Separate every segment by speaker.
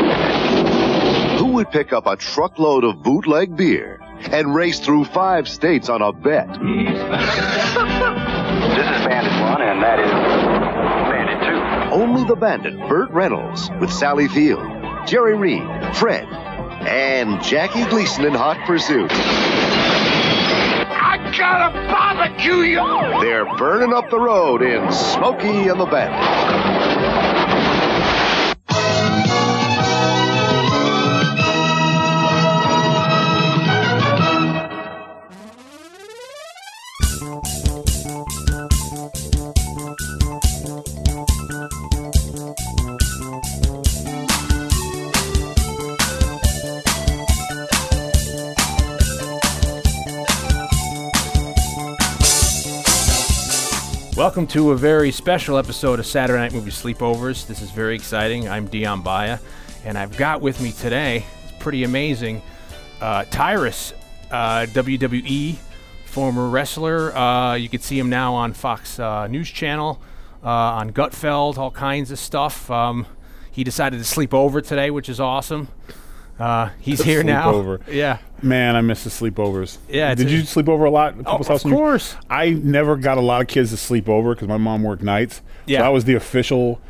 Speaker 1: tonight. Who would pick up a truckload of bootleg beer and race through five states on a bet? this is
Speaker 2: Bandit 1, and that is Bandit
Speaker 1: 2. Only the Bandit, Burt Reynolds, with Sally Field, Jerry Reed, Fred, and Jackie Gleason in hot pursuit.
Speaker 3: I gotta barbecue you!
Speaker 1: They're burning up the road in Smokey and the Bandit.
Speaker 4: Welcome to a very special episode of Saturday Night Movie Sleepovers. This is very exciting. I'm Dion Baya, and I've got with me today, it's pretty amazing, uh, Tyrus, uh, WWE, former wrestler. Uh, you can see him now on Fox uh, News Channel, uh, on Gutfeld, all kinds of stuff. Um, he decided to sleep over today, which is awesome. Uh, he's here now.
Speaker 5: Over.
Speaker 4: Yeah.
Speaker 5: Man, I miss the sleepovers.
Speaker 4: Yeah.
Speaker 5: Did you sleep over a lot? At
Speaker 4: oh, of house course.
Speaker 5: You? I never got a lot of kids to sleep over because my mom worked nights. Yeah. So I was the official.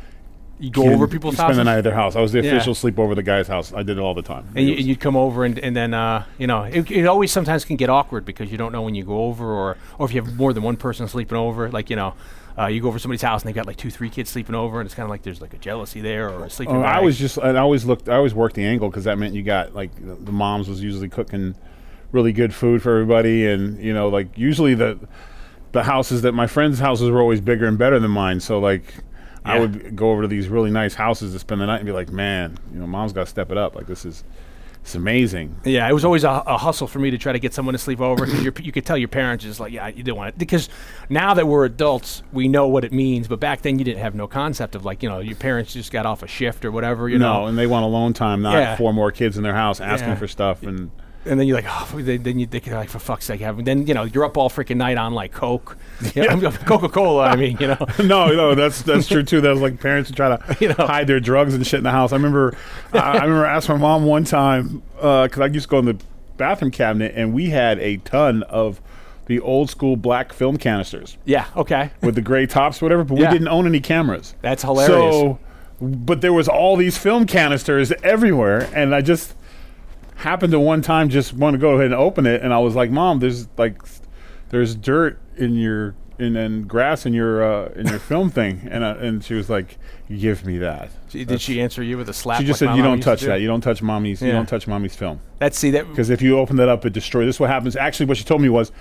Speaker 4: You go over people's
Speaker 5: spend
Speaker 4: houses.
Speaker 5: Spend the night at their house. I was the official yeah. sleepover at the guy's house. I did it all the time.
Speaker 4: And, you, would come over, and, and then uh, you know it, it, always sometimes can get awkward because you don't know when you go over, or or if you have more than one person sleeping over. Like you know, uh, you go over somebody's house and they've got like two, three kids sleeping over, and it's kind of like there's like a jealousy there or a sleeping. Oh,
Speaker 5: I always just I always looked I always worked the angle because that meant you got like the moms was usually cooking really good food for everybody, and you know like usually the the houses that my friends' houses were always bigger and better than mine, so like. Yeah. I would go over to these really nice houses to spend the night and be like, man, you know, mom's got to step it up. Like this is, it's amazing.
Speaker 4: Yeah, it was always a, a hustle for me to try to get someone to sleep over because you could tell your parents is like, yeah, you didn't want it because now that we're adults, we know what it means. But back then, you didn't have no concept of like, you know, your parents just got off a shift or whatever, you
Speaker 5: no,
Speaker 4: know,
Speaker 5: and they want alone time, not yeah. four more kids in their house asking yeah. for stuff and.
Speaker 4: And then you're like, oh, they, then you think like, for fuck's sake, having then you know you're up all freaking night on like Coke, you know, Coca Cola. I mean, you know.
Speaker 5: no, no, that's that's true too. That was like parents who try to you know. hide their drugs and shit in the house. I remember, I, I remember asking my mom one time because uh, I used to go in the bathroom cabinet and we had a ton of the old school black film canisters.
Speaker 4: Yeah. Okay.
Speaker 5: With the gray tops, whatever. But yeah. we didn't own any cameras.
Speaker 4: That's hilarious. So,
Speaker 5: but there was all these film canisters everywhere, and I just happened to one time just want to go ahead and open it and i was like mom there's like there's dirt in your in and grass in your uh, in your film thing and uh, and she was like give me that
Speaker 4: she, did That's, she answer you with a slap
Speaker 5: she just
Speaker 4: like
Speaker 5: said you don't touch to that you don't touch mommy's yeah. you don't touch mommy's film
Speaker 4: that's see that
Speaker 5: because if you open that up it destroys this is what happens actually what she told me was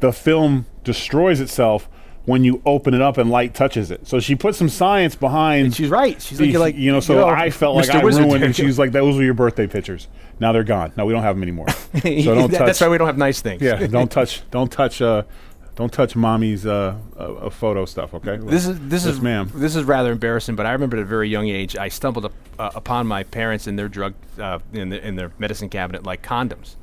Speaker 5: the film destroys itself when you open it up and light touches it. So she put some science behind.
Speaker 4: And she's right. She's these, like,
Speaker 5: you know. So you know, I felt Mr. like I Wizard ruined. And she's like, those were your birthday pictures. Now they're gone. Now we don't have them anymore. So don't
Speaker 4: touch. That's why we don't have nice things.
Speaker 5: Yeah. Don't touch. Don't touch. Uh, don't touch mommy's uh, uh, photo stuff. Okay.
Speaker 4: This is this yes, is ma'am. This is rather embarrassing, but I remember at a very young age I stumbled up, uh, upon my parents in their drug uh, in, the, in their medicine cabinet like condoms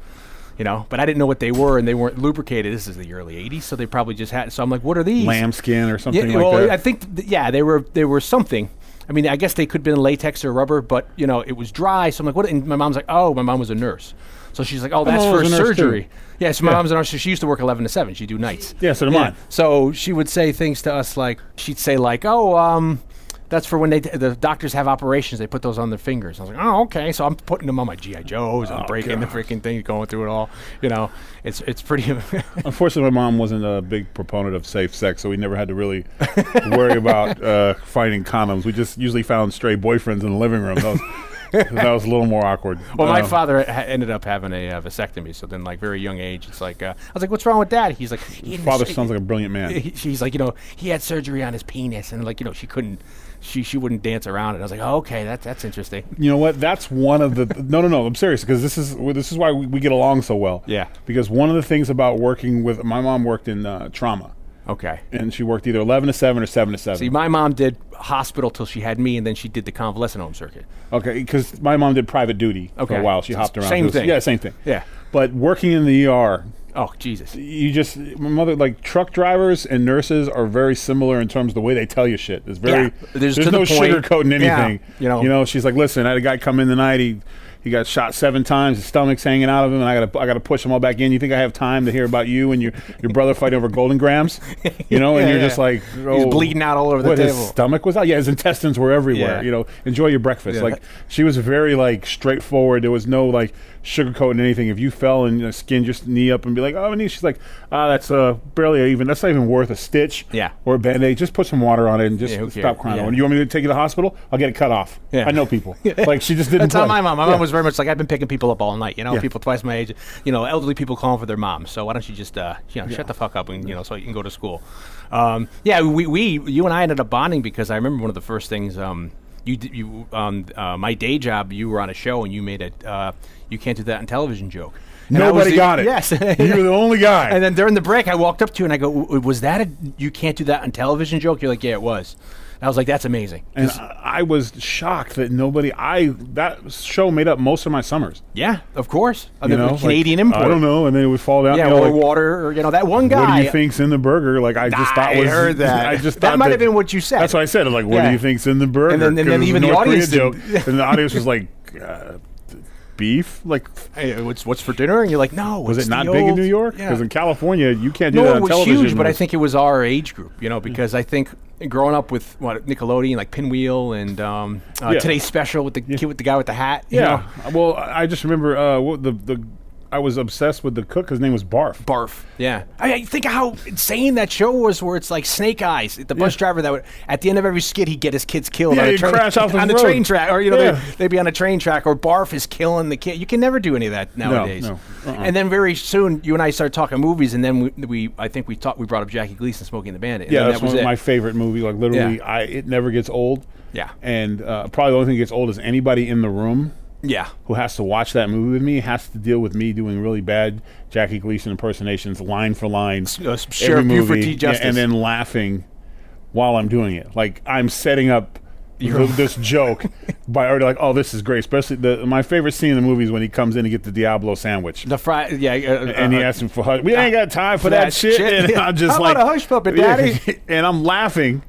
Speaker 4: you know, but I didn't know what they were and they weren't lubricated. This is the early 80s, so they probably just had so I'm like, what are these?
Speaker 5: Lambskin or something
Speaker 4: yeah,
Speaker 5: well, like
Speaker 4: I think th- yeah, they were they were something. I mean, I guess they could have been latex or rubber, but you know, it was dry. So I'm like, what? And my mom's like, oh, my mom was a nurse. So she's like, oh, that's oh, for surgery. Too. Yeah, so my yeah. mom's a nurse. So she used to work 11 to 7. She'd do nights.
Speaker 5: Yeah, so did yeah. mine.
Speaker 4: So she would say things to us like, she'd say like, oh, um, that's for when they t- the doctors have operations. They put those on their fingers. I was like, oh, okay. So I'm putting them on my GI Joes. I'm oh, breaking God. the freaking thing, going through it all. You know, it's it's pretty.
Speaker 5: Unfortunately, my mom wasn't a big proponent of safe sex, so we never had to really worry about uh, finding condoms. We just usually found stray boyfriends in the living room. That was, that was a little more awkward.
Speaker 4: Well, um, my father ha- ended up having a uh, vasectomy, so then, like, very young age, it's like, uh, I was like, "What's wrong with that?" He's like,
Speaker 5: he "Father sounds like a brilliant man."
Speaker 4: He, he's like, you know, he had surgery on his penis, and like, you know, she couldn't she she wouldn't dance around it. I was like, oh, okay, that that's interesting.
Speaker 5: You know what? That's one of the no no no. I'm serious because this is this is why we, we, get along so well.
Speaker 4: Yeah.
Speaker 5: Because one of the things about working with my mom worked in uh, trauma.
Speaker 4: Okay.
Speaker 5: And she worked either eleven to seven or seven to seven.
Speaker 4: See, my mom did hospital till she had me, and then she did the convalescent home circuit.
Speaker 5: Okay, because my mom did private duty
Speaker 4: okay.
Speaker 5: for a while. She hopped around.
Speaker 4: Same was, thing.
Speaker 5: Yeah, same thing.
Speaker 4: Yeah.
Speaker 5: But working in the ER,
Speaker 4: Oh Jesus!
Speaker 5: you just my mother like truck drivers and nurses are very similar in terms of the way they tell you shit. It's very
Speaker 4: Yeah,
Speaker 5: there's,
Speaker 4: there's to the
Speaker 5: no
Speaker 4: point.
Speaker 5: sugarcoating
Speaker 4: Yeah,
Speaker 5: anything.
Speaker 4: you know.
Speaker 5: you know, she's like, listen, I had a guy come in tonight. He he got shot seven times. His stomach's hanging out of him, and I gotta I gotta push him all back in. You think I have time to hear about you and your your brother fighting over golden grams? You know, and
Speaker 4: Yeah,
Speaker 5: you're
Speaker 4: yeah.
Speaker 5: just like
Speaker 4: He's
Speaker 5: oh,
Speaker 4: bleeding out all over the
Speaker 5: what,
Speaker 4: table.
Speaker 5: His stomach was out. Yeah, his intestines were everywhere.
Speaker 4: Yeah.
Speaker 5: You know, enjoy your breakfast.
Speaker 4: Yeah.
Speaker 5: Like she was very like straightforward. There was no like sugarcoating anything. If you fell and you know, skinned your knee up and be like, oh, my knee, she's like, ah, that's uh, barely even. That's not even worth a stitch.
Speaker 4: Yeah.
Speaker 5: Or a band aid. Just put some water on it and just
Speaker 4: Yeah, who
Speaker 5: stop
Speaker 4: cares?
Speaker 5: crying.
Speaker 4: Yeah.
Speaker 5: When you want me to take you to the hospital, I'll get it cut off.
Speaker 4: Yeah.
Speaker 5: I know people. like she just didn't.
Speaker 4: That's not
Speaker 5: play.
Speaker 4: my mom. My
Speaker 5: Yeah.
Speaker 4: mom was very much like I've been picking people up all night. You know,
Speaker 5: Yeah.
Speaker 4: people twice my age. You know, elderly people calling for their mom. So why don't you just uh, you know shut the fuck up and you know so you can go to school. Um, yeah, we, we you and I ended up bonding because I remember one of the first things um, you d- you on uh, my day job you were on a show and you made a uh, you can't do that on television joke. And I was
Speaker 5: Nobody
Speaker 4: the-
Speaker 5: got it.
Speaker 4: Yes,
Speaker 5: you were the only guy.
Speaker 4: And then during the break, I walked up to you and I go, "W- "Was that a you can't do that on television joke?" You're like, "Yeah, it was." And I was like, "That's amazing."
Speaker 5: and I I was shocked that nobody. I that show made up most of my summers.
Speaker 4: Yeah, of course. I
Speaker 5: you
Speaker 4: mean,
Speaker 5: know, like,
Speaker 4: Canadian import.
Speaker 5: I don't know, and then it would fall down.
Speaker 4: Yeah,
Speaker 5: you know,
Speaker 4: or
Speaker 5: like,
Speaker 4: water, or you know that one guy.
Speaker 5: What do you think's in the burger? Like I just thought
Speaker 4: I
Speaker 5: was
Speaker 4: heard that.
Speaker 5: I just
Speaker 4: That
Speaker 5: thought
Speaker 4: might have been what you said.
Speaker 5: That's what I said. I'm like, what
Speaker 4: Yeah.
Speaker 5: do you think's in the burger?
Speaker 4: And then- and
Speaker 5: 'Cause
Speaker 4: then
Speaker 5: it was
Speaker 4: even
Speaker 5: a
Speaker 4: the
Speaker 5: North
Speaker 4: audience
Speaker 5: Korea
Speaker 4: didn't-
Speaker 5: joke. and the audience was like, uh, th- beef? Like,
Speaker 4: Hey, what's what's for dinner? And you're like, no.
Speaker 5: was
Speaker 4: it's
Speaker 5: it not
Speaker 4: the
Speaker 5: big in
Speaker 4: old-
Speaker 5: New York?
Speaker 4: Yeah.
Speaker 5: Because in California, you can't do
Speaker 4: no,
Speaker 5: that
Speaker 4: it
Speaker 5: on
Speaker 4: was
Speaker 5: television.
Speaker 4: huge, but I think it was our age group. You know, because I think growing up with what Nickelodeon, like Pinwheel, and um, uh,
Speaker 5: Yeah.
Speaker 4: Today's Special with the kid with the guy with the hat. You know?
Speaker 5: yeah. Well, I I just remember uh, what the the I was obsessed with the cook. His name was Barf.
Speaker 4: Barf. Yeah. I mean, think of how insane that show was, where it's like Snake Eyes, the bus driver that would, at the end of every skit, he'd get his kids killed
Speaker 5: Yeah,
Speaker 4: on, a
Speaker 5: he'd
Speaker 4: train,
Speaker 5: crash off the
Speaker 4: on the
Speaker 5: road.
Speaker 4: train track, or you know,
Speaker 5: Yeah.
Speaker 4: they'd, they'd be on a train track, or Barf is killing the kid. You can never do any of that nowadays.
Speaker 5: no, uh-uh.
Speaker 4: And then very soon, you and I started talking movies, and then we, we I think we talked, we brought up Jackie Gleason smoking the bandit. and
Speaker 5: Yeah,
Speaker 4: then
Speaker 5: that's
Speaker 4: that was
Speaker 5: one
Speaker 4: it.
Speaker 5: of my favorite movie. Like literally,
Speaker 4: Yeah.
Speaker 5: I it never gets old.
Speaker 4: Yeah.
Speaker 5: and uh, probably the only thing that gets old is anybody in the room
Speaker 4: yeah.
Speaker 5: who has to watch that movie with me has to deal with me doing really bad Jackie Gleason impersonations, line for line,
Speaker 4: uh,
Speaker 5: every
Speaker 4: Sheriff Buford T.
Speaker 5: yeah,
Speaker 4: Justice.
Speaker 5: and then laughing while I'm doing it. Like I'm setting up th- this joke by already like, oh, this is great. Especially the my favorite scene in the movie is when he comes in to get the Diablo sandwich.
Speaker 4: The fry, yeah, uh,
Speaker 5: and he
Speaker 4: uh,
Speaker 5: asks him for hush. We ain't got time for
Speaker 4: for
Speaker 5: that,
Speaker 4: that
Speaker 5: shit.
Speaker 4: shit.
Speaker 5: And I'm just
Speaker 4: How
Speaker 5: like,
Speaker 4: about a hush puppy,
Speaker 5: Yeah.
Speaker 4: daddy?
Speaker 5: and I'm laughing,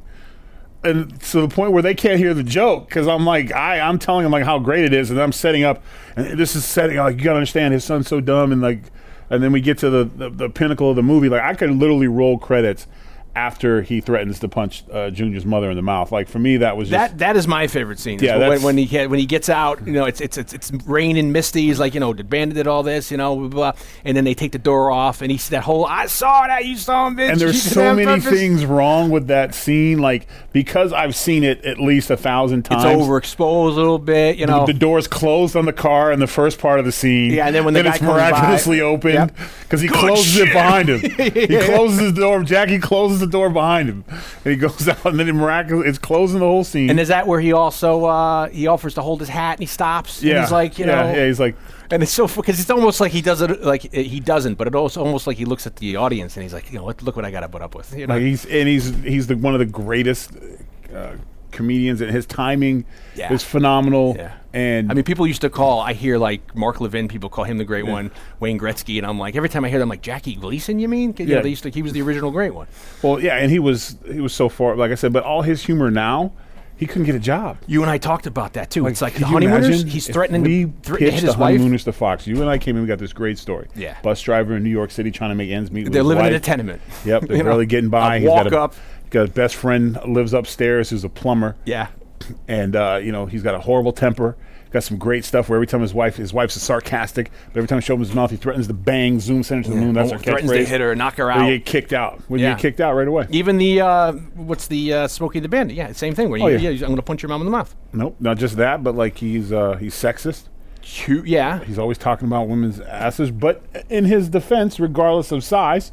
Speaker 5: and to the point where they can't hear the joke because I'm like, I, I'm telling them like how great it is, and I'm setting up, and this is setting like you gotta understand his son's so dumb, and like, and then we get to the the, the pinnacle of the movie. Like I could literally roll credits. After he threatens to punch uh, Junior's mother in the mouth, like for me, that was just
Speaker 4: That that is my favorite scene. is
Speaker 5: Yeah,
Speaker 4: when,
Speaker 5: that's-
Speaker 4: when he get- when he gets out, you know, it's it's it's, it's rain and misty. He's like, you know, the bandit did all this, you know, blah, blah, blah. and then they take the door off, and he's that whole I saw that you saw him, bitch.
Speaker 5: and
Speaker 4: You
Speaker 5: there's
Speaker 4: did
Speaker 5: so
Speaker 4: that on
Speaker 5: many
Speaker 4: purpose."
Speaker 5: things wrong with that scene. Like because I've seen it at least a thousand
Speaker 4: It's
Speaker 5: times.
Speaker 4: overexposed a little bit, you know.
Speaker 5: the doors closed on the car in the first part of the scene.
Speaker 4: Yeah, and then when the guy
Speaker 5: it's
Speaker 4: comes by-
Speaker 5: miraculously opened because he closes it behind him. He closes the door. Jackie closes the door behind him, and he goes out, and then it miraculously it's closing the whole scene.
Speaker 4: and is that where he also uh, he offers to hold his hat and he stops? and
Speaker 5: yeah,
Speaker 4: he's like, you
Speaker 5: yeah,
Speaker 4: know,
Speaker 5: yeah, he's like,
Speaker 4: and it's so because it's almost like he does it like uh, he doesn't, but it also almost like he looks at the audience and he's like, you know, what, look what I got to put up with. You know,
Speaker 5: like he's and he's he's the one of the greatest uh, comedians, and his timing
Speaker 4: Yeah.
Speaker 5: is phenomenal.
Speaker 4: Yeah.
Speaker 5: And
Speaker 4: I mean, people used to call. I hear like Mark Levin. People call him the Great One, Wayne Gretzky, and I'm like, every time I hear them, I'm like Jackie Gleason. You mean? 'Cause, you know,
Speaker 5: Yeah.
Speaker 4: they used to. He was the original Great One.
Speaker 5: well, yeah, and he was he was so far, like I said, but all his humor now, he couldn't get a job.
Speaker 4: You and I talked about that too. it's like
Speaker 5: Could
Speaker 4: the
Speaker 5: you
Speaker 4: honeymooners.
Speaker 5: imagine
Speaker 4: He's
Speaker 5: if
Speaker 4: threatening
Speaker 5: we
Speaker 4: to, thre- to
Speaker 5: pitched
Speaker 4: hit
Speaker 5: the
Speaker 4: his wife.
Speaker 5: honeymooners to Fox. You and I came in. We got this great story.
Speaker 4: Yeah.
Speaker 5: bus driver in New York City trying to make ends meet. with
Speaker 4: They're
Speaker 5: his
Speaker 4: living in
Speaker 5: wife.
Speaker 4: a tenement.
Speaker 5: Yep, they're
Speaker 4: You know?
Speaker 5: barely getting by.
Speaker 4: A
Speaker 5: He's got
Speaker 4: walk
Speaker 5: a,
Speaker 4: up.
Speaker 5: he's got a best friend lives upstairs who's a plumber.
Speaker 4: Yeah.
Speaker 5: and uh, you know he's got a horrible temper. Got some great stuff where every time his wife, his wife's sarcastic, but every time she opens his mouth, he threatens to bang, zoom, send her to the moon. That's
Speaker 4: Oh,
Speaker 5: her
Speaker 4: threatens to
Speaker 5: catchphrase.
Speaker 4: hit her, knock her
Speaker 5: Or You
Speaker 4: out.
Speaker 5: get kicked out. When you
Speaker 4: Yeah.
Speaker 5: get kicked out right away.
Speaker 4: Even the uh, what's the uh, Smokey the Bandit? Yeah, same thing. Where you,
Speaker 5: Oh, yeah.
Speaker 4: yeah. I'm going to punch your mom in the mouth.
Speaker 5: Nope, not just that, but like he's uh, he's sexist.
Speaker 4: Cute. Yeah.
Speaker 5: He's always talking about women's asses, but in his defense, regardless of size,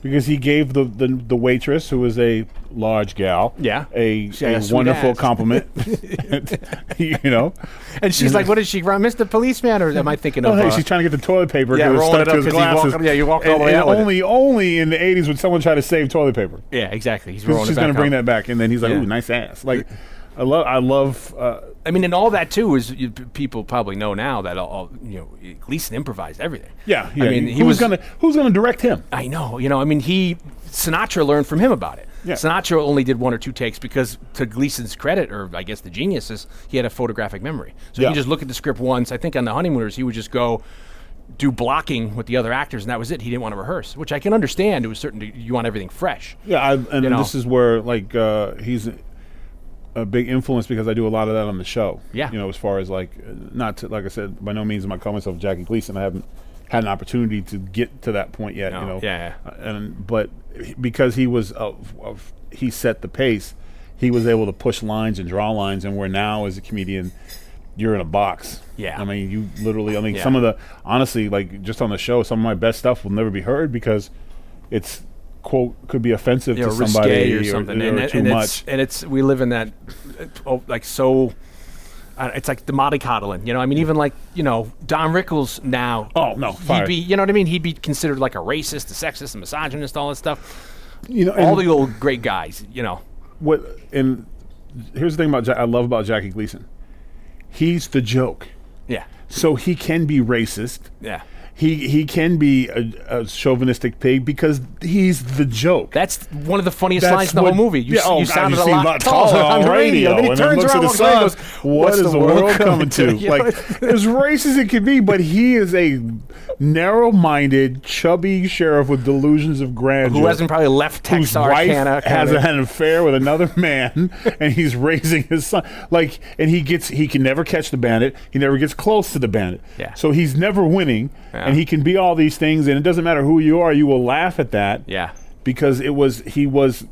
Speaker 5: because he gave the, the, the waitress, who was a large gal,
Speaker 4: Yeah.
Speaker 5: a,
Speaker 4: She had a
Speaker 5: a
Speaker 4: sweet
Speaker 5: wonderful
Speaker 4: ass.
Speaker 5: compliment. you know,
Speaker 4: And she's like, "What is she from, Mr. Policeman?" Or am I thinking
Speaker 5: oh,
Speaker 4: of?
Speaker 5: hey,
Speaker 4: uh,
Speaker 5: she's trying to get the toilet paper
Speaker 4: Yeah,
Speaker 5: to
Speaker 4: rolling
Speaker 5: stuck
Speaker 4: it up
Speaker 5: to his
Speaker 4: 'cause he's
Speaker 5: glasses.
Speaker 4: walking- yeah, you walked all
Speaker 5: And-
Speaker 4: the way
Speaker 5: and
Speaker 4: out with it.
Speaker 5: Only only in the '80s would someone try to save toilet paper.
Speaker 4: yeah, exactly. He's rolling.
Speaker 5: She's
Speaker 4: it back
Speaker 5: going to bring
Speaker 4: up.
Speaker 5: that back, and then he's like,
Speaker 4: Yeah.
Speaker 5: "Ooh, nice ass!" Like, I love. I love. Uh,
Speaker 4: I mean, and all that too is you, p- people probably know now that all, all you know Gleason improvised everything.
Speaker 5: yeah,
Speaker 4: I mean,
Speaker 5: who's
Speaker 4: he was.
Speaker 5: gonna who's gonna direct him?
Speaker 4: I know. You know. I mean, he Sinatra learned from him about it.
Speaker 5: Yeah.
Speaker 4: Sinatra only did one or two takes because, to Gleason's credit, or I guess the geniuses, he had a photographic memory. So
Speaker 5: Yeah.
Speaker 4: he just look at the script once. I think on the honeymooners, he would just go do blocking with the other actors, and that was it. He didn't want to rehearse, which I can understand. It was certain you want everything fresh.
Speaker 5: Yeah, I, and
Speaker 4: You know.
Speaker 5: this is where like uh, he's a big influence because I do a lot of that on the show.
Speaker 4: Yeah.
Speaker 5: you know, as far as like uh, not to, like I said, by no means am I calling myself Jackie Gleason. I haven't had an opportunity to get to that point yet.
Speaker 4: No,
Speaker 5: You know,
Speaker 4: yeah,
Speaker 5: Uh, and but he- because he was uh, of, of he set the pace, he was able to push lines and draw lines, and where now as a comedian. You're in a box.
Speaker 4: Yeah.
Speaker 5: I mean, you literally. I mean,
Speaker 4: Yeah.
Speaker 5: some of the honestly, like just on the show, some of my best stuff will never be heard because it's quote could be offensive
Speaker 4: you know,
Speaker 5: to
Speaker 4: risque
Speaker 5: somebody
Speaker 4: or something, and, it-
Speaker 5: too
Speaker 4: and
Speaker 5: much.
Speaker 4: it's and it's we live in that uh, oh, like so. Uh, it's like the Monte Coddling, you know. I mean, even like you know Don Rickles now.
Speaker 5: Oh, no, fire.
Speaker 4: he'd be, you know what I mean. He'd be considered like a racist, a sexist, a misogynist, all that stuff.
Speaker 5: you know,
Speaker 4: All
Speaker 5: and
Speaker 4: the old great guys, you know.
Speaker 5: what and here's the thing about ja- I love about Jackie Gleason. He's the joke,
Speaker 4: Yeah,
Speaker 5: so he can be racist.
Speaker 4: yeah.
Speaker 5: He he can be a, a chauvinistic pig because he's the joke.
Speaker 4: That's one of the funniest
Speaker 5: That's
Speaker 4: lines in the
Speaker 5: what-
Speaker 4: whole movie. You,
Speaker 5: yeah,
Speaker 4: s-
Speaker 5: oh,
Speaker 4: you
Speaker 5: God,
Speaker 4: sounded
Speaker 5: you
Speaker 4: a
Speaker 5: seem
Speaker 4: lot, taller, on the radio. Then he
Speaker 5: and
Speaker 4: turns
Speaker 5: looks at
Speaker 4: around, looks
Speaker 5: his
Speaker 4: away, and
Speaker 5: son,
Speaker 4: goes,
Speaker 5: "What is the world coming to?"
Speaker 4: You know,
Speaker 5: Like as racist it could be, but he is a narrow-minded, chubby sheriff with delusions of grandeur.
Speaker 4: who hasn't probably left
Speaker 5: whose
Speaker 4: Texarkana?
Speaker 5: wife has
Speaker 4: kinda-
Speaker 5: had an affair with another man, and he's raising his son. Like, and he gets he can never catch the bandit. He never gets close to the bandit.
Speaker 4: Yeah.
Speaker 5: So he's never winning, and he can be all these things. And it doesn't matter who you are, you will laugh at that.
Speaker 4: Yeah.
Speaker 5: because it was he was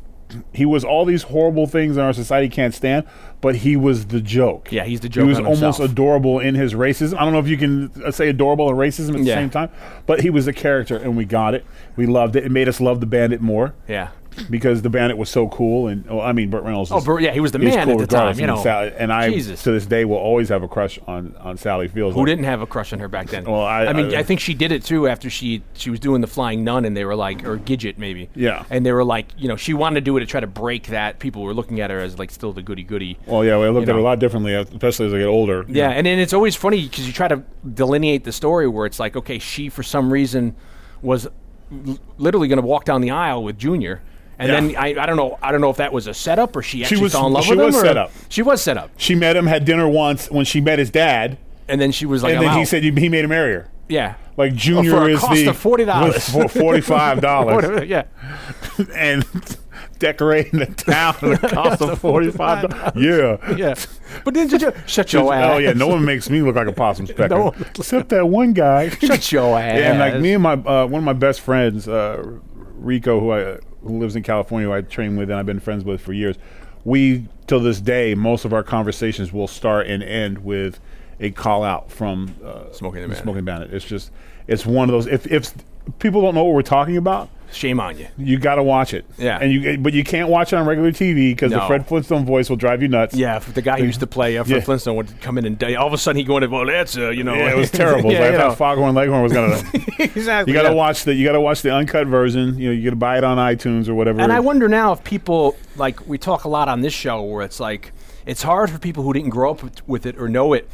Speaker 5: he was all these horrible things in our society can't stand, but he was the joke.
Speaker 4: Yeah, he's the
Speaker 5: He
Speaker 4: joke
Speaker 5: was
Speaker 4: on
Speaker 5: almost
Speaker 4: himself.
Speaker 5: adorable in his racism. I don't know if you can uh, say adorable and racism at the
Speaker 4: Yeah.
Speaker 5: same time, but he was a character, and we got it. We loved it. It made us love the bandit more
Speaker 4: yeah,
Speaker 5: because the bandit was so cool and well, I mean Burt Reynolds.
Speaker 4: Oh,
Speaker 5: is-
Speaker 4: Burt- yeah, he was the man at the time,
Speaker 5: regardless.
Speaker 4: you
Speaker 5: I mean,
Speaker 4: know.
Speaker 5: Sally, and I
Speaker 4: Jesus.
Speaker 5: to this day will always have a crush on on Sally Fields.
Speaker 4: Who
Speaker 5: Like,
Speaker 4: didn't have a crush on her back then?
Speaker 5: Well, I-
Speaker 4: mean,
Speaker 5: I-
Speaker 4: I, think she did it too after she she was doing the Flying Nun, and they were like, or Gidget maybe.
Speaker 5: Yeah.
Speaker 4: And they were like, you know, she wanted to do it to try to break that. People were looking at her as like still the goody goody.
Speaker 5: Well, yeah, well, I looked
Speaker 4: you
Speaker 5: at her a
Speaker 4: know.
Speaker 5: lot differently, especially as I get older.
Speaker 4: Yeah, and then it's always funny because you try to delineate the story where it's like, okay, she for some reason was l- literally going to walk down the aisle with Junior, and
Speaker 5: Yeah.
Speaker 4: then I, I don't know I don't know if that was a setup or she actually
Speaker 5: was-
Speaker 4: fell in love
Speaker 5: she
Speaker 4: with him.
Speaker 5: was
Speaker 4: or-
Speaker 5: set up.
Speaker 4: She was set up,
Speaker 5: She met him, had dinner once when she met his dad,
Speaker 4: and then she was like,
Speaker 5: and
Speaker 4: I'm
Speaker 5: then he
Speaker 4: out.
Speaker 5: said he made him marry her.
Speaker 4: yeah,
Speaker 5: Like Junior
Speaker 4: for a
Speaker 5: is
Speaker 4: cost
Speaker 5: the
Speaker 4: of $40.
Speaker 5: for forty five dollars
Speaker 4: yeah,
Speaker 5: and decorating the town at a cost of forty five dollars. Yeah,
Speaker 4: yeah. But then you shut your ass?
Speaker 5: Oh yeah, no one makes me look like a possum pecker
Speaker 4: No one-
Speaker 5: except that one guy.
Speaker 4: Shut your ass.
Speaker 5: And like me and my uh, one of my best friends, uh, Rico, who I who lives in California, who I train with and I've been friends with for years. We till this day, most of our conversations will start and end with a call out from uh,
Speaker 4: Smoking the Bandit.
Speaker 5: Smoking Bandit. It's just it's one of those. If if people don't know what we're talking about,
Speaker 4: Shame on you.
Speaker 5: you got to watch it.
Speaker 4: Yeah.
Speaker 5: and you but you can't watch it on regular TV because the
Speaker 4: No.
Speaker 5: Fred Flintstone voice will drive you nuts.
Speaker 4: Yeah, if the guy who used to play uh, Fred
Speaker 5: Yeah.
Speaker 4: Flintstone would come in and die, all of a sudden he'd go into, well, that's, uh, you know.
Speaker 5: Yeah, it was terrible.
Speaker 4: yeah,
Speaker 5: Like,
Speaker 4: you
Speaker 5: I
Speaker 4: know.
Speaker 5: thought Foghorn Leghorn was gonna.
Speaker 4: exactly.
Speaker 5: You gotta
Speaker 4: yeah.
Speaker 5: watch the you gotta watch the uncut version. You know, you gotta buy it on iTunes or whatever.
Speaker 4: And I wonder now if people like we talk a lot on this show where it's like it's hard for people who didn't grow up with- with it or know it.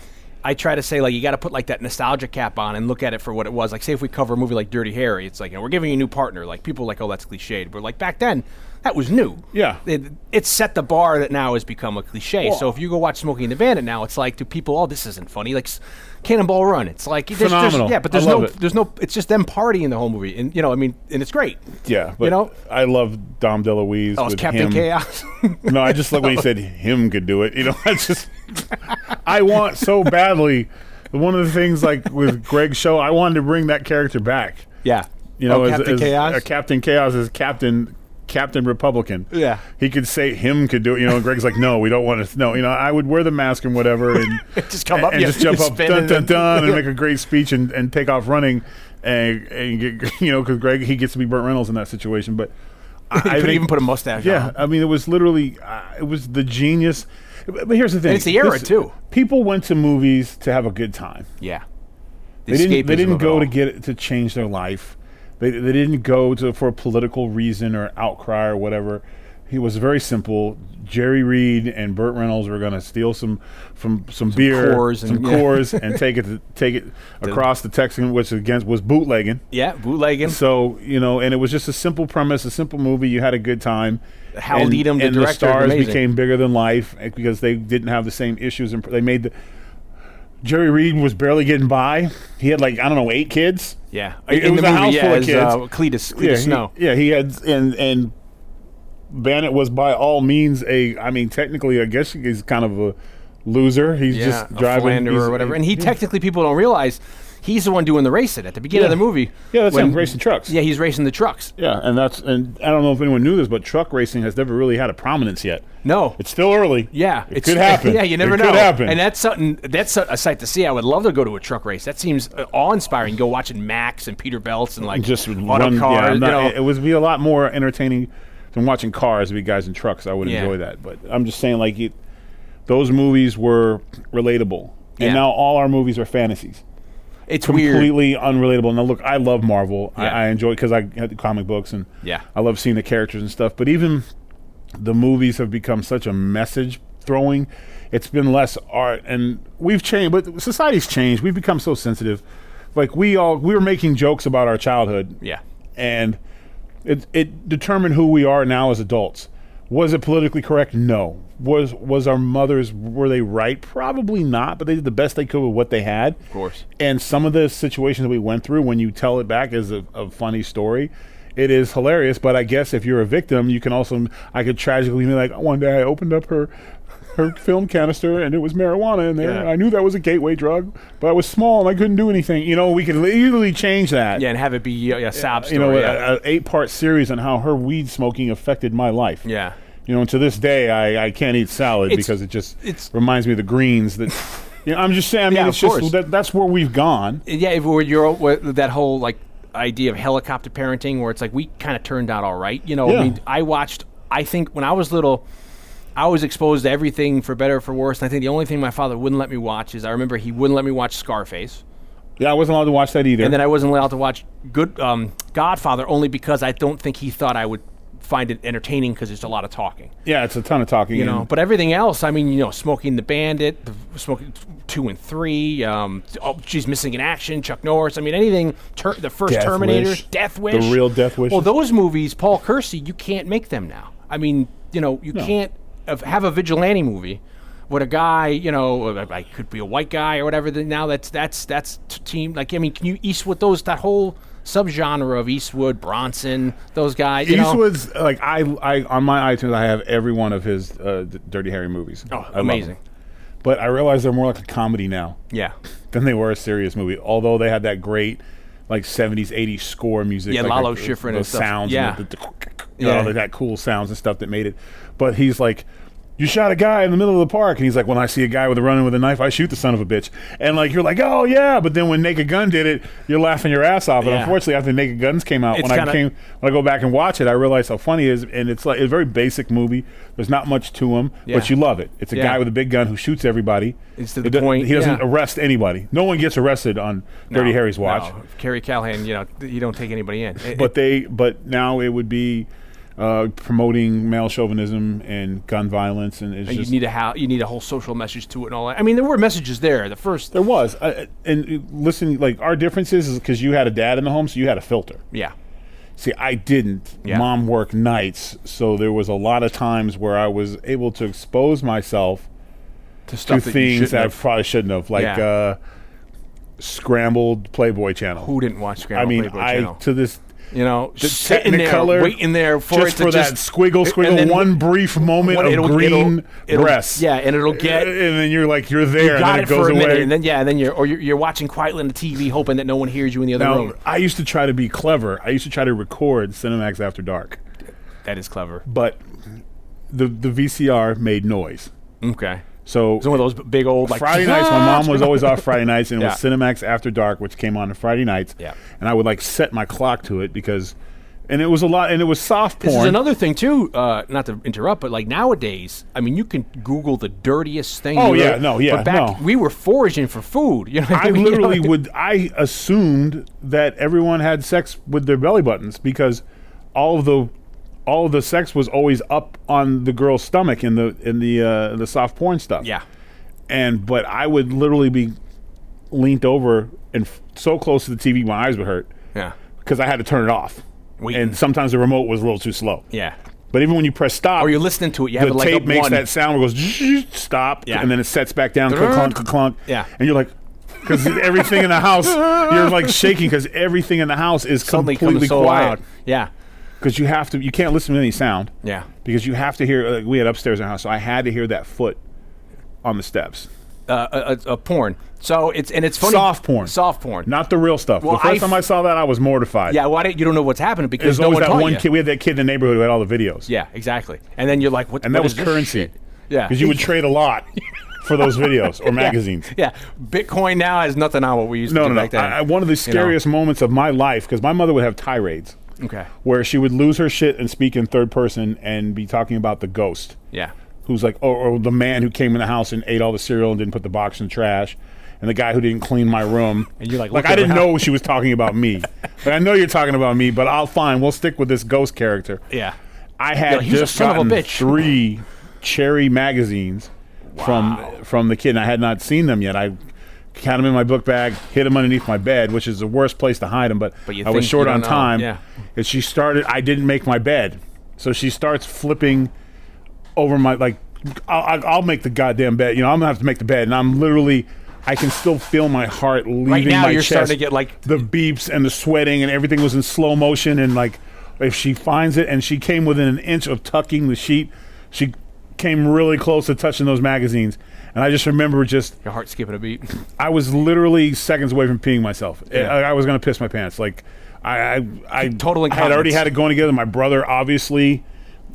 Speaker 4: I try to say like you got to put like that nostalgia cap on and look at it for what it was. Like say if we cover a movie like Dirty Harry, it's like you know, we're giving you a new partner. Like people are like oh that's cliched, but like back then that was new.
Speaker 5: Yeah.
Speaker 4: it, it set the bar that now has become a cliche.
Speaker 5: Well-
Speaker 4: so if you go watch Smoking the Bandit now, it's like do people oh this isn't funny like. s- Cannonball Run. It's like there's- there's-
Speaker 5: Phenomenal.
Speaker 4: yeah, but
Speaker 5: I
Speaker 4: there's
Speaker 5: love
Speaker 4: no,
Speaker 5: it.
Speaker 4: there's no. It's just them partying the whole movie, and you know, I mean, and it's great.
Speaker 5: yeah, but
Speaker 4: you know,
Speaker 5: I love Dom DeLuise.
Speaker 4: Oh, it's
Speaker 5: with
Speaker 4: Captain
Speaker 5: him.
Speaker 4: Chaos.
Speaker 5: No, I just like when he said him could do it. You know, I just I want so badly. One of the things like with Greg's show, I wanted to bring that character back.
Speaker 4: yeah.
Speaker 5: You know,
Speaker 4: oh,
Speaker 5: as,
Speaker 4: Captain
Speaker 5: as-
Speaker 4: Chaos.
Speaker 5: uh, Captain Chaos is Captain Captain Republican.
Speaker 4: Yeah.
Speaker 5: he could say him could do it. You know, and Greg's like, no, we don't want to. No, you know, I would wear the mask and whatever, and
Speaker 4: Just come up,
Speaker 5: and
Speaker 4: yeah,
Speaker 5: just jump up,
Speaker 4: spin
Speaker 5: dun
Speaker 4: and
Speaker 5: dun
Speaker 4: then-
Speaker 5: dun, and make a great speech and, and take off running, and and get you know because Greg he gets to be Burt Reynolds in that situation, but. I,
Speaker 4: You
Speaker 5: I
Speaker 4: could
Speaker 5: think-
Speaker 4: even put a mustache
Speaker 5: Yeah,
Speaker 4: on.
Speaker 5: I mean, it was literally, uh, it was the genius. But but here's the thing:
Speaker 4: it's the era, too.
Speaker 5: People went to movies to have a good time.
Speaker 4: yeah.
Speaker 5: They didn't. They
Speaker 4: escapism
Speaker 5: didn't
Speaker 4: of it
Speaker 5: go
Speaker 4: all.
Speaker 5: to get to change their life. They they didn't go to for a political reason or outcry or whatever. He- He was very simple. Jerry Reed and Burt Reynolds were going to steal some from some, beer,
Speaker 4: Coors and-
Speaker 5: some
Speaker 4: yeah.
Speaker 5: cores, and take it to, take it across the Texan, which against was bootlegging.
Speaker 4: Yeah, bootlegging.
Speaker 5: So you know, and it was just a simple premise, a simple movie. You had a good time.
Speaker 4: Hal
Speaker 5: and,
Speaker 4: Needham, the
Speaker 5: and
Speaker 4: director, is
Speaker 5: stars
Speaker 4: amazing.
Speaker 5: became bigger than life eh, because they didn't have the same issues, and pr- they made the. Jerry Reed was barely getting by. He had like I don't know eight kids.
Speaker 4: yeah,
Speaker 5: It- it
Speaker 4: in
Speaker 5: was
Speaker 4: the
Speaker 5: a
Speaker 4: movie,
Speaker 5: house
Speaker 4: yeah,
Speaker 5: full of
Speaker 4: as,
Speaker 5: kids.
Speaker 4: uh, Cletus, Cletus
Speaker 5: yeah,
Speaker 4: Snow.
Speaker 5: He, yeah, he had and and Bannett was by all means a. I mean, technically, I guess he's kind of a loser. He's
Speaker 4: yeah,
Speaker 5: just
Speaker 4: a
Speaker 5: driving
Speaker 4: philanderer
Speaker 5: he's-
Speaker 4: or whatever. And he
Speaker 5: yeah.
Speaker 4: technically, people don't realize he's the one doing the racing at the beginning of
Speaker 5: Yeah.
Speaker 4: the movie.
Speaker 5: Yeah, that's
Speaker 4: when-
Speaker 5: him racing trucks.
Speaker 4: Yeah, he's racing the trucks.
Speaker 5: Yeah, and that's and I don't know if anyone knew this, but truck racing has never really had a prominence yet.
Speaker 4: No,
Speaker 5: It's still early.
Speaker 4: yeah,
Speaker 5: it could happen.
Speaker 4: yeah, you never
Speaker 5: it
Speaker 4: know.
Speaker 5: Could happen.
Speaker 4: And that's something. That's a, a sight to see. I would love to go to a truck race. That seems awe inspiring. Go watching Max and Peter Belts and like
Speaker 5: just
Speaker 4: auto
Speaker 5: run,
Speaker 4: cars.
Speaker 5: Yeah, I'm
Speaker 4: you
Speaker 5: not-
Speaker 4: know.
Speaker 5: it, it would be a lot more entertaining than watching cars. It'd be guys in trucks. I would
Speaker 4: Yeah.
Speaker 5: enjoy that. But I'm just saying, like, it, those movies were relatable, and
Speaker 4: Yeah.
Speaker 5: now all our movies are fantasies.
Speaker 4: it's weird.
Speaker 5: completely unrelatable. Now, look, I love Marvel.
Speaker 4: Yeah.
Speaker 5: I, I enjoy because I had the comic books and
Speaker 4: Yeah.
Speaker 5: I love seeing the characters and stuff. But even the movies have become such a message throwing. It's been less art, and we've changed. But society's changed. We've become so sensitive. Like we all, we were making jokes about our childhood
Speaker 4: Yeah,
Speaker 5: and it it determined who we are now as adults. Was it politically correct? No. Was was our mothers were they right? Probably not, but they did the best they could with what they had. Of
Speaker 4: course.
Speaker 5: And some of the situations that we went through, when you tell it back as a, a funny story, it is hilarious. But I guess if you're a victim, you can also I could tragically be like, one day I opened up her her film canister and it was marijuana in there.
Speaker 4: Yeah.
Speaker 5: I knew that was a gateway drug, but I was small and I couldn't do anything. You know, we could easily change that
Speaker 4: yeah, and have it be uh, yeah, a sob story.
Speaker 5: you know,
Speaker 4: yeah.
Speaker 5: an eight part series on how her weed smoking affected my life.
Speaker 4: Yeah.
Speaker 5: You know, and to this day, I, I can't eat salad
Speaker 4: It's-
Speaker 5: because it just
Speaker 4: it's-
Speaker 5: reminds me of the greens that. you know, I'm just saying. I mean,
Speaker 4: Yeah,
Speaker 5: it's
Speaker 4: of course.
Speaker 5: just that, that's where we've gone.
Speaker 4: yeah, if we're, you're what- that whole like idea of helicopter parenting, where it's like we kind of turned out all right. You know,
Speaker 5: Yeah.
Speaker 4: I mean, I watched. I think when I was little, I was exposed to everything for better or for worse. And I think the only thing my father wouldn't let me watch is I remember he wouldn't let me watch Scarface,
Speaker 5: Yeah, I wasn't allowed to watch that either.
Speaker 4: and then I wasn't allowed to watch Good um, Godfather only because I don't think he thought I would find it entertaining because there's a lot of talking.
Speaker 5: yeah, it's a ton of talking.
Speaker 4: You
Speaker 5: and-
Speaker 4: know, but everything else, I mean, you know, smoking the bandit, the smoking t- two and three, um, oh, she's missing in action, Chuck Norris. I mean, anything, ter- the first
Speaker 5: Death
Speaker 4: Terminator,
Speaker 5: Wish.
Speaker 4: Death
Speaker 5: The
Speaker 4: Wish,
Speaker 5: real Death Wishes.
Speaker 4: Well, those movies, Paul Kersey, you can't make them now. I mean, you know, you can't have- have a vigilante movie with a guy, you know, uh, like could be a white guy or whatever. Then now that's that's that's t- team. Like, I mean, can you Eastwood those that whole subgenre of Eastwood, Bronson, those guys? You know?
Speaker 5: Eastwood's like I, I on my iTunes I have every one of his uh, D- Dirty Harry movies.
Speaker 4: Oh,
Speaker 5: I love 'em.
Speaker 4: amazing.
Speaker 5: But I realize they're more like a comedy now.
Speaker 4: yeah,
Speaker 5: than they were a serious movie. Although they had that great like 70s, 80s score music.
Speaker 4: Yeah,
Speaker 5: like
Speaker 4: Lalo
Speaker 5: the,
Speaker 4: Schifrin
Speaker 5: the
Speaker 4: and stuff.
Speaker 5: sounds
Speaker 4: Yeah.
Speaker 5: and the, the,
Speaker 4: Yeah.
Speaker 5: all of that cool sounds and stuff that made it. But he's like, you shot a guy in the middle of the park, and he's like, when I see a guy with a running with a knife, I shoot the son of a bitch. And like, you're like, oh yeah, but then when Naked Gun did it, you're laughing your ass off. And
Speaker 4: Yeah.
Speaker 5: unfortunately, after Naked Guns came out,
Speaker 4: It's
Speaker 5: when I
Speaker 4: kinda-
Speaker 5: came, when I go back and watch it, I realize how funny it is, and it's like it's a very basic movie. There's not much to him,
Speaker 4: Yeah.
Speaker 5: but you love it. It's a
Speaker 4: Yeah.
Speaker 5: guy with a big gun who shoots everybody.
Speaker 4: It's to
Speaker 5: It
Speaker 4: the
Speaker 5: do-
Speaker 4: point,
Speaker 5: He doesn't
Speaker 4: yeah.
Speaker 5: arrest anybody. No one gets arrested on Dirty
Speaker 4: No,
Speaker 5: Harry's watch.
Speaker 4: No. Kerry Callahan, you know, th- you don't take anybody in. It-
Speaker 5: But they, but now it would be uh, promoting male chauvinism and gun violence, and it's
Speaker 4: And you
Speaker 5: just
Speaker 4: need a how you need a whole social message to it and all that. I mean, there were messages there. The first,
Speaker 5: there was. Uh, and uh, listen, like our differences is because you had a dad in the home, so you had a filter.
Speaker 4: yeah,
Speaker 5: See, I didn't.
Speaker 4: Yeah.
Speaker 5: Mom worked nights, so there was a lot of times where I was able to expose myself
Speaker 4: to
Speaker 5: to
Speaker 4: stuff that you
Speaker 5: things
Speaker 4: shouldn't
Speaker 5: that I
Speaker 4: have-
Speaker 5: probably shouldn't have, like
Speaker 4: Yeah.
Speaker 5: uh, scrambled Playboy Channel.
Speaker 4: who didn't watch Scramble
Speaker 5: I mean,
Speaker 4: Playboy
Speaker 5: I
Speaker 4: Channel?
Speaker 5: to this
Speaker 4: you know,
Speaker 5: the
Speaker 4: sitting there,
Speaker 5: Technicolor,
Speaker 4: waiting there for
Speaker 5: just
Speaker 4: it to
Speaker 5: for that
Speaker 4: just
Speaker 5: squiggle,
Speaker 4: and- and
Speaker 5: squiggle,
Speaker 4: then
Speaker 5: one brief moment
Speaker 4: one-
Speaker 5: of
Speaker 4: it'll-
Speaker 5: green
Speaker 4: it'll- it'll-
Speaker 5: breasts.
Speaker 4: yeah, and it'll get-
Speaker 5: Uh, and then you're like, you're there, and
Speaker 4: got
Speaker 5: then
Speaker 4: it,
Speaker 5: it goes
Speaker 4: for a minute,
Speaker 5: away.
Speaker 4: and then yeah, and then you're or you're, you're watching quietly on the TV, hoping that no one hears you in the other
Speaker 5: now,
Speaker 4: room.
Speaker 5: I used to try to be clever. I used to try to record Cinemax After Dark,
Speaker 4: That is clever.
Speaker 5: but the the VCR made noise.
Speaker 4: Okay,
Speaker 5: So
Speaker 4: it's one of those b- big old like
Speaker 5: Friday nights, my mom was always off Friday nights, and it was
Speaker 4: Yeah.
Speaker 5: Cinemax After Dark, which came on on Friday nights.
Speaker 4: Yeah.
Speaker 5: and I would like set my clock to it because, and it was a lot, and it was soft porn.
Speaker 4: This is another thing too. Uh, not to interrupt, but like nowadays, I mean, you can Google the dirtiest thing.
Speaker 5: Oh,
Speaker 4: you
Speaker 5: yeah,
Speaker 4: really-
Speaker 5: no, yeah,
Speaker 4: But back,
Speaker 5: no.
Speaker 4: we were foraging for food. You know, what
Speaker 5: I
Speaker 4: mean? You know,
Speaker 5: literally
Speaker 4: like-
Speaker 5: would. I assumed that everyone had sex with their belly buttons because all of the all the sex was always up on the girl's stomach in the in the uh, the soft porn stuff.
Speaker 4: Yeah.
Speaker 5: And but I would literally be leant over and f- so close to the TV, my eyes would hurt
Speaker 4: Yeah.
Speaker 5: because I had to turn it off.
Speaker 4: Wait.
Speaker 5: And sometimes the remote was a little too slow.
Speaker 4: Yeah.
Speaker 5: But even when you press stop,
Speaker 4: Or you're listening to it. You have
Speaker 5: the
Speaker 4: it like
Speaker 5: tape
Speaker 4: up
Speaker 5: makes
Speaker 4: one.
Speaker 5: that sound where it goes stop,
Speaker 4: Yeah.
Speaker 5: and then it sets back down, clunk, clunk, clunk, clunk.
Speaker 4: Yeah.
Speaker 5: and you're like, because everything in the house, you're like shaking because everything in the house is
Speaker 4: suddenly
Speaker 5: completely
Speaker 4: comes so
Speaker 5: quiet
Speaker 4: loud. Yeah.
Speaker 5: because you have to, you can't listen to any sound
Speaker 4: Yeah.
Speaker 5: because you have to hear. Like, we had upstairs in our house, so I had to hear that foot on the steps,
Speaker 4: Uh, a, a, a porn. So it's and it's funny.
Speaker 5: soft porn,
Speaker 4: Soft porn.
Speaker 5: not the real stuff.
Speaker 4: Well,
Speaker 5: the first
Speaker 4: I f-
Speaker 5: time I saw that, I was mortified.
Speaker 4: Yeah. Why don't you don't know what's happening because
Speaker 5: there's
Speaker 4: no
Speaker 5: always
Speaker 4: one
Speaker 5: that
Speaker 4: taught
Speaker 5: one
Speaker 4: you.
Speaker 5: kid. We had that kid in the neighborhood who had all the videos.
Speaker 4: Yeah. Exactly. And then you're like, what?
Speaker 5: and
Speaker 4: what
Speaker 5: that was
Speaker 4: is this
Speaker 5: currency.
Speaker 4: shit? Yeah.
Speaker 5: because you would trade a lot for those videos or magazines.
Speaker 4: Yeah. Bitcoin now has nothing on what we used
Speaker 5: No,
Speaker 4: to
Speaker 5: no,
Speaker 4: do
Speaker 5: no.
Speaker 4: back then.
Speaker 5: I, I- one of the
Speaker 4: You know?
Speaker 5: scariest moments of my life because my mother would have tirades
Speaker 4: Okay.
Speaker 5: where she would lose her shit and speak in third person and be talking about the ghost
Speaker 4: Yeah.
Speaker 5: who's like, or, or the man who came in the house and ate all the cereal and didn't put the box in the trash. And the guy who didn't clean my room,
Speaker 4: And you're like,
Speaker 5: like
Speaker 4: look
Speaker 5: I didn't
Speaker 4: around.
Speaker 5: know she was talking about me. like, I know you're talking about me, but I'll fine. We'll stick with this ghost character.
Speaker 4: Yeah.
Speaker 5: I had
Speaker 4: Yeah, he's a
Speaker 5: just
Speaker 4: son of a
Speaker 5: gotten
Speaker 4: bitch.
Speaker 5: three cherry magazines from from the kid, and I had not seen them yet. I had them in my book bag, hid them underneath my bed, which is the worst place to hide them. But,
Speaker 4: But you
Speaker 5: I was
Speaker 4: think
Speaker 5: short
Speaker 4: you
Speaker 5: on
Speaker 4: don't know.
Speaker 5: time,
Speaker 4: Yeah.
Speaker 5: and she started. I didn't make my bed, so she starts flipping over my like. I'll, I'll- I'll make the goddamn bed. You know, I'm gonna have to make the bed, and I'm literally. I can still feel my heart leaving
Speaker 4: now
Speaker 5: my
Speaker 4: you're
Speaker 5: chest.
Speaker 4: starting to get, like,
Speaker 5: the beeps and the sweating and everything was in slow motion and like if she finds it and she came within an inch of tucking the sheet she came really close to touching those magazines and i just remember just
Speaker 4: Your heart skipping a beat.
Speaker 5: i was literally seconds away from peeing myself
Speaker 4: Yeah.
Speaker 5: I, I was going to piss my pants like i i, I
Speaker 4: Total
Speaker 5: I had already
Speaker 4: incontinence.
Speaker 5: had it going together my brother obviously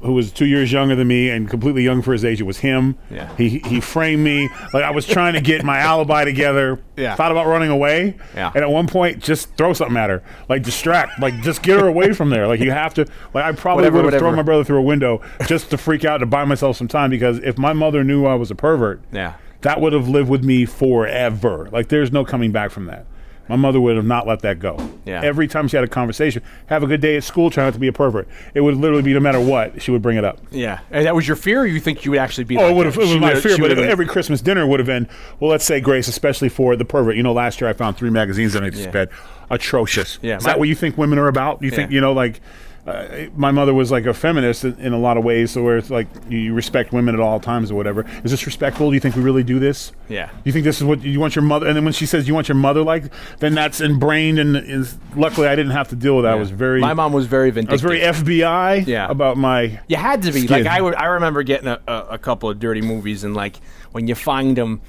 Speaker 5: who was two years younger than me and completely young for his age? It was him.
Speaker 4: Yeah.
Speaker 5: He he framed me like I was trying to get my alibi together.
Speaker 4: Yeah.
Speaker 5: Thought about running away.
Speaker 4: Yeah.
Speaker 5: And at one point, just throw something at her, like distract, like just get her away from there. Like you have to. Like I
Speaker 4: Whatever,
Speaker 5: probably would have
Speaker 4: whatever.
Speaker 5: thrown my brother through a window just to freak out to buy myself some time because if my mother knew I was a pervert,
Speaker 4: Yeah.
Speaker 5: that would have lived with me forever. Like there's no coming back from that. My mother would have not let that go.
Speaker 4: Yeah.
Speaker 5: Every time she had a conversation, have a good day at school, try not to be a pervert. It would literally be no matter what, she would bring it up.
Speaker 4: yeah. And that was your fear. or You think you would actually be?
Speaker 5: Oh,
Speaker 4: like
Speaker 5: it would have.
Speaker 4: that?
Speaker 5: It was
Speaker 4: She
Speaker 5: my
Speaker 4: would've-
Speaker 5: fear,
Speaker 4: she
Speaker 5: but
Speaker 4: would've been-
Speaker 5: every Christmas dinner would have been. Well, let's say grace, especially for the pervert. You know, last year I found three magazines underneath his
Speaker 4: Yeah.
Speaker 5: bed. Atrocious.
Speaker 4: Yeah,
Speaker 5: Is
Speaker 4: my-
Speaker 5: that what you think women are about? You think
Speaker 4: Yeah.
Speaker 5: you know, like, uh, my mother was like a feminist in, in a lot of ways, so where it's like you, you respect women at all times or whatever. Is this respectful? Do you think we really do this?
Speaker 4: Yeah.
Speaker 5: You think this is what you want your mother? And then when she says you want your mother like, then that's ingrained and is. Luckily, I didn't have to deal with that. I was very.
Speaker 4: My mom was very
Speaker 5: I was
Speaker 4: vindictive.
Speaker 5: very FBI.
Speaker 4: Yeah.
Speaker 5: About my.
Speaker 4: You had to be
Speaker 5: Skid.
Speaker 4: like I would. I remember getting a, a, a couple of dirty movies, and like when you find them,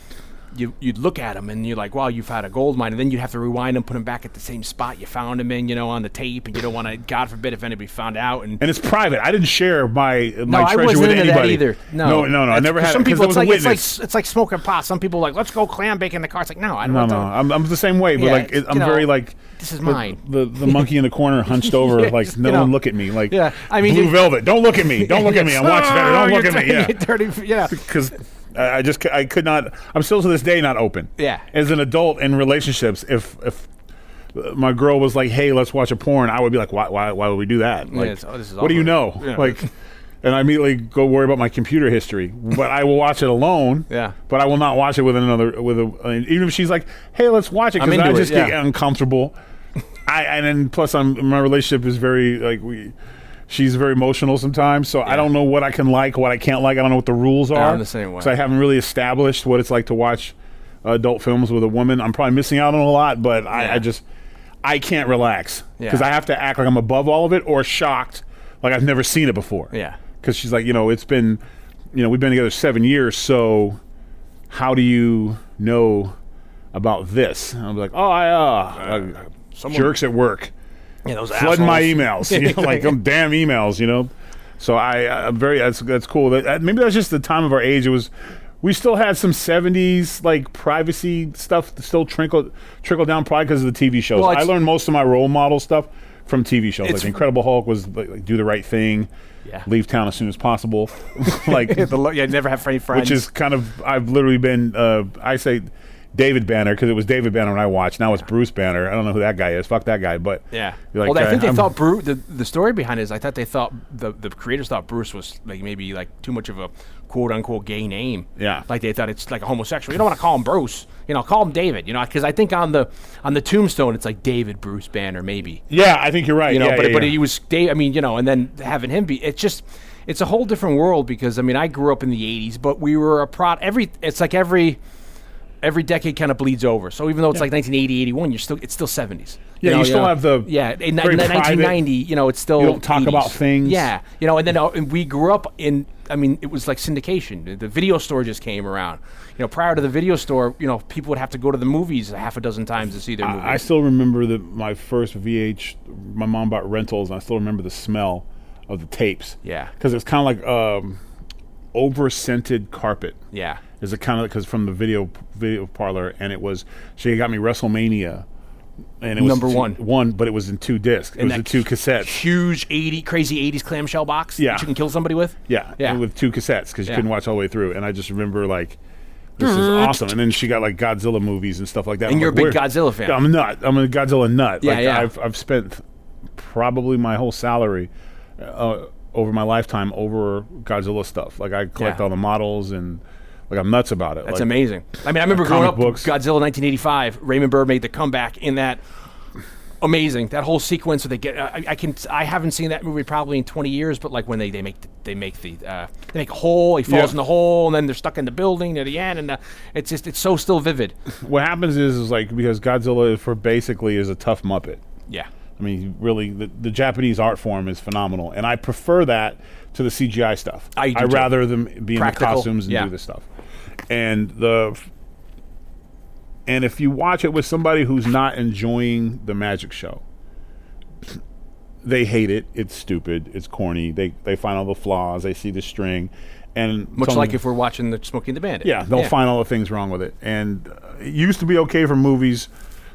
Speaker 4: you you'd look at them and you're like, "Wow, you've had a gold mine," and then you'd have to rewind and put them back at the same spot you found them in, you know, on the tape, and you don't want to. God forbid if anybody found out. And,
Speaker 5: and it's private. I didn't share my my
Speaker 4: no,
Speaker 5: treasure
Speaker 4: I wasn't
Speaker 5: with
Speaker 4: into
Speaker 5: anybody
Speaker 4: that either. No,
Speaker 5: no, no, no, I
Speaker 4: That's-
Speaker 5: never had
Speaker 4: Some
Speaker 5: it 'cause
Speaker 4: people
Speaker 5: there
Speaker 4: it's
Speaker 5: was a
Speaker 4: like it's like
Speaker 5: witness.
Speaker 4: s- it's like smoking pot. Some people are like, "Let's go clam bake in the car." It's like, no, I don't.
Speaker 5: no,
Speaker 4: want
Speaker 5: no,
Speaker 4: to-
Speaker 5: I'm, I'm the same way, but
Speaker 4: Yeah,
Speaker 5: like
Speaker 4: it's-
Speaker 5: it, I'm
Speaker 4: you know,
Speaker 5: very like
Speaker 4: this is
Speaker 5: the-
Speaker 4: mine.
Speaker 5: The, the monkey in the corner hunched over,
Speaker 4: Yeah,
Speaker 5: like
Speaker 4: just,
Speaker 5: no
Speaker 4: you know.
Speaker 5: one look at me, like
Speaker 4: Yeah, I mean,
Speaker 5: blue
Speaker 4: you-
Speaker 5: velvet. Don't look at me. Don't look at me. I'm watching better. Don't
Speaker 4: Oh,
Speaker 5: look
Speaker 4: you're
Speaker 5: at me.
Speaker 4: dirty-
Speaker 5: Yeah,
Speaker 4: you're dirty- yeah.
Speaker 5: because. I I just c- I could not. I'm still to this day not open.
Speaker 4: Yeah.
Speaker 5: As an adult in relationships, if if my girl was like, "Hey, let's watch a porn," I would be like, "Why? Why? Why would we do that?" Like,
Speaker 4: it's- oh, this is
Speaker 5: what do you know?
Speaker 4: awkward. Yeah.
Speaker 5: Like, and I immediately go worry about my computer history. But I will watch it alone.
Speaker 4: Yeah.
Speaker 5: But I will not watch it with another. With a and even if she's like, "Hey, let's watch it,"
Speaker 4: I'm
Speaker 5: because
Speaker 4: into
Speaker 5: I
Speaker 4: it,
Speaker 5: just get
Speaker 4: yeah.
Speaker 5: uncomfortable. I and then plus, I'm my relationship is very like we. She's very emotional sometimes, so I don't know what I can like, what I can't like. I don't know what the rules are.
Speaker 4: the same way.
Speaker 5: So I haven't really established what it's like to watch adult films with a woman. I'm probably missing out on a lot, but I,
Speaker 4: Yeah.
Speaker 5: I just I can't relax because
Speaker 4: Yeah.
Speaker 5: I have to act like I'm above all of it or shocked, like I've never seen it before.
Speaker 4: Yeah.
Speaker 5: because she's like, you know, it's been, you know, we've been together seven years, so how do you know about this? And I'm like, oh, I, uh, uh jerks at work
Speaker 4: Yeah, those
Speaker 5: flood my
Speaker 4: assholes.
Speaker 5: emails, you know, like them damn emails, you know. So I, I'm very that's that's cool. That, that- maybe that's just the time of our age. It was, we still had some '70s like privacy stuff that still trickle trickle down, probably because of the TV shows.
Speaker 4: Well,
Speaker 5: I
Speaker 4: it's-
Speaker 5: learned most of my role model stuff from TV shows. Like
Speaker 4: It's-
Speaker 5: Incredible Hulk was like, like, do the right thing,
Speaker 4: Yeah.
Speaker 5: leave town as soon as possible, like
Speaker 4: The lo- yeah, never have any friends.
Speaker 5: which is kind of I've literally been uh, I say David Banner because it was David Banner when I watched. Now it's Bruce Banner. I don't know who that guy is. Fuck that guy. But
Speaker 4: Yeah.
Speaker 5: you're like,
Speaker 4: well, I think
Speaker 5: uh,
Speaker 4: they
Speaker 5: I'm-
Speaker 4: thought Bruce. The, the story behind it is I thought they thought the the creators thought Bruce was like maybe like too much of a quote unquote gay name.
Speaker 5: Yeah.
Speaker 4: Like they thought it's like a homosexual. You don't want to call him Bruce. You know, call him David. You know, because I think on the on the tombstone it's like David Bruce Banner maybe.
Speaker 5: Yeah, I think you're right.
Speaker 4: You know,
Speaker 5: yeah,
Speaker 4: but
Speaker 5: yeah,
Speaker 4: but
Speaker 5: yeah.
Speaker 4: he was Dave. I mean, you know, and then having him be it's just. It's a whole different world because I mean I grew up in the '80s, but we were a prod. Every it's like every every decade kind of bleeds over. So even though it's like 1980, 81, you're still it's still 70s.
Speaker 5: Yeah, you still have the
Speaker 4: yeah in, ni-
Speaker 5: very private-
Speaker 4: 1990. You know, it's still
Speaker 5: You don't talk about
Speaker 4: 80s.
Speaker 5: things.
Speaker 4: Yeah, you know, and then uh, and we grew up in. I mean, it was like syndication. The- The video store just came around. You know, prior to the video store, you know, people would have to go to the movies a half a dozen times to see their movies.
Speaker 5: I, I still remember the, my first VH. My mom bought rentals, and I still remember the smell of the tapes.
Speaker 4: Yeah.
Speaker 5: because it's kind of like um, over scented carpet.
Speaker 4: yeah,
Speaker 5: is it kind of because from the video video parlor, and it was she got me WrestleMania, and it was
Speaker 4: Number one.
Speaker 5: one, but it was in two discs. It was in
Speaker 4: that
Speaker 5: two cassettes.
Speaker 4: huge eighty crazy '80s clamshell box.
Speaker 5: Yeah.
Speaker 4: that you can kill somebody with.
Speaker 5: Yeah,
Speaker 4: yeah.
Speaker 5: with two cassettes because you
Speaker 4: Yeah. Mm-hmm.
Speaker 5: couldn't watch all the way through. And I just remember like. This is awesome, and then she got like Godzilla movies and stuff like that.
Speaker 4: And
Speaker 5: I'm
Speaker 4: you're a
Speaker 5: like,
Speaker 4: big
Speaker 5: "Where-"
Speaker 4: Godzilla fan.
Speaker 5: I'm not. I'm a Godzilla nut.
Speaker 4: Yeah,
Speaker 5: like,
Speaker 4: yeah.
Speaker 5: I've I've spent probably my whole salary uh, over my lifetime over Godzilla stuff. Like I collect
Speaker 4: Yeah.
Speaker 5: all the models and like I'm nuts about it.
Speaker 4: That's
Speaker 5: like,
Speaker 4: amazing. I mean, I remember growing
Speaker 5: comic
Speaker 4: up.
Speaker 5: books.
Speaker 4: Godzilla 1985. Raymond Burr made the comeback in that. Amazing that whole sequence where they get. I, I can. I haven't seen that movie probably in 20 years. But like when they they make the, they make the uh, they make a hole. He falls
Speaker 5: Yeah.
Speaker 4: in the hole, and then they're stuck in the building near the end. And uh, it's just it's so still vivid.
Speaker 5: What happens is is like because Godzilla for basically is a tough Muppet.
Speaker 4: Yeah.
Speaker 5: I mean, really, the, the Japanese art form is phenomenal, and I prefer that to the CGI stuff.
Speaker 4: I do
Speaker 5: I
Speaker 4: too.
Speaker 5: rather them be in
Speaker 4: Practical,
Speaker 5: the costumes and
Speaker 4: yeah.
Speaker 5: do this stuff. And the and if you watch it with somebody who's not enjoying the magic show, they hate it. It's stupid. It's corny. They they find all the flaws. They see the string, and
Speaker 4: Much
Speaker 5: some-
Speaker 4: like if we're watching the Smoking the Bandit.
Speaker 5: yeah, they'll find all the things wrong with it. And uh, it used to be okay for movies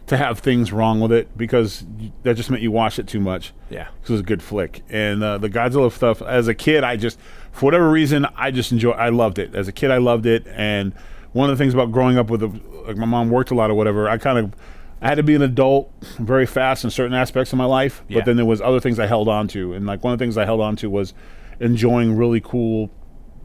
Speaker 5: to have things wrong with it because y- that just meant you watch it too much.
Speaker 4: Yeah.
Speaker 5: 'Cause it was a good flick. And uh, the Godzilla stuff, as a kid, I just, for whatever reason, I just enjoy. I loved it. As a kid, I loved it. And one of the things about growing up with, a, like my mom worked a lot or whatever, I kind of, I had to be an adult very fast in certain aspects of my life.
Speaker 4: Yeah.
Speaker 5: But then there was other things I held on to. And like one of the things I held on to was enjoying really cool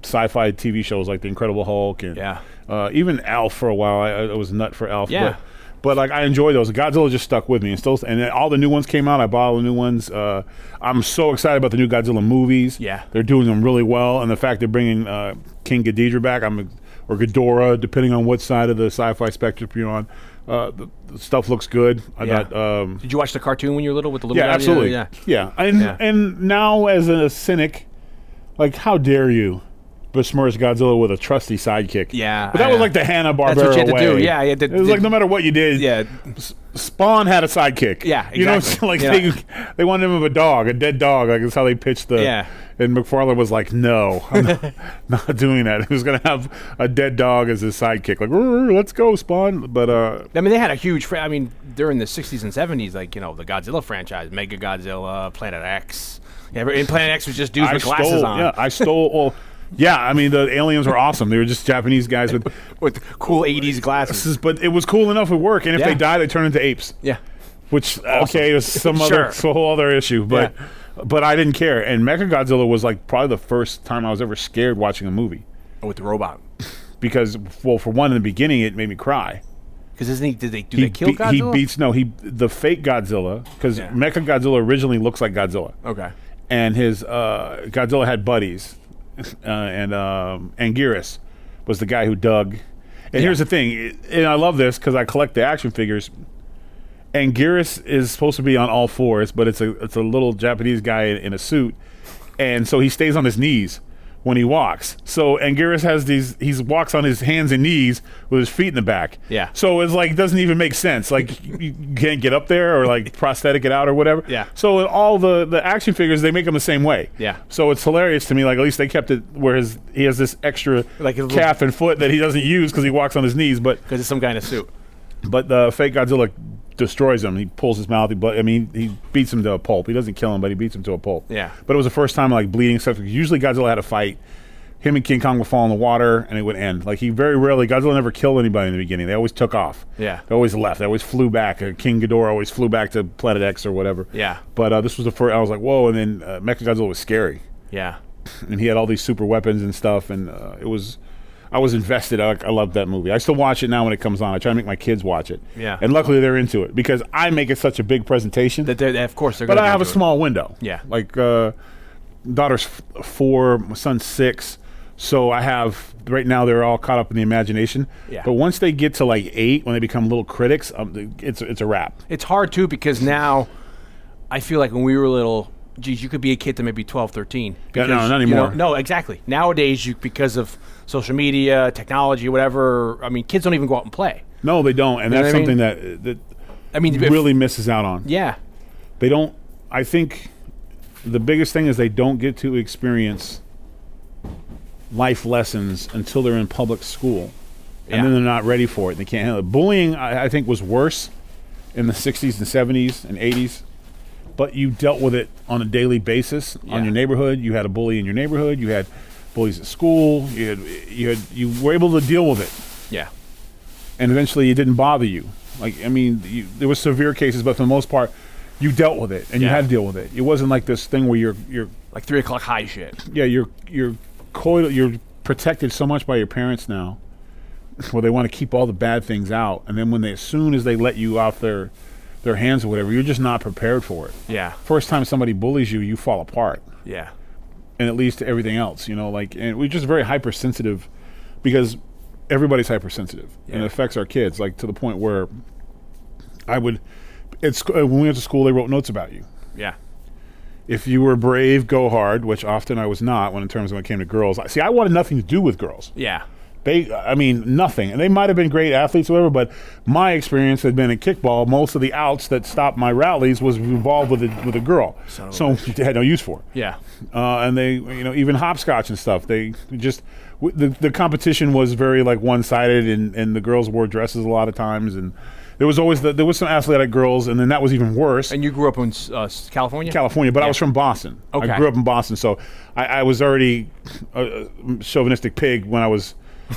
Speaker 5: sci-fi TV shows like The Incredible Hulk and
Speaker 4: Yeah.
Speaker 5: uh, even Alf for a while. I, I was nut for Alf.
Speaker 4: Yeah.
Speaker 5: But, but like I enjoy those. Godzilla just stuck with me and still. And then all the new ones came out. I bought all the new ones. Uh, I'm so excited about the new Godzilla movies.
Speaker 4: Yeah.
Speaker 5: they're doing them really well, and the fact they're bringing uh, King Ghidorah back. I'm or Ghidorah, depending on what side of the sci-fi spectrum you're on. Uh, the, the stuff looks good. I
Speaker 4: Yeah.
Speaker 5: thought. Um,
Speaker 4: Did you watch the cartoon when you were little with the little?
Speaker 5: yeah,
Speaker 4: guy?
Speaker 5: absolutely.
Speaker 4: Yeah.
Speaker 5: Yeah, And
Speaker 4: Yeah.
Speaker 5: and now as a cynic, like how dare you besmirch Godzilla with a trusty sidekick?
Speaker 4: Yeah,
Speaker 5: but that
Speaker 4: I
Speaker 5: was
Speaker 4: know.
Speaker 5: like the Hanna
Speaker 4: what you had
Speaker 5: Barbera
Speaker 4: to
Speaker 5: way.
Speaker 4: do. Yeah, yeah, did-
Speaker 5: it was
Speaker 4: did-
Speaker 5: like no matter what you did.
Speaker 4: Yeah.
Speaker 5: S- Spawn had a sidekick.
Speaker 4: Yeah,
Speaker 5: you know,
Speaker 4: exactly.
Speaker 5: like
Speaker 4: Yeah.
Speaker 5: they they wanted him of a dog, a dead dog. Like that's how they pitched the.
Speaker 4: Yeah.
Speaker 5: And McFarlane was like, "No, I'm not, not doing that. He was gonna have a dead dog as his sidekick. Like, "Rrr, let's go, Spawn." But uh,
Speaker 4: I mean, they had a huge. Fra- I mean, during the '60s and '70s, like you know, the Godzilla franchise, Mega Godzilla, Planet X. Yeah, but- and Planet X was just dudes with glasses
Speaker 5: stole,
Speaker 4: on,
Speaker 5: Yeah, I stole. Well, yeah, I mean the aliens were awesome. They were just Japanese guys with,
Speaker 4: with cool '80s glasses.
Speaker 5: glasses, but it was cool enough. It worked, and if
Speaker 4: Yeah.
Speaker 5: they die, they turn into apes.
Speaker 4: Yeah,
Speaker 5: Which okay, is some
Speaker 4: Sure.
Speaker 5: other it's a whole other issue, but but I didn't care. And Mechagodzilla was like probably the first time I was ever scared watching a movie
Speaker 4: Oh, with the robot.
Speaker 5: because well, for one, in the beginning, it made me cry.
Speaker 4: Because isn't he? Did they do
Speaker 5: He
Speaker 4: they kill
Speaker 5: be- he
Speaker 4: Godzilla?
Speaker 5: beats no, he the fake Godzilla because
Speaker 4: Yeah.
Speaker 5: Mechagodzilla originally looks like Godzilla.
Speaker 4: Okay.
Speaker 5: and his uh, Godzilla had buddies, uh, and um, Anguirus was the guy who dug. And here's the thing, and I love this because I collect the action figures. Anguirus is supposed to be on all fours, but it's a it's a little Japanese guy in, in a suit, and so he stays on his knees when he walks. So Anguirus has these he walks on his hands and knees with his feet in the back.
Speaker 4: Yeah.
Speaker 5: So it's like doesn't even make sense. Like you you can't get up there or like prosthetic it out or whatever.
Speaker 4: Yeah.
Speaker 5: So all the the action figures they make them the same way.
Speaker 4: Yeah.
Speaker 5: So it's hilarious to me. Like at least they kept it where his he has this extra
Speaker 4: Like a little-
Speaker 5: calf and foot that he doesn't use because he walks on his knees, but
Speaker 4: Because it's some guy in a suit.
Speaker 5: but the fake Godzilla destroys him. He pulls his mouth. He, but I mean, he beats him to a pulp. He doesn't kill him, but he beats him to a pulp.
Speaker 4: Yeah.
Speaker 5: But it was the first time like bleeding stuff. Usually Godzilla had a fight him and King Kong would fall in the water and it would end. Like he very rarely, Godzilla never killed anybody in the beginning. They always took off.
Speaker 4: Yeah.
Speaker 5: They always left. They always flew back. Uh, King Ghidorah always flew back to Planet X or whatever.
Speaker 4: Yeah.
Speaker 5: But uh, this was the first. I was like, whoa! And then uh, Mechagodzilla was scary,
Speaker 4: Yeah.
Speaker 5: and he had all these super weapons and stuff, and uh, it was. I was invested. I, I loved that movie. I still watch it now when it comes on. I try to make my kids watch it.
Speaker 4: Yeah.
Speaker 5: And luckily they're into it because I make it such a big presentation
Speaker 4: That they're, of course they're.
Speaker 5: but
Speaker 4: gonna
Speaker 5: I
Speaker 4: be
Speaker 5: have a
Speaker 4: into it.
Speaker 5: small window.
Speaker 4: Yeah.
Speaker 5: like uh, daughter's f- four, my son's six, so I have right now they're all caught up in the imagination.
Speaker 4: Yeah.
Speaker 5: But once they get to like eight, when they become little critics, um, th- it's it's a wrap.
Speaker 4: It's hard too because now I feel like when we were little, geez, you could be a kid to maybe 12, 13.
Speaker 5: Yeah, no,
Speaker 4: because,
Speaker 5: not
Speaker 4: you know-
Speaker 5: anymore.
Speaker 4: no, exactly. Nowadays, you because of social media, technology, whatever. I mean, kids don't even go out and play.
Speaker 5: No, they don't, and
Speaker 4: know
Speaker 5: that's
Speaker 4: what I mean?
Speaker 5: something that that
Speaker 4: I mean, if-
Speaker 5: really misses out on.
Speaker 4: yeah,
Speaker 5: They don't. I think the biggest thing is they don't get to experience life lessons until they're in public school, and
Speaker 4: Yeah.
Speaker 5: then they're not ready for it. They can't handle it. Bullying, I, I think, was worse in the '60s and '70s and '80s, but you dealt with it on a daily basis
Speaker 4: Yeah.
Speaker 5: on your neighborhood. You had a bully in your neighborhood. You had bullies at school. You had you had you were able to deal with it
Speaker 4: yeah,
Speaker 5: and eventually it didn't bother you. Like I mean, you, there was severe cases, but for the most part, you dealt with it and you
Speaker 4: Yeah.
Speaker 5: had to deal with it. It wasn't like this thing where you're you're
Speaker 4: like three o'clock high shit.
Speaker 5: yeah you're you're coil, you're protected so much by your parents now, where they want to keep all the bad things out, and then when they as soon as they let you off their their hands or whatever, you're just not prepared for it.
Speaker 4: Yeah,
Speaker 5: First time somebody bullies you, you fall apart
Speaker 4: yeah,
Speaker 5: and it leads to everything else. You know, like and we're just very hypersensitive because everybody's hypersensitive and
Speaker 4: Yeah.
Speaker 5: it affects our kids. Like to the point where I would, it's when we went to school, they wrote notes about you.
Speaker 4: yeah,
Speaker 5: If you were brave, go hard, which often I was not. When in terms of when it came to girls, I- see, I wanted nothing to do with girls.
Speaker 4: yeah,
Speaker 5: They, I mean, nothing. And they might have been great athletes, or whatever. But my experience had been in kickball. Most of the outs that stopped my rallies was involved with a, with a girl,
Speaker 4: of a
Speaker 5: so they had no use for. it
Speaker 4: yeah,
Speaker 5: uh, and they you know even hopscotch and stuff they just w- the, the competition was very like one-sided and, and the girls wore dresses a lot of times and there was always the, there was some athletic girls and then that was even worse
Speaker 4: And you grew up in uh, s- California.
Speaker 5: California, but I was from Boston.
Speaker 4: Okay.
Speaker 5: I grew up in Boston, so I, I was already a, a chauvinistic pig when I was.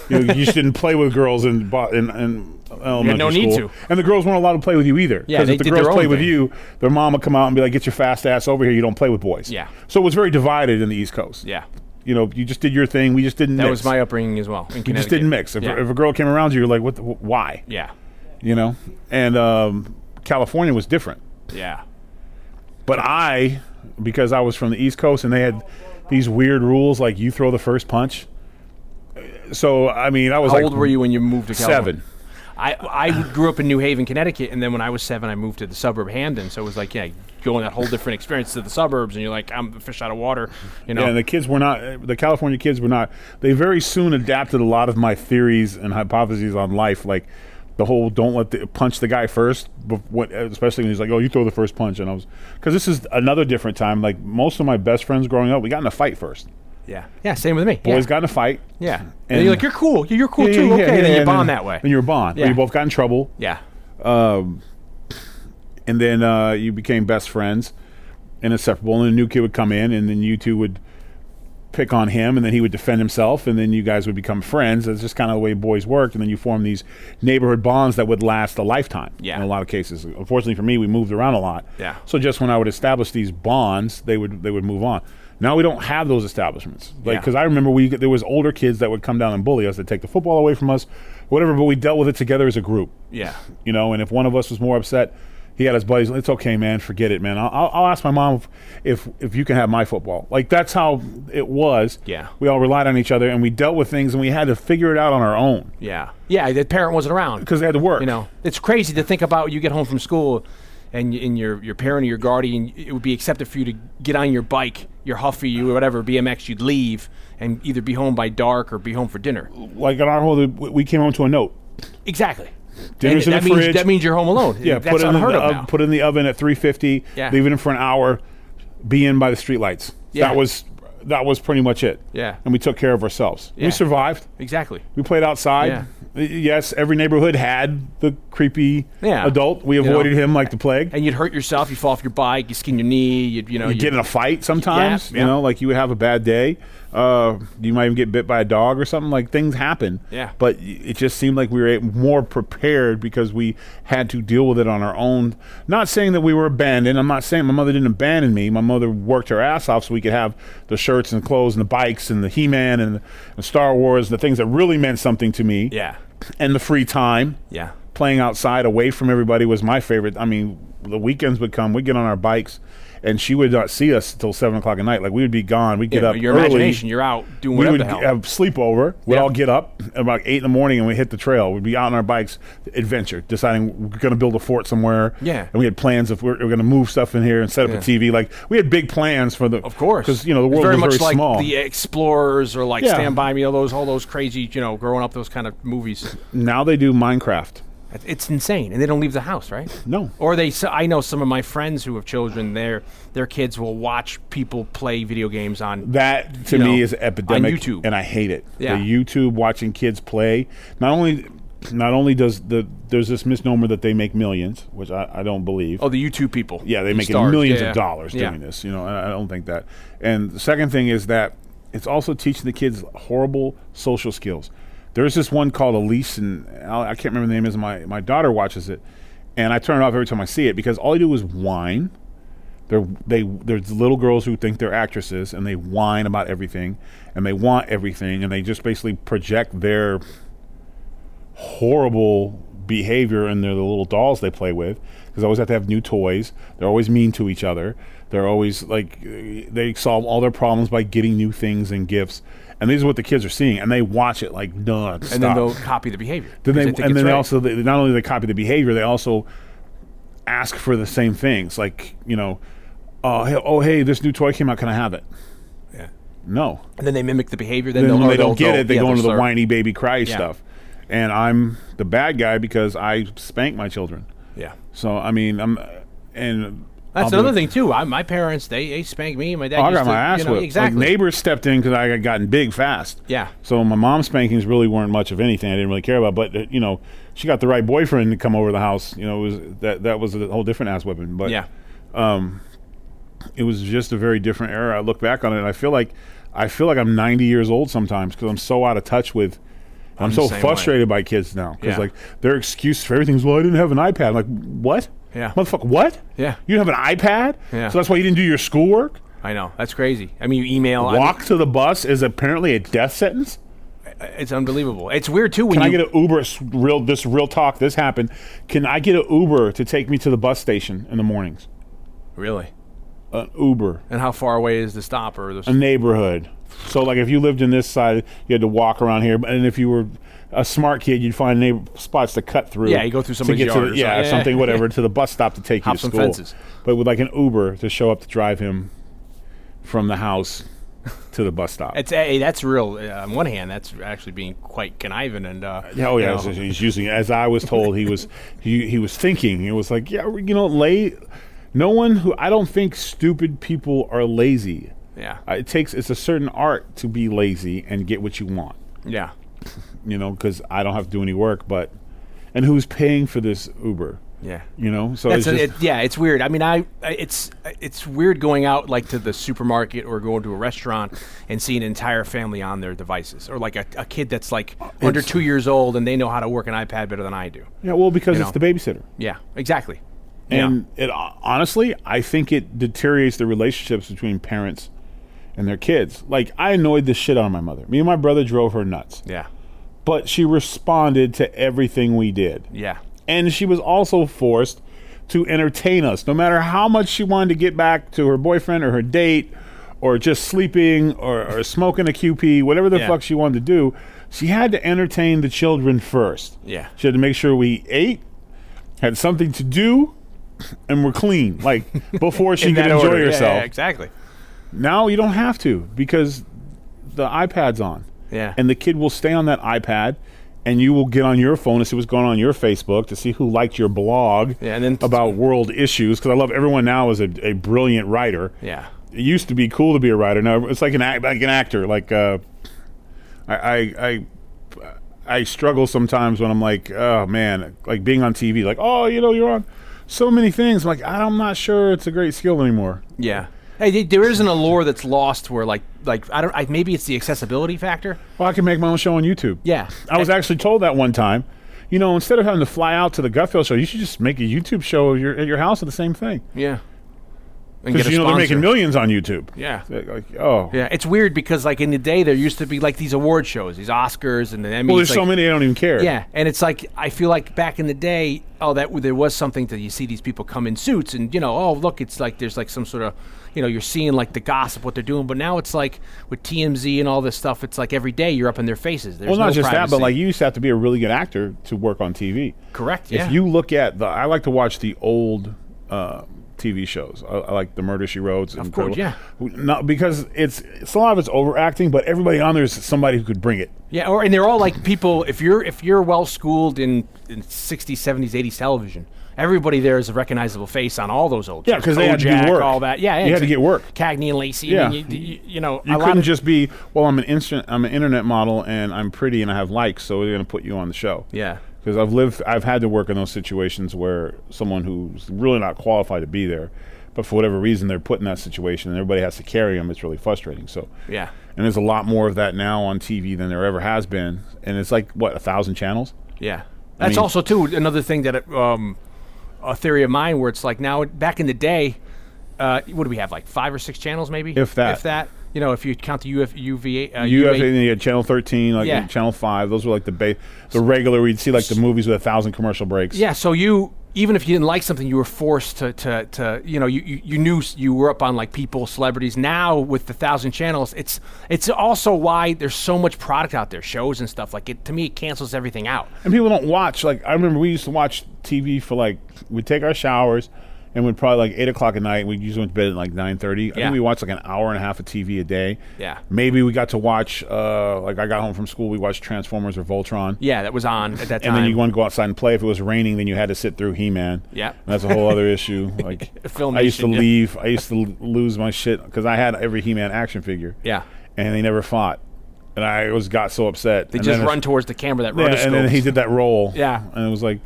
Speaker 5: You, know, you just didn't play with girls in Bo- in, in elementary
Speaker 4: no need
Speaker 5: school.
Speaker 4: to.
Speaker 5: and the girls weren't allowed to play with you either.
Speaker 4: Yeah,
Speaker 5: 'Cause
Speaker 4: they
Speaker 5: if the
Speaker 4: did
Speaker 5: girls
Speaker 4: their own
Speaker 5: played with
Speaker 4: thing.
Speaker 5: you, their mom would come out and be like, "Get your fast ass over here! You don't play with boys."
Speaker 4: Yeah.
Speaker 5: So it was very divided in the East Coast.
Speaker 4: Yeah.
Speaker 5: You know, you just did your thing. We just didn't.
Speaker 4: That
Speaker 5: mix.
Speaker 4: was my upbringing as well. In
Speaker 5: We just didn't mix. If,
Speaker 4: Yeah.
Speaker 5: if a girl came around you, you're like, "What? The, wh- why?"
Speaker 4: yeah,
Speaker 5: You know. And um, California was different.
Speaker 4: yeah,
Speaker 5: But I, because I was from the East Coast and they had these weird rules like you throw the first punch. So I mean, I was
Speaker 4: How
Speaker 5: like
Speaker 4: old were you when you moved to California?
Speaker 5: seven.
Speaker 4: I, I grew up in New Haven, Connecticut, and then when I was seven, I moved to the suburb of Hamden. So it was like, yeah, going that whole different experience to the suburbs, and you're like, I'm a fish out of water, you know?
Speaker 5: Yeah, and the kids were not the California kids were not. They very soon adapted a lot of my theories and hypotheses on life, like the whole don't let the punch the guy first. But what, especially when he's like, "Oh, you throw the first punch," and I was because this is another different time. Like most of my best friends growing up, we got in a fight first.
Speaker 4: yeah, yeah, same with me.
Speaker 5: Boys
Speaker 4: yeah.
Speaker 5: got in a fight.
Speaker 4: yeah, and,
Speaker 5: and-
Speaker 4: you're like, you're cool, you're cool
Speaker 5: Yeah,
Speaker 4: too,
Speaker 5: yeah,
Speaker 4: okay,
Speaker 5: yeah,
Speaker 4: and
Speaker 5: yeah,
Speaker 4: then you
Speaker 5: and
Speaker 4: bond that way.
Speaker 5: And you were bond.
Speaker 4: Yeah.
Speaker 5: You both got in trouble.
Speaker 4: yeah,
Speaker 5: and then uh, you became best friends and inseparable. And a new kid would come in, and then you two would pick on him, and then he would defend himself, and then you guys would become friends. That's just kind of the way boys worked. And then you form these neighborhood bonds that would last a lifetime.
Speaker 4: Yeah.
Speaker 5: in a lot of cases. Unfortunately for me, we moved around a lot.
Speaker 4: Yeah.
Speaker 5: So just when I would establish these bonds, they would they would move on. Now we don't have those establishments, like
Speaker 4: Yeah.
Speaker 5: because I remember we there was older kids that would come down and bully us, that take the football away from us, whatever. But we dealt with it together as a group
Speaker 4: yeah,
Speaker 5: you know. And if one of us was more upset, he had his buddies. It's okay, man. Forget it, man. I'll- I'll, I'll ask my mom if, if if you can have my football. Like that's how it was.
Speaker 4: Yeah.
Speaker 5: we all relied on each other, and we dealt with things, and we had to figure it out on our own
Speaker 4: yeah, yeah. The parent wasn't around.
Speaker 5: because they had to work.
Speaker 4: You know, it's crazy to think about. You get home from school, and y- and your your parent or your guardian, it would be accepted for you to get on your bike, your Huffy, you whatever BMX, you'd leave and either be home by dark or be home for dinner.
Speaker 5: like on our whole, we- we came home to a note.
Speaker 4: Exactly.
Speaker 5: Dinner's
Speaker 4: And
Speaker 5: in
Speaker 4: that
Speaker 5: the
Speaker 4: means,
Speaker 5: fridge.
Speaker 4: That means you're home alone.
Speaker 5: Yeah,
Speaker 4: that's
Speaker 5: put it in
Speaker 4: unheard
Speaker 5: the
Speaker 4: of
Speaker 5: ov-
Speaker 4: now.
Speaker 5: put it in the oven at 350.
Speaker 4: Yeah.
Speaker 5: leave it in for an hour. Be in by the streetlights.
Speaker 4: Yeah.
Speaker 5: That was that was pretty much it.
Speaker 4: Yeah.
Speaker 5: and we took care of ourselves.
Speaker 4: Yeah.
Speaker 5: We survived.
Speaker 4: exactly.
Speaker 5: We played outside.
Speaker 4: Yeah.
Speaker 5: Y- Yes, every neighborhood had the creepy
Speaker 4: Yeah.
Speaker 5: adult. We
Speaker 4: You know?
Speaker 5: avoided him like the plague.
Speaker 4: And you'd hurt yourself. You fall off your bike. You skin your knee. You'd you know
Speaker 5: you
Speaker 4: you'd-
Speaker 5: get in a fight sometimes.
Speaker 4: Yeah,
Speaker 5: You
Speaker 4: yeah.
Speaker 5: know, like you would have a bad day. Uh, you might even get bit by a dog or something. Like things happen.
Speaker 4: Yeah.
Speaker 5: But y- it just seemed like we were more prepared because we had to deal with it on our own. Not saying that we were abandoned. I'm not saying my mother didn't abandon me. My mother worked her ass off so we could have the shirts and the clothes and the bikes and the He-Man and, the, and Star Wars and the things that really meant something to me.
Speaker 4: Yeah.
Speaker 5: And the free time
Speaker 4: Yeah.
Speaker 5: playing outside away from everybody was my favorite. I mean, the weekends would come, we'd get on our bikes, and she would not see us till seven o'clock at night. Like we would be gone. We'd get
Speaker 4: Yeah,
Speaker 5: up
Speaker 4: your
Speaker 5: early.
Speaker 4: imagination, you're out doing
Speaker 5: we
Speaker 4: whatever
Speaker 5: would
Speaker 4: the hell.
Speaker 5: have sleepover. We'd
Speaker 4: Yeah.
Speaker 5: all get up about eight in the morning and we hit the trail. We'd be out on our bikes, adventure, deciding we're going to build a fort somewhere.
Speaker 4: Yeah.
Speaker 5: and we had plans if we're, we're going to move stuff in here and set up
Speaker 4: Yeah.
Speaker 5: a TV. Like we had big plans for the
Speaker 4: of course,
Speaker 5: because you know the
Speaker 4: It's
Speaker 5: world
Speaker 4: very
Speaker 5: was
Speaker 4: much
Speaker 5: very
Speaker 4: like
Speaker 5: small.
Speaker 4: the explorers or like
Speaker 5: Yeah.
Speaker 4: Stand By Me, all those all those crazy, you know, growing up those kind of movies.
Speaker 5: now they do Minecraft.
Speaker 4: It's insane, and they don't leave the house, right?
Speaker 5: No.
Speaker 4: Or they. So I know some of my friends who have children. Their their kids will watch people play video games on.
Speaker 5: That to
Speaker 4: You
Speaker 5: me
Speaker 4: know,
Speaker 5: is epidemic,
Speaker 4: on YouTube.
Speaker 5: and I hate it.
Speaker 4: Yeah.
Speaker 5: The YouTube watching kids play. Not only, not only does the there's this misnomer that they make millions, which I, I don't believe.
Speaker 4: oh, the YouTube people.
Speaker 5: yeah, they
Speaker 4: the
Speaker 5: make it
Speaker 4: stars.
Speaker 5: millions
Speaker 4: Yeah.
Speaker 5: of dollars
Speaker 4: Yeah.
Speaker 5: doing this. You know, and I don't think that. And the second thing is that it's also teaching the kids horrible social skills. There's this one called Elise, and I I can't remember the name. Is my my daughter watches it, and I turn it off every time I see it because all they do is whine. They're they there's little girls who think they're actresses and they whine about everything and they want everything and they just basically project their horrible behavior in their little dolls they play with because they always have to have new toys. They're always mean to each other. They're always like uh, they solve all their problems by getting new things and gifts. And these are what the kids are seeing, and they watch it like nonstop.
Speaker 4: And then they'll copy the behavior. 'cause
Speaker 5: Then they,
Speaker 4: think
Speaker 5: and
Speaker 4: it's
Speaker 5: then they
Speaker 4: right.
Speaker 5: also they, not only do they copy the behavior, they also ask for the same things. Like you know, oh hey, oh hey, this new toy came out, can I have it?
Speaker 4: Yeah.
Speaker 5: No.
Speaker 4: And then they mimic the behavior. Then,
Speaker 5: Then
Speaker 4: they'll,
Speaker 5: when
Speaker 4: or
Speaker 5: they
Speaker 4: they'll-
Speaker 5: don't get
Speaker 4: they'll-
Speaker 5: it, they
Speaker 4: yeah,
Speaker 5: go
Speaker 4: they'll
Speaker 5: into the
Speaker 4: start-
Speaker 5: whiny baby cry
Speaker 4: Yeah.
Speaker 5: stuff. And I'm the bad guy because I spank my children.
Speaker 4: Yeah.
Speaker 5: So I mean, I'm and I'll
Speaker 4: That's
Speaker 5: be
Speaker 4: another
Speaker 5: like-
Speaker 4: thing too. I, my parents, they, they spanked me. My dad.
Speaker 5: Oh, I
Speaker 4: used
Speaker 5: got
Speaker 4: to,
Speaker 5: my ass
Speaker 4: you know,
Speaker 5: whipped.
Speaker 4: Exactly.
Speaker 5: Like neighbors stepped in because I had gotten big fast.
Speaker 4: Yeah.
Speaker 5: So my mom's spankings really weren't much of anything. I didn't really care about. But uh, you know, she got the right boyfriend to come over the house. You know, it was that that was a whole different ass whipping. But
Speaker 4: yeah.
Speaker 5: it was just a very different era. I look back on it, and I feel like I feel like I'm 90 years old sometimes because I'm so out of touch with. I'm,
Speaker 4: the
Speaker 5: so
Speaker 4: same way.
Speaker 5: frustrated by kids now because
Speaker 4: Yeah.
Speaker 5: like their excuse for everything is well I didn't have an iPad. I'm like what?
Speaker 4: Yeah.
Speaker 5: motherfucker, what?
Speaker 4: Yeah.
Speaker 5: you didn't have an iPad.
Speaker 4: Yeah.
Speaker 5: so that's why you didn't do your schoolwork.
Speaker 4: I know. That's crazy. I mean, you email. I mean,
Speaker 5: Walk to the bus is apparently a death sentence.
Speaker 4: it's unbelievable. It's weird too when
Speaker 5: Can I
Speaker 4: you
Speaker 5: get an Uber? s- Real this real talk. This happened. Can I get an Uber to take me to the bus station in the mornings?
Speaker 4: really.
Speaker 5: An Uber.
Speaker 4: And how far away is the stop or the?
Speaker 5: a neighborhood. So like if you lived in this side, you had to walk around here, and if you were a smart kid, you'd find neighbor spots to cut through.
Speaker 4: Yeah, you go through
Speaker 5: to
Speaker 4: somebody's
Speaker 5: get to
Speaker 4: yard
Speaker 5: the-
Speaker 4: or
Speaker 5: yeah,
Speaker 4: something.
Speaker 5: something, whatever, to the bus stop to take
Speaker 4: Hop
Speaker 5: you to
Speaker 4: some
Speaker 5: school.
Speaker 4: fences.
Speaker 5: But with like an Uber to show up to drive him from the house to the bus stop.
Speaker 4: It's hey, that's real. Uh, on one hand, that's actually being quite conniving and. Uh,
Speaker 5: Yeah, oh
Speaker 4: you
Speaker 5: yeah,
Speaker 4: know.
Speaker 5: so he's using. As I was told, he was he he was thinking. It was like, yeah, you know, lay. No one who I don't think stupid people are lazy.
Speaker 4: Yeah.
Speaker 5: Uh, it takes it's a certain art to be lazy and get what you want.
Speaker 4: Yeah.
Speaker 5: you know, because I don't have to do any work. But and who's paying for this Uber?
Speaker 4: Yeah.
Speaker 5: You know, so
Speaker 4: That's
Speaker 5: it's
Speaker 4: a,
Speaker 5: just,
Speaker 4: it, yeah, it's weird. I mean, I I- it's it's weird going out like to the supermarket or going to a restaurant and seeing an entire family on their devices, or like a, a kid that's like under
Speaker 5: It's-
Speaker 4: two years old and they know how to work an iPad better than I do.
Speaker 5: yeah, well, because
Speaker 4: you
Speaker 5: it's
Speaker 4: know.
Speaker 5: the babysitter,
Speaker 4: Yeah, exactly.
Speaker 5: and it honestly, I think it deteriorates the relationships between parents and their kids. Like I annoyed the shit out of my mother. Me and my brother drove her nuts,
Speaker 4: yeah,
Speaker 5: but she responded to everything we did.
Speaker 4: yeah,
Speaker 5: and she was also forced to entertain us no matter how much she wanted to get back to her boyfriend or her date or just sleeping or, or smoking a qp whatever the
Speaker 4: Yeah.
Speaker 5: fuck she wanted to do she had to entertain the children first
Speaker 4: Yeah.
Speaker 5: she had to make sure we ate had something to do and were clean like before she
Speaker 4: In
Speaker 5: could
Speaker 4: that
Speaker 5: enjoy
Speaker 4: order. Yeah,
Speaker 5: herself
Speaker 4: yeah, exactly.
Speaker 5: now you don't have to because the ipad's on
Speaker 4: Yeah.
Speaker 5: and the kid will stay on that iPad, and you will get on your phone to see what's going on, on your Facebook to see who liked your blog
Speaker 4: Yeah, and then-
Speaker 5: about world issues. Because I love everyone now is a, a brilliant writer.
Speaker 4: Yeah.
Speaker 5: It used to be cool to be a writer. Now it's like an act, like an actor. Like uh, I, I I I struggle sometimes when I'm like, oh man, like being on TV. Like oh, you know, you're on so many things. I'm like I'm not sure it's a great skill anymore.
Speaker 4: Yeah. Hey, there is an allure that's lost where like like I don't I, maybe it's the accessibility factor.
Speaker 5: Well, I can make my own show on YouTube.
Speaker 4: Yeah,
Speaker 5: I was actually told that one time. You know, instead of having to fly out to the Gutfield show, you should just make a YouTube show at your, at your house of the same thing.
Speaker 4: Yeah. And
Speaker 5: Because
Speaker 4: get a
Speaker 5: you know they're
Speaker 4: sponsor.
Speaker 5: making millions on YouTube.
Speaker 4: Yeah.
Speaker 5: Like, like, oh,
Speaker 4: Yeah, it's weird because like in the day there used to be like these award shows, these Oscars and the Emmys.
Speaker 5: well, there's
Speaker 4: like-
Speaker 5: so many I don't even care.
Speaker 4: Yeah, and it's like I feel like back in the day, oh, that there was something that you see these people come in suits, and you know, oh, look, it's like there's like some sort of, you know, you're seeing like the gossip what they're doing, but now it's like with TMZ and all this stuff, it's like every day you're up in their faces. There's
Speaker 5: Well, not
Speaker 4: no
Speaker 5: just that, but
Speaker 4: privacy.
Speaker 5: like you used to have to be a really good actor to work on TV.
Speaker 4: correct, yeah,
Speaker 5: If you look at the, I like to watch the old uh, TV shows. I, I like the Murder She Wrote. Of
Speaker 4: course, yeah.
Speaker 5: Not because it's, it's a lot of it's overacting, but everybody on there is somebody who could bring it.
Speaker 4: yeah, or and they're all like people. If you're if you're well schooled in in 60s, 70s, 80s television. Everybody there is a recognizable face on all those old
Speaker 5: Yeah,
Speaker 4: shows.
Speaker 5: 'cause they had to do
Speaker 4: Kojak,
Speaker 5: work.
Speaker 4: All that, yeah, yeah
Speaker 5: You had to
Speaker 4: exa-
Speaker 5: get work.
Speaker 4: Cagney and Lacey. I
Speaker 5: Yeah.
Speaker 4: mean, you, you, you know, a
Speaker 5: You
Speaker 4: lot
Speaker 5: couldn't
Speaker 4: of-
Speaker 5: just be, well, I'm an instant, I'm an internet model, and I'm pretty, and I have likes, so we're going to put you on the show.
Speaker 4: Yeah.
Speaker 5: because I've lived, I've had to work in those situations where someone who's really not qualified to be there, but for whatever reason they're put in that situation, and everybody has to carry them. It's really frustrating. So
Speaker 4: Yeah.
Speaker 5: and there's a lot more of that now on TV than there ever has been, and it's like what a thousand channels.
Speaker 4: Yeah, that's
Speaker 5: mean-
Speaker 4: also too another thing that um, a theory of mine where it's like now back in the day, uh, what do we have like five or six channels maybe?
Speaker 5: If that.
Speaker 4: if that, you know, if you count the UF, UVA, uh,
Speaker 5: You have
Speaker 4: UA
Speaker 5: you had channel thirteen, like
Speaker 4: Yeah.
Speaker 5: channel five. Those were like the ba- the regular. We'd see like the movies with a thousand commercial breaks.
Speaker 4: yeah. So you even if you didn't like something, you were forced to to, to you know you, you you knew s- you were up on like people, celebrities. Now with the thousand channels, it's it's also why there's so much product out there, shows and stuff. Like it to me, it cancels everything out.
Speaker 5: And people don't watch. Like I remember, we used to watch TV for like we'd take our showers, and we'd probably like eight o'clock at night. and We usually went to bed at like nine thirty. I
Speaker 4: Yeah.
Speaker 5: think we watched like an hour and a half of TV a day.
Speaker 4: Yeah.
Speaker 5: Maybe we got to watch. Uh, like I got home from school, we watched Transformers or Voltron.
Speaker 4: Yeah, that was on at that time.
Speaker 5: And then you want to go outside and play. If it was raining, then you had to sit through He Man.
Speaker 4: Yeah.
Speaker 5: that's a whole other issue. Like I used to
Speaker 4: Filmation, yeah.
Speaker 5: leave. I used to l- lose my shit because I had every He Man action figure.
Speaker 4: Yeah.
Speaker 5: and they never fought, and I always got so upset.
Speaker 4: they just run towards the camera that
Speaker 5: Yeah, and then
Speaker 4: rotoscopes.
Speaker 5: he did that roll.
Speaker 4: Yeah.
Speaker 5: and it was like,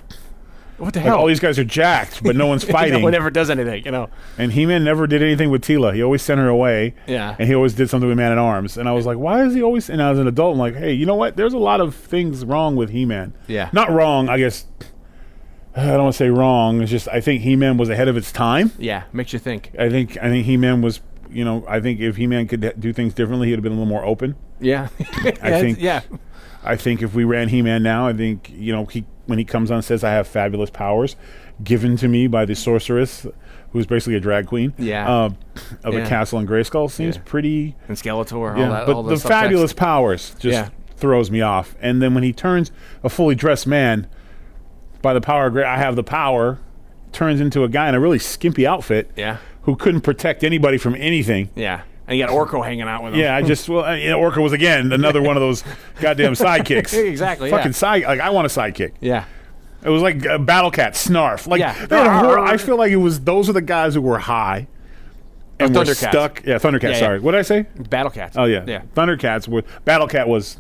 Speaker 4: what the
Speaker 5: like,
Speaker 4: hell?
Speaker 5: all these guys are jacked, but no one's fighting.
Speaker 4: no one ever does anything, you know.
Speaker 5: And He Man never did anything with Tila. He always sent her away.
Speaker 4: Yeah.
Speaker 5: And he always did something with Man at Arms. And I was like, why is he always. And as an adult, I'm like, hey, you know what? There's a lot of things wrong with He Man.
Speaker 4: Yeah.
Speaker 5: Not wrong, I guess. I don't want to say wrong. It's just, I think He Man was ahead of its time.
Speaker 4: Yeah, makes you think.
Speaker 5: I think, I think He Man was, you know, I think if He Man could do things differently, he'd have been a little more open.
Speaker 4: Yeah,
Speaker 5: I think-
Speaker 4: yeah,
Speaker 5: I think if we ran He Man now, I think you know he when he comes on and says I have fabulous powers given to me by the sorceress, who's basically a drag queen.
Speaker 4: Yeah.
Speaker 5: uh, of
Speaker 4: Yeah.
Speaker 5: a castle in Grayskull seems
Speaker 4: Yeah.
Speaker 5: pretty.
Speaker 4: and Skeletor, all
Speaker 5: yeah,
Speaker 4: that,
Speaker 5: but
Speaker 4: all
Speaker 5: the
Speaker 4: subtext.
Speaker 5: fabulous powers just
Speaker 4: Yeah.
Speaker 5: throws me off. And then when he turns a fully dressed man by the power, of Gra- I have the power, turns into a guy in a really skimpy outfit.
Speaker 4: Yeah.
Speaker 5: who couldn't protect anybody from anything.
Speaker 4: Yeah, and you got Orko hanging out with him.
Speaker 5: Yeah, I just well, I, Orca was again another one of those goddamn sidekicks.
Speaker 4: Exactly, yeah.
Speaker 5: Fucking side. Like I want a sidekick.
Speaker 4: yeah,
Speaker 5: It was like a battle cat snarf. Like
Speaker 4: Yeah.
Speaker 5: they had hor- I feel like it was those are the guys who were high and were
Speaker 4: Oh, Thundercats.
Speaker 5: stuck. Yeah, Thundercats.
Speaker 4: yeah.
Speaker 5: Sorry, what did I say?
Speaker 4: Battlecats.
Speaker 5: Oh yeah,
Speaker 4: yeah.
Speaker 5: Thundercats were battle cat was.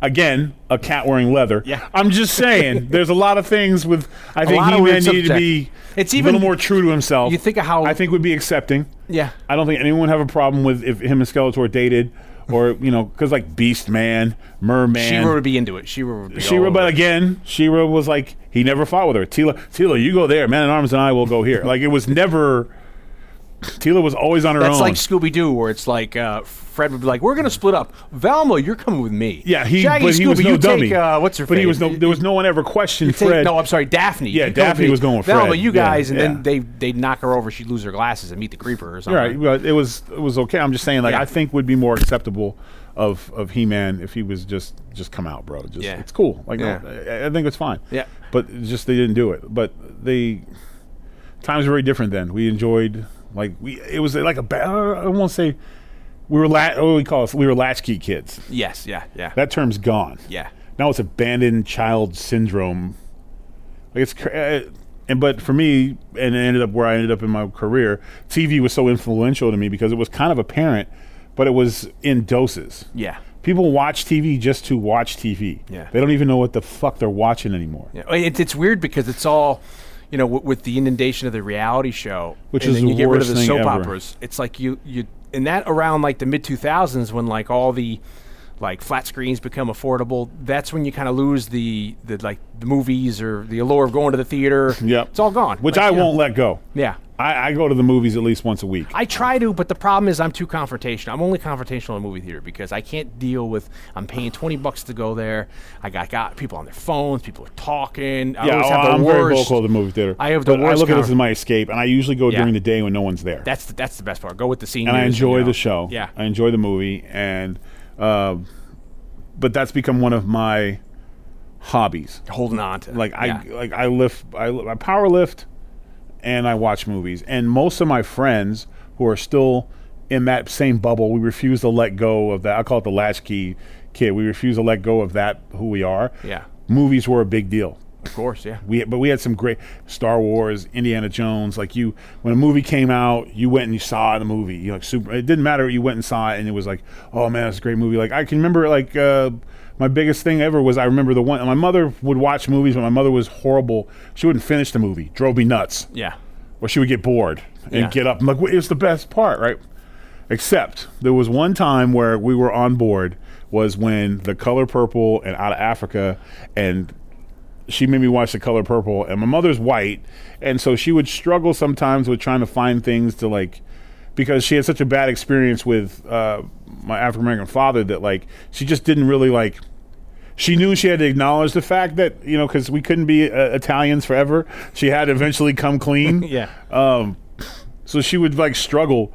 Speaker 5: Again, a cat wearing leather.
Speaker 4: Yeah.
Speaker 5: I'm just saying, there's a lot of things with. I think
Speaker 4: lot of
Speaker 5: he man
Speaker 4: weird
Speaker 5: needed to
Speaker 4: subject.
Speaker 5: be
Speaker 4: It's
Speaker 5: a
Speaker 4: even-
Speaker 5: little more true to himself.
Speaker 4: You think of how-
Speaker 5: I think would be accepting.
Speaker 4: Yeah.
Speaker 5: I don't think anyone would have a problem with if him and Skeletor dated, or you know, because like Beast Man, Merman,
Speaker 4: Shira would be into it. Shira would be. all
Speaker 5: Shira,
Speaker 4: over
Speaker 5: but
Speaker 4: it.
Speaker 5: again, Shira was like he never fought with her. Tila, Tila, you go there. Man at Arms and I will go here. like it was never. Tila was always on her
Speaker 4: that's
Speaker 5: own.
Speaker 4: like Scooby Doo, where it's like uh, Fred would be like, "We're gonna split up. Valma, you're coming with me."
Speaker 5: yeah, he,
Speaker 4: Shaggy
Speaker 5: but
Speaker 4: Scooby,
Speaker 5: he was no
Speaker 4: you
Speaker 5: dummy.
Speaker 4: Take, uh, what's her?
Speaker 5: But he
Speaker 4: fame?
Speaker 5: was no. There was no one ever questioned
Speaker 4: Take-
Speaker 5: Fred.
Speaker 4: no, I'm sorry, Daphne.
Speaker 5: Yeah,
Speaker 4: You come with
Speaker 5: Daphne
Speaker 4: me.
Speaker 5: was going with
Speaker 4: Velma,
Speaker 5: Fred.
Speaker 4: you
Speaker 5: Yeah,
Speaker 4: guys, and
Speaker 5: yeah.
Speaker 4: then they they'd knock her over. She'd lose her glasses and meet the Creeper or
Speaker 5: All
Speaker 4: something.
Speaker 5: right, but it was it was okay. I'm just saying, like
Speaker 4: Uh-huh. Yeah.
Speaker 5: I think would be more acceptable of of He Man if he was just just come out, bro. Just
Speaker 4: Yeah.
Speaker 5: it's cool. Like
Speaker 4: Yeah.
Speaker 5: no, I, I think it's fine.
Speaker 4: Yeah.
Speaker 5: but it's just they didn't do it. But they times were very different then. We enjoyed like we it was like a ba- I won't say we were la- what do we call us we were latchkey kids.
Speaker 4: Yes. Yeah. Yeah.
Speaker 5: That term's gone.
Speaker 4: yeah.
Speaker 5: Now it's abandoned child syndrome. Like it's cra- uh, and but for me, and it ended up where I ended up in my career. TV was so influential to me because it was kind of apparent, but it was in doses.
Speaker 4: Yeah.
Speaker 5: People watch TV just to watch TV.
Speaker 4: Yeah.
Speaker 5: They don't even know what the fuck they're watching anymore.
Speaker 4: Yeah, it, it's weird because it's all you know, w- with the inundation of the reality show,
Speaker 5: Which
Speaker 4: and
Speaker 5: is
Speaker 4: then
Speaker 5: the
Speaker 4: you get rid of
Speaker 5: worst
Speaker 4: the
Speaker 5: thing
Speaker 4: soap
Speaker 5: ever.
Speaker 4: operas. It's like you you and that around like the mid two thousands when like all the like flat screens become affordable. That's when you kind of lose the the like the movies or the allure of going to the theater.
Speaker 5: Yep.
Speaker 4: it's all gone.
Speaker 5: Which
Speaker 4: Like,
Speaker 5: I
Speaker 4: you know,
Speaker 5: won't let go.
Speaker 4: Yeah.
Speaker 5: I, I go to the movies at least once a week.
Speaker 4: I try to, but the problem is I'm too confrontational. I'm only confrontational in a movie theater because I can't deal with. I'm paying twenty bucks to go there. I got got people on their phones. People are talking. I always have the
Speaker 5: oh, I'm very
Speaker 4: worst.
Speaker 5: vocal at the movie theater.
Speaker 4: I have the
Speaker 5: but I
Speaker 4: worst
Speaker 5: look at this
Speaker 4: conver-
Speaker 5: as my escape, and I usually go
Speaker 4: Yeah.
Speaker 5: during the day when no one's there.
Speaker 4: That's the, that's the best part. Go with the scene.
Speaker 5: and I enjoy the show.
Speaker 4: Yeah,
Speaker 5: I enjoy the movie, and uh, but that's become one of my hobbies.
Speaker 4: holding on to.
Speaker 5: Like I
Speaker 4: yeah.
Speaker 5: like I lift, I, li- I power lift, and I watch movies. And most of my friends who are still in that same bubble, we refuse to let go of that. I call it the latchkey kid. We refuse to let go of that who we are.
Speaker 4: Yeah.
Speaker 5: movies were a big deal.
Speaker 4: of course, yeah.
Speaker 5: We but we had some great Star Wars, Indiana Jones. Like you, when a movie came out, you went and you saw the movie. You like super. It didn't matter. You went and saw it, and it was like, oh man, it's a great movie. Like I can remember like. Uh, my biggest thing ever was I remember the one. My mother would watch movies, but my mother was horrible. She wouldn't finish the movie. Drove me nuts.
Speaker 4: Yeah,
Speaker 5: Or she would get bored and
Speaker 4: Yeah.
Speaker 5: get up. I'm like, "Wait, it's the best part, right? Except there was one time where we were on board was when The Color Purple and Out of Africa and she made me watch The Color Purple and my mother's white and so she would struggle sometimes with trying to find things to like because she had such a bad experience with uh, my African American father that like she just didn't really like she knew she had to acknowledge the fact that you know because we couldn't be uh, Italians forever. She had to eventually come clean.
Speaker 4: Yeah.
Speaker 5: Um, so she would like struggle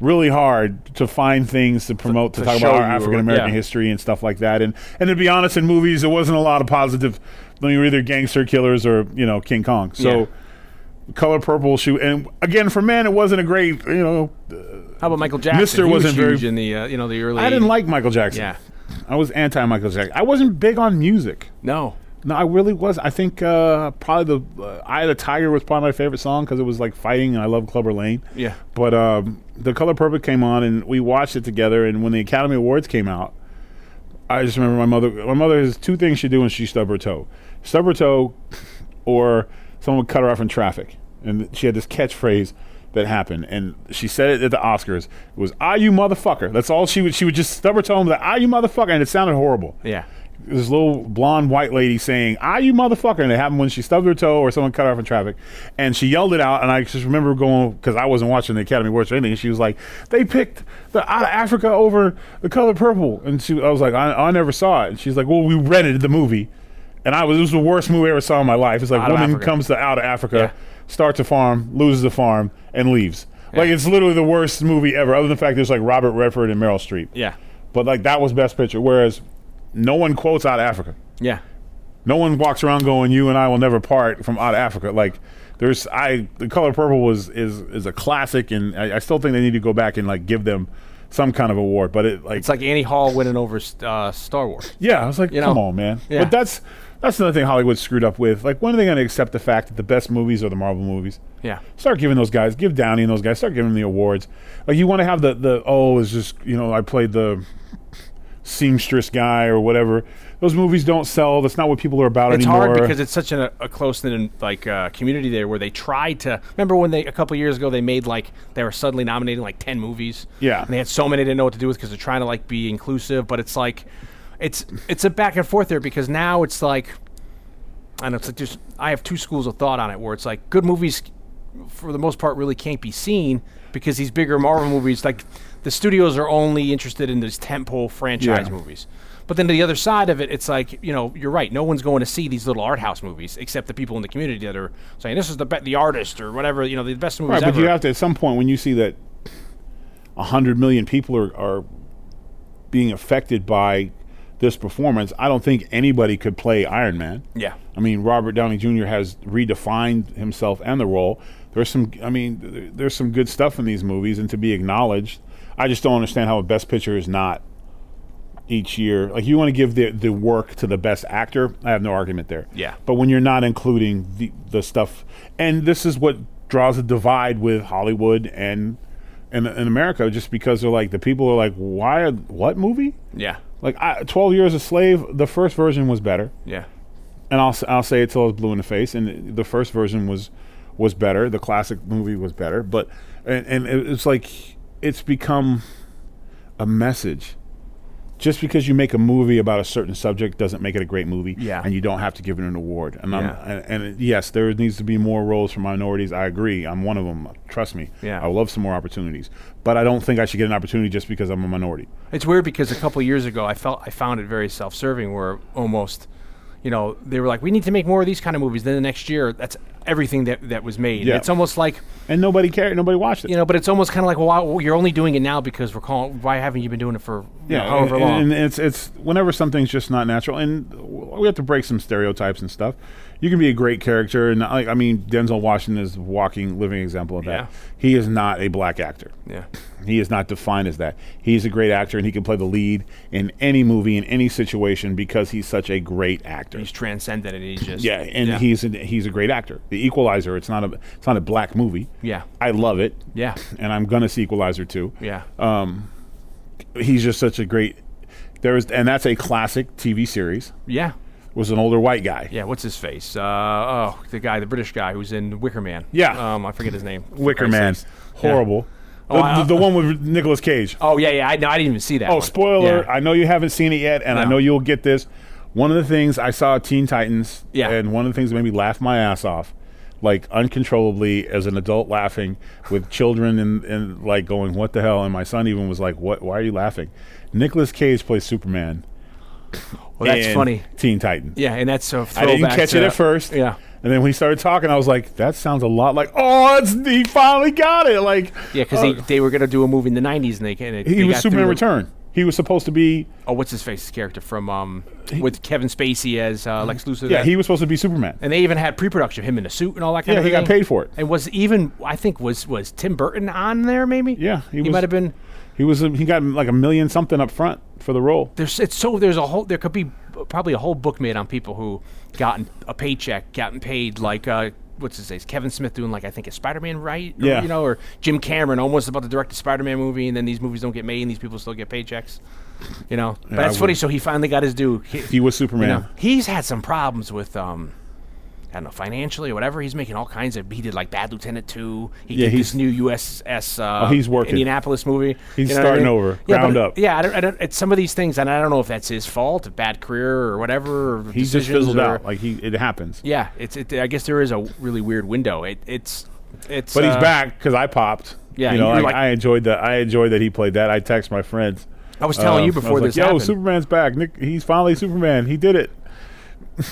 Speaker 5: really hard to find things to promote to,
Speaker 4: to
Speaker 5: talk
Speaker 4: show
Speaker 5: about our
Speaker 4: you or-
Speaker 5: African American
Speaker 4: yeah.
Speaker 5: history and stuff like that. And and to be honest, in movies there wasn't a lot of positive. They were either gangster killers or you know King Kong. So.
Speaker 4: Yeah.
Speaker 5: Color purple shoe, and again for men, it wasn't a great. You know,
Speaker 4: how about Michael Jackson?
Speaker 5: Mister
Speaker 4: He was
Speaker 5: wasn't very-
Speaker 4: huge in the uh, you know the early.
Speaker 5: I didn't like Michael Jackson.
Speaker 4: Yeah.
Speaker 5: I was anti Michael Jackson. I wasn't big on music.
Speaker 4: No,
Speaker 5: No, I really was. I think uh, probably the uh, "Eye of the Tiger" was probably my favorite song because it was like fighting, and I love Clubber Lane.
Speaker 4: Yeah.
Speaker 5: But um, the Color Purple came on, and we watched it together. And when the Academy Awards came out, I just remember my mother. My mother has two things she do when she stub her toe: stub her toe, or someone would cut her off in traffic. And she had this catchphrase that happened, and she said it at the Oscars. It was "Ah, you motherfucker." That's all she would. She would just stub her toe and be like, "Ah, you motherfucker," and it sounded horrible
Speaker 4: yeah,
Speaker 5: this little blonde white lady saying, "Ah, you motherfucker!" And it happened when she stubbed her toe or someone cut her off in traffic, and she yelled it out. And I just remember going because I wasn't watching the Academy Awards or anything. And she was like, "They picked the Out of Africa over the Color Purple," and she, I was like, I, "I never saw it." And she's like, "Well, we rented the movie." And I was, it was the worst movie I ever saw in my life. It's like
Speaker 4: Out of
Speaker 5: woman
Speaker 4: Africa.
Speaker 5: comes to out of Africa,
Speaker 4: Yeah.
Speaker 5: starts a farm, loses the farm, and leaves. Like it's literally the worst movie ever, other than the fact there's like Robert Redford and Meryl Streep.
Speaker 4: yeah,
Speaker 5: But like that was best picture. Whereas no one quotes out of Africa.
Speaker 4: yeah.
Speaker 5: No one walks around going, "You and I will never part" from out of Africa. Like there's, I the color purple was is is a classic, and I, I still think they need to go back and like give them some kind of award. But it like,
Speaker 4: It's like Annie Hall winning over uh, Star Wars.
Speaker 5: yeah, I was like,
Speaker 4: you
Speaker 5: come
Speaker 4: know,
Speaker 5: on, man.
Speaker 4: yeah.
Speaker 5: But that's that's another thing Hollywood screwed up with. Like, when are they going to accept the fact that the best movies are the Marvel movies?
Speaker 4: Yeah.
Speaker 5: Start giving those guys, give Downey and those guys, start giving them the awards. Like you want to have the the oh, it's just you know I played the seamstress guy or whatever. Those movies don't sell. That's not what people are about
Speaker 4: It's
Speaker 5: anymore.
Speaker 4: hard because it's such an, a close knit like uh, community there where they tried to remember when they a couple years ago they made like they were suddenly nominating like ten movies.
Speaker 5: Yeah.
Speaker 4: and they had so many they didn't know what to do with because they're trying to like be inclusive, but it's like it's it's a back and forth there because now it's like I know it's like just I have two schools of thought on it where it's like good movies for the most part really can't be seen because these bigger Marvel movies like the studios are only interested in these tentpole franchise
Speaker 5: Yeah.
Speaker 4: movies. But then to the other side of it, it's like you know you're right. No one's going to see these little art house movies except the people in the community that are saying this is the be- the artist or whatever you know the best movies
Speaker 5: Right, but
Speaker 4: ever.
Speaker 5: you have to at some point when you see that hundred million people are, are being affected by this performance. I don't think anybody could play Iron Man.
Speaker 4: Yeah.
Speaker 5: I mean Robert Downey Jr. has redefined himself and the role. There's some, I mean, th- there's some good stuff in these movies, and to be acknowledged. I just don't understand how a Best Picture is not each year. Like you want to give the the work to the best actor. I have no argument there.
Speaker 4: Yeah.
Speaker 5: But when you're not including the the stuff, and this is what draws a divide with Hollywood and and in America, just because they're like the people are like, why? What movie?
Speaker 4: yeah,
Speaker 5: Like I, Twelve Years a Slave. The first version was better.
Speaker 4: yeah,
Speaker 5: and I'll s- I'll say it till I was blue in the face. And the first version was was better. The classic movie was better, but and, and it- it's like it's become a message. Just because you make a movie about a certain subject doesn't make it a great movie,
Speaker 4: Yeah.
Speaker 5: and you don't have to give it an award. And
Speaker 4: Yeah.
Speaker 5: I'm, and, and yes, there needs to be more roles for minorities. I agree. I'm one of them. Trust me.
Speaker 4: Yeah.
Speaker 5: I would love some more opportunities, but I don't think I should get an opportunity just because I'm a minority.
Speaker 4: It's weird because a couple years ago, I felt I found it very self-serving, where almost, you know, they were like, "We need to make more of these kind of movies." Then the next year, that's everything that that was made.
Speaker 5: Yeah.
Speaker 4: It's almost like
Speaker 5: And nobody cared. Nobody watched it.
Speaker 4: you know, but it's almost kind of like, "Well, you're only doing it now because we're calling. Why haven't you been doing it for you know, however
Speaker 5: and,
Speaker 4: long?"
Speaker 5: and it's it's whenever something's just not natural, and we have to break some stereotypes and stuff. You can be a great character, and like I mean, Denzel Washington is a walking, living example of that.
Speaker 4: Yeah.
Speaker 5: He is not a black actor.
Speaker 4: yeah,
Speaker 5: He is not defined as that. He's a great actor, and he can play the lead in any movie, in any situation, because he's such a great actor.
Speaker 4: he's transcended it. He's just
Speaker 5: yeah, and he's a, he's a great actor. The Equalizer. It's not a it's not a black movie.
Speaker 4: Yeah.
Speaker 5: I love it.
Speaker 4: Yeah.
Speaker 5: and I'm gonna see Equalizer too
Speaker 4: yeah.
Speaker 5: Uh, he's just such a great there was and that's a classic tv series
Speaker 4: yeah.
Speaker 5: was an older white guy
Speaker 4: Yeah, what's his face? Uh, oh, the guy, the British guy who's in Wicker Man.
Speaker 5: Yeah.
Speaker 4: um, I forget his name. for
Speaker 5: wicker
Speaker 4: Christ's
Speaker 5: man
Speaker 4: sakes.
Speaker 5: horrible
Speaker 4: Oh,
Speaker 5: the,
Speaker 4: I-
Speaker 5: the one with Nicolas cage
Speaker 4: Oh yeah, yeah. I, no, I didn't even see that.
Speaker 5: oh
Speaker 4: one.
Speaker 5: spoiler
Speaker 4: Yeah.
Speaker 5: i know you haven't seen it yet and i
Speaker 4: No.
Speaker 5: know you'll get this one of the things i saw teen titans
Speaker 4: Yeah.
Speaker 5: and one of the things that made me laugh my ass off like uncontrollably as an adult laughing with children and, and like going what the hell and my son even was like what why are you laughing Nicolas cage plays superman
Speaker 4: well, Oh, that's
Speaker 5: in
Speaker 4: funny.
Speaker 5: teen titan
Speaker 4: Yeah, and that's so.
Speaker 5: I didn't catch it at first.
Speaker 4: Yeah,
Speaker 5: And then when he started talking, I was like, that sounds a lot like, oh, it's, he finally got it. Like,
Speaker 4: yeah, because they,
Speaker 5: uh,
Speaker 4: they were gonna do a movie in the '90s, and they and it,
Speaker 5: he
Speaker 4: they
Speaker 5: was
Speaker 4: got through
Speaker 5: Superman
Speaker 4: the-
Speaker 5: Return. He was supposed to be,
Speaker 4: Oh, what's his face's character from um with Kevin Spacey as uh, Lex Luthor?
Speaker 5: yeah,
Speaker 4: there?
Speaker 5: he was supposed to be Superman.
Speaker 4: and they even had pre-production him in a suit and all that kind
Speaker 5: Yeah,
Speaker 4: of.
Speaker 5: he got
Speaker 4: thing.
Speaker 5: paid for it.
Speaker 4: And was even I think was was Tim Burton on there maybe?
Speaker 5: Yeah,
Speaker 4: he,
Speaker 5: he was-
Speaker 4: might have been.
Speaker 5: He was, he got like a million something up front for the role.
Speaker 4: There's it's so there's a whole there could be probably a whole book made on people who gotten a paycheck, gotten paid like. uh What's his name? Kevin Smith doing like I think a Spider-Man right, Or,
Speaker 5: Yeah.
Speaker 4: you know, or Jim Cameron almost about to direct a Spider-Man movie, and then these movies don't get made, and these people still get paychecks, you know. but
Speaker 5: I
Speaker 4: that's funny.
Speaker 5: would-
Speaker 4: So he finally got his due. He-
Speaker 5: He was Superman.
Speaker 4: You know, he's had some problems with um I don't know, financially or whatever. He's making all kinds of he did like Bad Lieutenant Two. He
Speaker 5: Yeah,
Speaker 4: did
Speaker 5: he's-
Speaker 4: this new USS uh
Speaker 5: Oh, he's working.
Speaker 4: Indianapolis movie.
Speaker 5: He's
Speaker 4: what
Speaker 5: starting over,
Speaker 4: yeah,
Speaker 5: ground
Speaker 4: but-
Speaker 5: up.
Speaker 4: Yeah, I don't, I don't it's some of these things and I don't know if that's his fault, a bad career or whatever. Or
Speaker 5: He just fizzled
Speaker 4: or,
Speaker 5: out. Like, he, it happens.
Speaker 4: Yeah, it's it, I guess there is a really weird window. It it's it's
Speaker 5: But he's
Speaker 4: uh,
Speaker 5: back because I popped.
Speaker 4: yeah,
Speaker 5: you know,
Speaker 4: you're
Speaker 5: like,
Speaker 4: like-
Speaker 5: I enjoyed that. I enjoyed that he played that. I text my friends.
Speaker 4: I was telling
Speaker 5: Uh,
Speaker 4: you
Speaker 5: I was
Speaker 4: before
Speaker 5: like,
Speaker 4: this
Speaker 5: Yo,
Speaker 4: happened.
Speaker 5: Superman's back. Nick, he's finally Superman. He did it.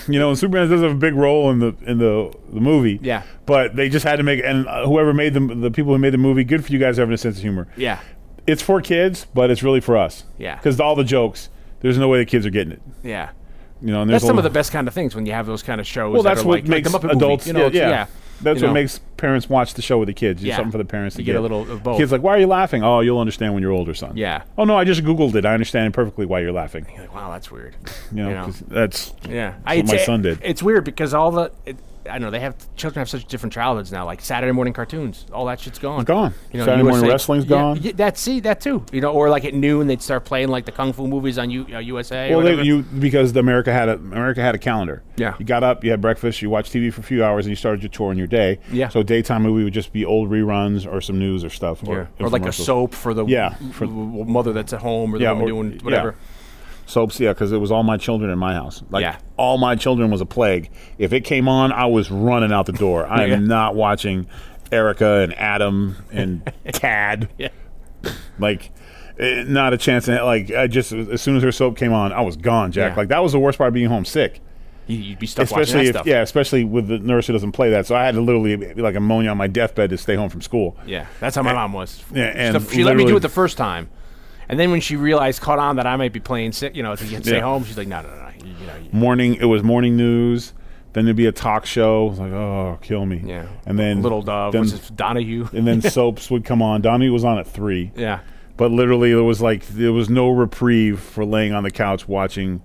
Speaker 5: you know, and Superman does have a big role in the in the the movie.
Speaker 4: Yeah.
Speaker 5: but they just had to make and uh, whoever made the the people who made the movie. Good for you guys having a sense of humor.
Speaker 4: yeah.
Speaker 5: It's for kids, but it's really for us.
Speaker 4: Yeah.
Speaker 5: because all the jokes, there's no way the kids are getting it.
Speaker 4: Yeah.
Speaker 5: You know, and there's
Speaker 4: That's some
Speaker 5: a-
Speaker 4: of the best kind of things when you have those kind of shows.
Speaker 5: Well,
Speaker 4: that
Speaker 5: that's
Speaker 4: are
Speaker 5: what
Speaker 4: like, like
Speaker 5: makes
Speaker 4: the Muppet movie,
Speaker 5: adults.
Speaker 4: you know, it's-
Speaker 5: yeah, yeah. That's
Speaker 4: you
Speaker 5: what
Speaker 4: know.
Speaker 5: makes parents watch the show with the kids. It's
Speaker 4: Yeah.
Speaker 5: something for the parents to
Speaker 4: You get a little of both.
Speaker 5: Kids like, why are you laughing? Oh, you'll understand when you're older, son.
Speaker 4: Yeah.
Speaker 5: Oh no, I just googled it. I understand perfectly why you're laughing.
Speaker 4: Like, wow, that's weird.
Speaker 5: You know,
Speaker 4: You know.
Speaker 5: 'cause that's
Speaker 4: Yeah,
Speaker 5: what my son did.
Speaker 4: It's weird because all the it, I don't know they have children have such different childhoods now. Like Saturday morning cartoons, all that shit's gone.
Speaker 5: Gone. Saturday morning wrestling's
Speaker 4: yeah,
Speaker 5: gone.
Speaker 4: Yeah, that see that too. You know, or like at noon they'd start playing like the kung fu movies on U, uh, USA. or
Speaker 5: Well,
Speaker 4: whatever.
Speaker 5: they, you because the America had a America had a calendar.
Speaker 4: Yeah.
Speaker 5: you got up, you had breakfast, you watched TV for a few hours, and you started your tour and your day.
Speaker 4: Yeah.
Speaker 5: So daytime movie would just be old reruns or some news or stuff,
Speaker 4: yeah.
Speaker 5: or,
Speaker 4: or like a
Speaker 5: infomercials.
Speaker 4: soap for the
Speaker 5: Yeah,
Speaker 4: for
Speaker 5: for-
Speaker 4: mother that's at home or the
Speaker 5: Yeah,
Speaker 4: woman
Speaker 5: or-
Speaker 4: doing
Speaker 5: yeah.
Speaker 4: whatever.
Speaker 5: soaps. Yeah, because it was all my children in my house. Like
Speaker 4: Yeah.
Speaker 5: all my children was a plague. If it came on, I was running out the door. I am
Speaker 4: Yeah.
Speaker 5: not watching Erica and Adam and Tad.
Speaker 4: Yeah.
Speaker 5: Like, eh, not a chance. In, it. like, I just as soon as her soap came on, I was gone, Jack.
Speaker 4: Yeah.
Speaker 5: Like that was the worst part of being home sick.
Speaker 4: You- You'd be stuck watching
Speaker 5: especially
Speaker 4: that
Speaker 5: if,
Speaker 4: stuff.
Speaker 5: yeah, especially with the nurse who doesn't play that. So I had to literally be like ammonia on my deathbed to stay home from school.
Speaker 4: Yeah, that's how my mom was.
Speaker 5: Yeah, and
Speaker 4: Stuff- she let me do
Speaker 5: literally-
Speaker 4: it the first time, and then when she realized caught on that I might be playing sick, you know, to get stay
Speaker 5: Yeah.
Speaker 4: home, she's like, no, no, no, no, you, you know, you-
Speaker 5: Morning, it was morning news. Then there'd be a talk show. I was like, oh, kill me.
Speaker 4: yeah.
Speaker 5: And then
Speaker 4: little dove,
Speaker 5: then-
Speaker 4: which is Donahue.
Speaker 5: and then soaps would come on. Donnie was on at three.
Speaker 4: Yeah.
Speaker 5: But literally, there was like there was no reprieve for laying on the couch watching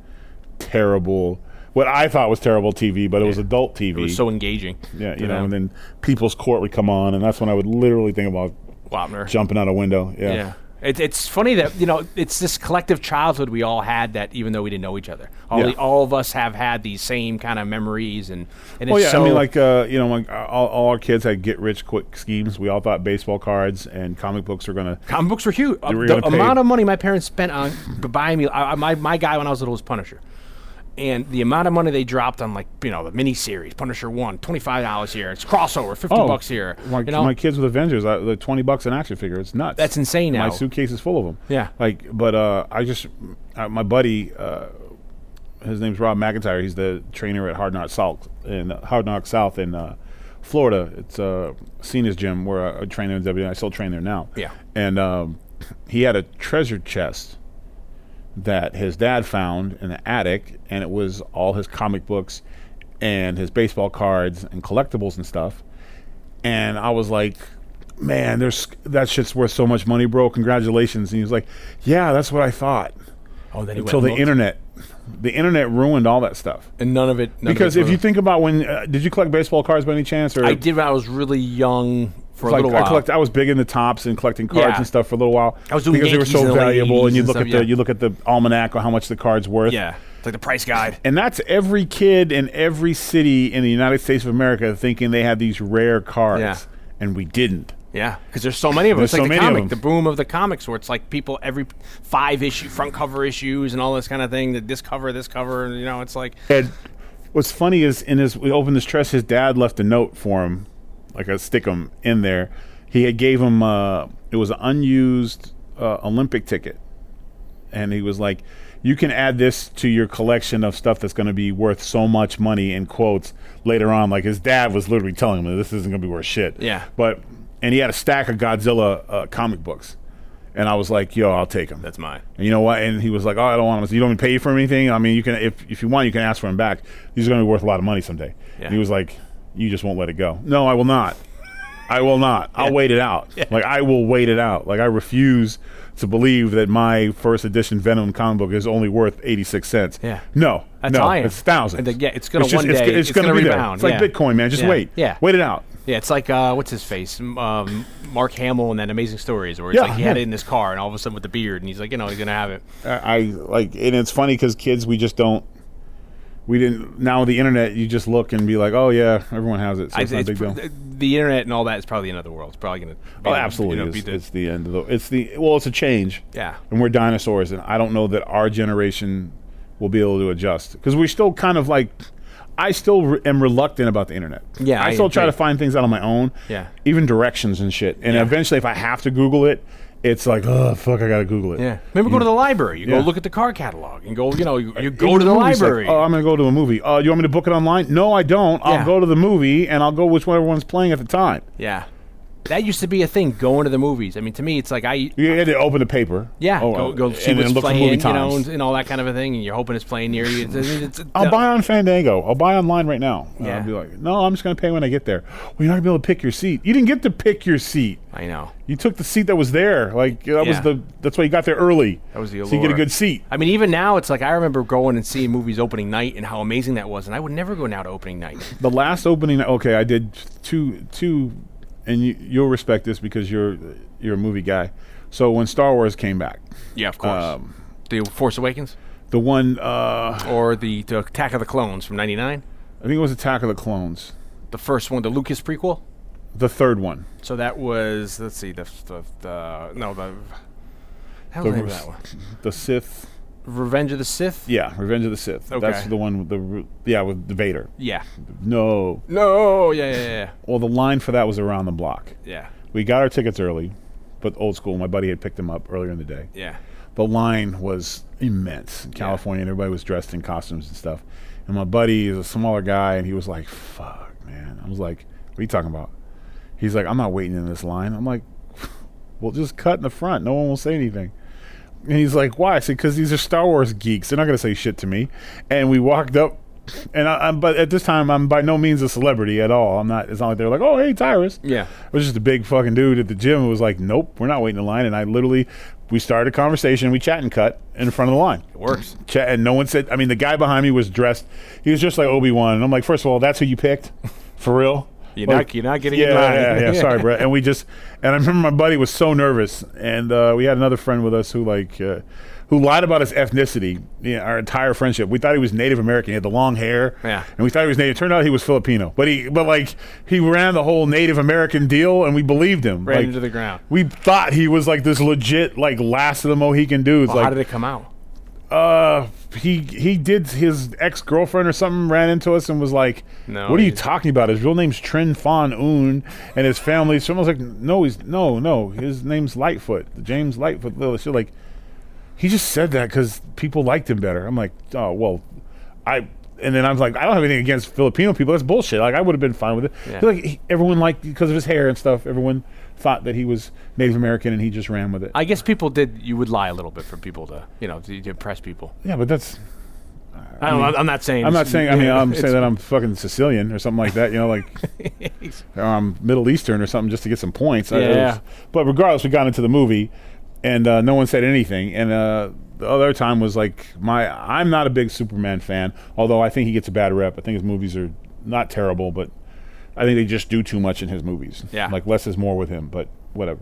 Speaker 5: terrible, what I thought was terrible TV, but it was adult TV.
Speaker 4: It was so engaging.
Speaker 5: yeah, you know. And then People's Court would come on, and that's when I would literally think about
Speaker 4: Wapner.
Speaker 5: jumping out a window.
Speaker 4: Yeah. It, it's funny that you know it's this collective childhood we all had that even though we didn't know each other, all,
Speaker 5: Yeah.
Speaker 4: the, all of us have had these same kind of memories and and it's
Speaker 5: Well, yeah,
Speaker 4: so
Speaker 5: I mean, like uh, you know, like, uh, all, all our kids had get rich quick schemes. We all thought baseball cards and comic books were gonna.
Speaker 4: comic books were huge. Uh,
Speaker 5: were
Speaker 4: the
Speaker 5: gonna pay-
Speaker 4: amount of money my parents spent on b- buying me, I, I- my my guy when I was little was Punisher. And the amount of money they dropped on like you know the miniseries Punisher one twenty five dollars here it's crossover fifty bucks here
Speaker 5: Oh, My,
Speaker 4: you know
Speaker 5: my kids with Avengers, I, the twenty bucks an action figure. It's nuts.
Speaker 4: That's insane now.
Speaker 5: My suitcase is full of them.
Speaker 4: Yeah.
Speaker 5: Like, but uh, I just uh, my buddy, uh, his name's Rob McIntyre. He's the trainer at Hard Knock South in Hard Knock South in uh, Florida. It's uh, Cena's gym where I, I trained in WWE. I still train there now.
Speaker 4: Yeah.
Speaker 5: And um, he had a treasure chest that his dad found in the attic, and it was all his comic books and his baseball cards and collectibles and stuff. And I was like, "Man, there's that shit's worth so much money, bro! Congratulations!" And he was like, "Yeah, that's what I thought."
Speaker 4: oh then he went
Speaker 5: Until the
Speaker 4: and looked.
Speaker 5: internet, the internet ruined all that stuff.
Speaker 4: and none of it none of
Speaker 5: Because
Speaker 4: it
Speaker 5: if you think about when uh, did you collect baseball cards by any chance? Or
Speaker 4: I did when I was really young for a
Speaker 5: like
Speaker 4: little while
Speaker 5: I collect. I was big into tops and collecting cards
Speaker 4: Yeah.
Speaker 5: and stuff for a little while.
Speaker 4: I was doing
Speaker 5: because
Speaker 4: Yankees
Speaker 5: they were
Speaker 4: in
Speaker 5: so
Speaker 4: the
Speaker 5: valuable. And you
Speaker 4: 80s and
Speaker 5: look
Speaker 4: stuff,
Speaker 5: at the
Speaker 4: yeah.
Speaker 5: you look at the almanac on how much the card's worth.
Speaker 4: yeah it's like the price guide
Speaker 5: And that's every kid in every city in the United States of America thinking they had these rare cards,
Speaker 4: Yeah.
Speaker 5: and we didn't.
Speaker 4: Yeah, because there's so many of them.
Speaker 5: There's
Speaker 4: it's like the
Speaker 5: so many of
Speaker 4: comic,
Speaker 5: them.
Speaker 4: the boom of the comics, where it's like people every five issue front cover issues and all this kind of thing. That this cover, this cover, and, you know, it's like
Speaker 5: And what's funny is in his we opened this dress, his dad left a note for him, like a stickum in there. He had gave him uh, it was an unused uh, Olympic ticket, and he was like, "You can add this to your collection of stuff that's going to be worth so much money." In quotes later on, like his dad was literally telling him, "This isn't going to be worth shit."
Speaker 4: Yeah.
Speaker 5: but and he had a stack of Godzilla uh, comic books. And I was like, "Yo, I'll take them."
Speaker 4: that's mine.
Speaker 5: And you know what? And he was like, "Oh, I don't want them. You don't even pay for anything. I mean, you can if if you want, you can ask for them back. These are going to be worth a lot of money someday."
Speaker 4: Yeah.
Speaker 5: And he was like, "You just won't let it go." No, I will not. I will not. I'll wait it out. Like I will wait it out. Like I refuse to believe that my first edition Venom comic book is only worth eighty six cents.
Speaker 4: Yeah.
Speaker 5: No,
Speaker 4: That's
Speaker 5: no,
Speaker 4: how I am.
Speaker 5: it's thousands.
Speaker 4: And then, yeah, it's gonna
Speaker 5: just-
Speaker 4: one day- it's gonna
Speaker 5: be there.
Speaker 4: rebound.
Speaker 5: It's like
Speaker 4: Yeah.
Speaker 5: Bitcoin, man. Just
Speaker 4: Yeah.
Speaker 5: wait.
Speaker 4: Yeah.
Speaker 5: wait it out.
Speaker 4: Yeah, it's like uh, what's his face, M- um, Mark Hamill in that Amazing Stories, where it's
Speaker 5: Yeah,
Speaker 4: like he had
Speaker 5: yeah.
Speaker 4: it in his car, and all of a sudden with the beard, and he's like, you know, he's gonna have it.
Speaker 5: I I, like, and it's funny because kids, we just don't. We didn't. Now the internet, you just look and be like, "Oh yeah, everyone has it." So
Speaker 4: I,
Speaker 5: it's, not a big
Speaker 4: it's
Speaker 5: deal.
Speaker 4: pr- the internet and all that is probably another world. It's probably gonna. be-
Speaker 5: oh,
Speaker 4: you
Speaker 5: absolutely,
Speaker 4: know, be
Speaker 5: it's,
Speaker 4: the-
Speaker 5: it's the end of the. It's the well, it's a change.
Speaker 4: Yeah.
Speaker 5: and we're dinosaurs, and I don't know that our generation will be able to adjust because we're still kind of like. I still re- am reluctant about the internet.
Speaker 4: Yeah,
Speaker 5: I
Speaker 4: I
Speaker 5: still try
Speaker 4: agree.
Speaker 5: to find things out on my own.
Speaker 4: Yeah.
Speaker 5: even directions and shit. And eventually, if I have to Google it, it's like, oh fuck, I gotta Google it.
Speaker 4: yeah, remember go to the library. You
Speaker 5: Yeah.
Speaker 4: go look at the car catalog and go. You know, you, you
Speaker 5: Even
Speaker 4: go to the
Speaker 5: movies, like,
Speaker 4: library.
Speaker 5: oh, I'm going to go to a movie. Uh, you want me to book it online? No, I don't. I'll
Speaker 4: Yeah.
Speaker 5: go to the movie and I'll go which one everyone's playing at the time.
Speaker 4: yeah, that used to be a thing. Going to the movies. I mean, to me, it's like I
Speaker 5: You had to open the paper.
Speaker 4: Yeah,
Speaker 5: Oh,
Speaker 4: go,
Speaker 5: uh,
Speaker 4: go see
Speaker 5: and then
Speaker 4: what's
Speaker 5: look for
Speaker 4: playing,
Speaker 5: movie
Speaker 4: you know,
Speaker 5: times.
Speaker 4: and, and all that kind of a thing, and you're hoping it's playing near you. It's, it's, it's,
Speaker 5: I'll buy on Fandango. I'll buy online right now. And
Speaker 4: Yeah.
Speaker 5: I'll be like, no, I'm just going to pay when I get there. Well, you're not going to be able to pick your seat. You didn't get to pick your seat.
Speaker 4: I know.
Speaker 5: You took the seat that was there. Like that was
Speaker 4: Yeah.
Speaker 5: the. That's why you got there early.
Speaker 4: That was the
Speaker 5: So you get a
Speaker 4: allure.
Speaker 5: good seat.
Speaker 4: I mean, even now, it's like I remember going and seeing movies opening night and how amazing that was, and I would never go now to opening night.
Speaker 5: The last opening. Okay, I did two two, and you, you'll respect this because you're you're a movie guy. So when Star Wars came back,
Speaker 4: yeah, of course.
Speaker 5: Um,
Speaker 4: the Force Awakens
Speaker 5: the one uh,
Speaker 4: or the, the Attack of the Clones from '99,
Speaker 5: I think it was Attack of the Clones,
Speaker 4: the first one, the Lucas prequel.
Speaker 5: the third one.
Speaker 4: So that was let's see, the the, the no the. How
Speaker 5: The
Speaker 4: the name of
Speaker 5: Re-
Speaker 4: that one?
Speaker 5: The Sith.
Speaker 4: Revenge of the Sith.
Speaker 5: Yeah, Revenge of the Sith. That's
Speaker 4: Okay.
Speaker 5: the one with the ru- yeah with the Vader.
Speaker 4: Yeah.
Speaker 5: No.
Speaker 4: No. Yeah. Yeah. Yeah.
Speaker 5: Well, the line for that was around the block.
Speaker 4: Yeah.
Speaker 5: We got our tickets early, but old school. My buddy had picked them up earlier in the day.
Speaker 4: Yeah.
Speaker 5: the line was immense in California, and everybody was dressed in costumes and stuff. And my buddy is a smaller guy, and he was like, "Fuck, man!" I was like, "What are you talking about?" He's like, "I'm not waiting in this line." I'm like, "Well, just cut in the front. No one will say anything." And he's like, "Why?" I said, "Because these are Star Wars geeks. They're not gonna say shit to me." And we walked up, and I, I'm, but at this time, I'm by no means a celebrity at all. I'm not. It's not like they're like, "Oh, hey, Tyrus."
Speaker 4: Yeah.
Speaker 5: I was just a big fucking dude at the gym who was like, "Nope, we're not waiting in line." And I literally, we started a conversation, we chat and cut in front of the line.
Speaker 4: It works.
Speaker 5: Chat, and no one said. I mean, the guy behind me was dressed. He was just like Obi Wan, and I'm like, first of all, that's who you picked, for real.
Speaker 4: You're
Speaker 5: Like-
Speaker 4: not you're not getting
Speaker 5: yeah,
Speaker 4: in line.
Speaker 5: Yeah, yeah, Sorry, Brett. And we just and I remember my buddy was so nervous, and uh, we had another friend with us who like uh, who lied about his ethnicity. You know, our entire friendship, we thought he was Native American. He had the long hair,
Speaker 4: Yeah.
Speaker 5: and we thought he was Native. Turned out he was Filipino, but he but like he ran the whole Native American deal, and we believed him.
Speaker 4: Ran
Speaker 5: Like,
Speaker 4: into the ground.
Speaker 5: We thought he was like this legit like last of the Mohican dudes.
Speaker 4: Well,
Speaker 5: like
Speaker 4: how did it come out?
Speaker 5: uh he he did his ex girlfriend or something ran into us and was like,
Speaker 4: No,
Speaker 5: "What are you
Speaker 4: he's-
Speaker 5: talking about? His real name's Trin Fan Un, and his family." Someone's like, "No, he's no, no. His name's Lightfoot, James Lightfoot." Little shit like, he just said that because people liked him better. I'm like, oh well, I. And then I was like, I don't have anything against Filipino people. That's bullshit. Like I would have been fine with it.
Speaker 4: Yeah.
Speaker 5: They're Like he- everyone liked because of his hair and stuff. Everyone thought that he was Native American, and he just ran with it.
Speaker 4: I guess people did. You would lie a little bit for people to, you know, to, to impress people.
Speaker 5: yeah, but that's
Speaker 4: I don't, I'm not saying.
Speaker 5: I'm not
Speaker 4: it's-
Speaker 5: saying. I mean, I'm
Speaker 4: it's-
Speaker 5: saying that I'm fucking Sicilian or something like that. You know, like or I'm Middle Eastern or something just to get some points. I- it
Speaker 4: Yeah.
Speaker 5: was- but regardless, we got into the movie, and uh, no one said anything. And uh, the other time was like my. I'm not a big Superman fan, although I think he gets a bad rep. I think his movies are not terrible, but I think they just do too much in his movies.
Speaker 4: Yeah.
Speaker 5: like less is more with him. But whatever.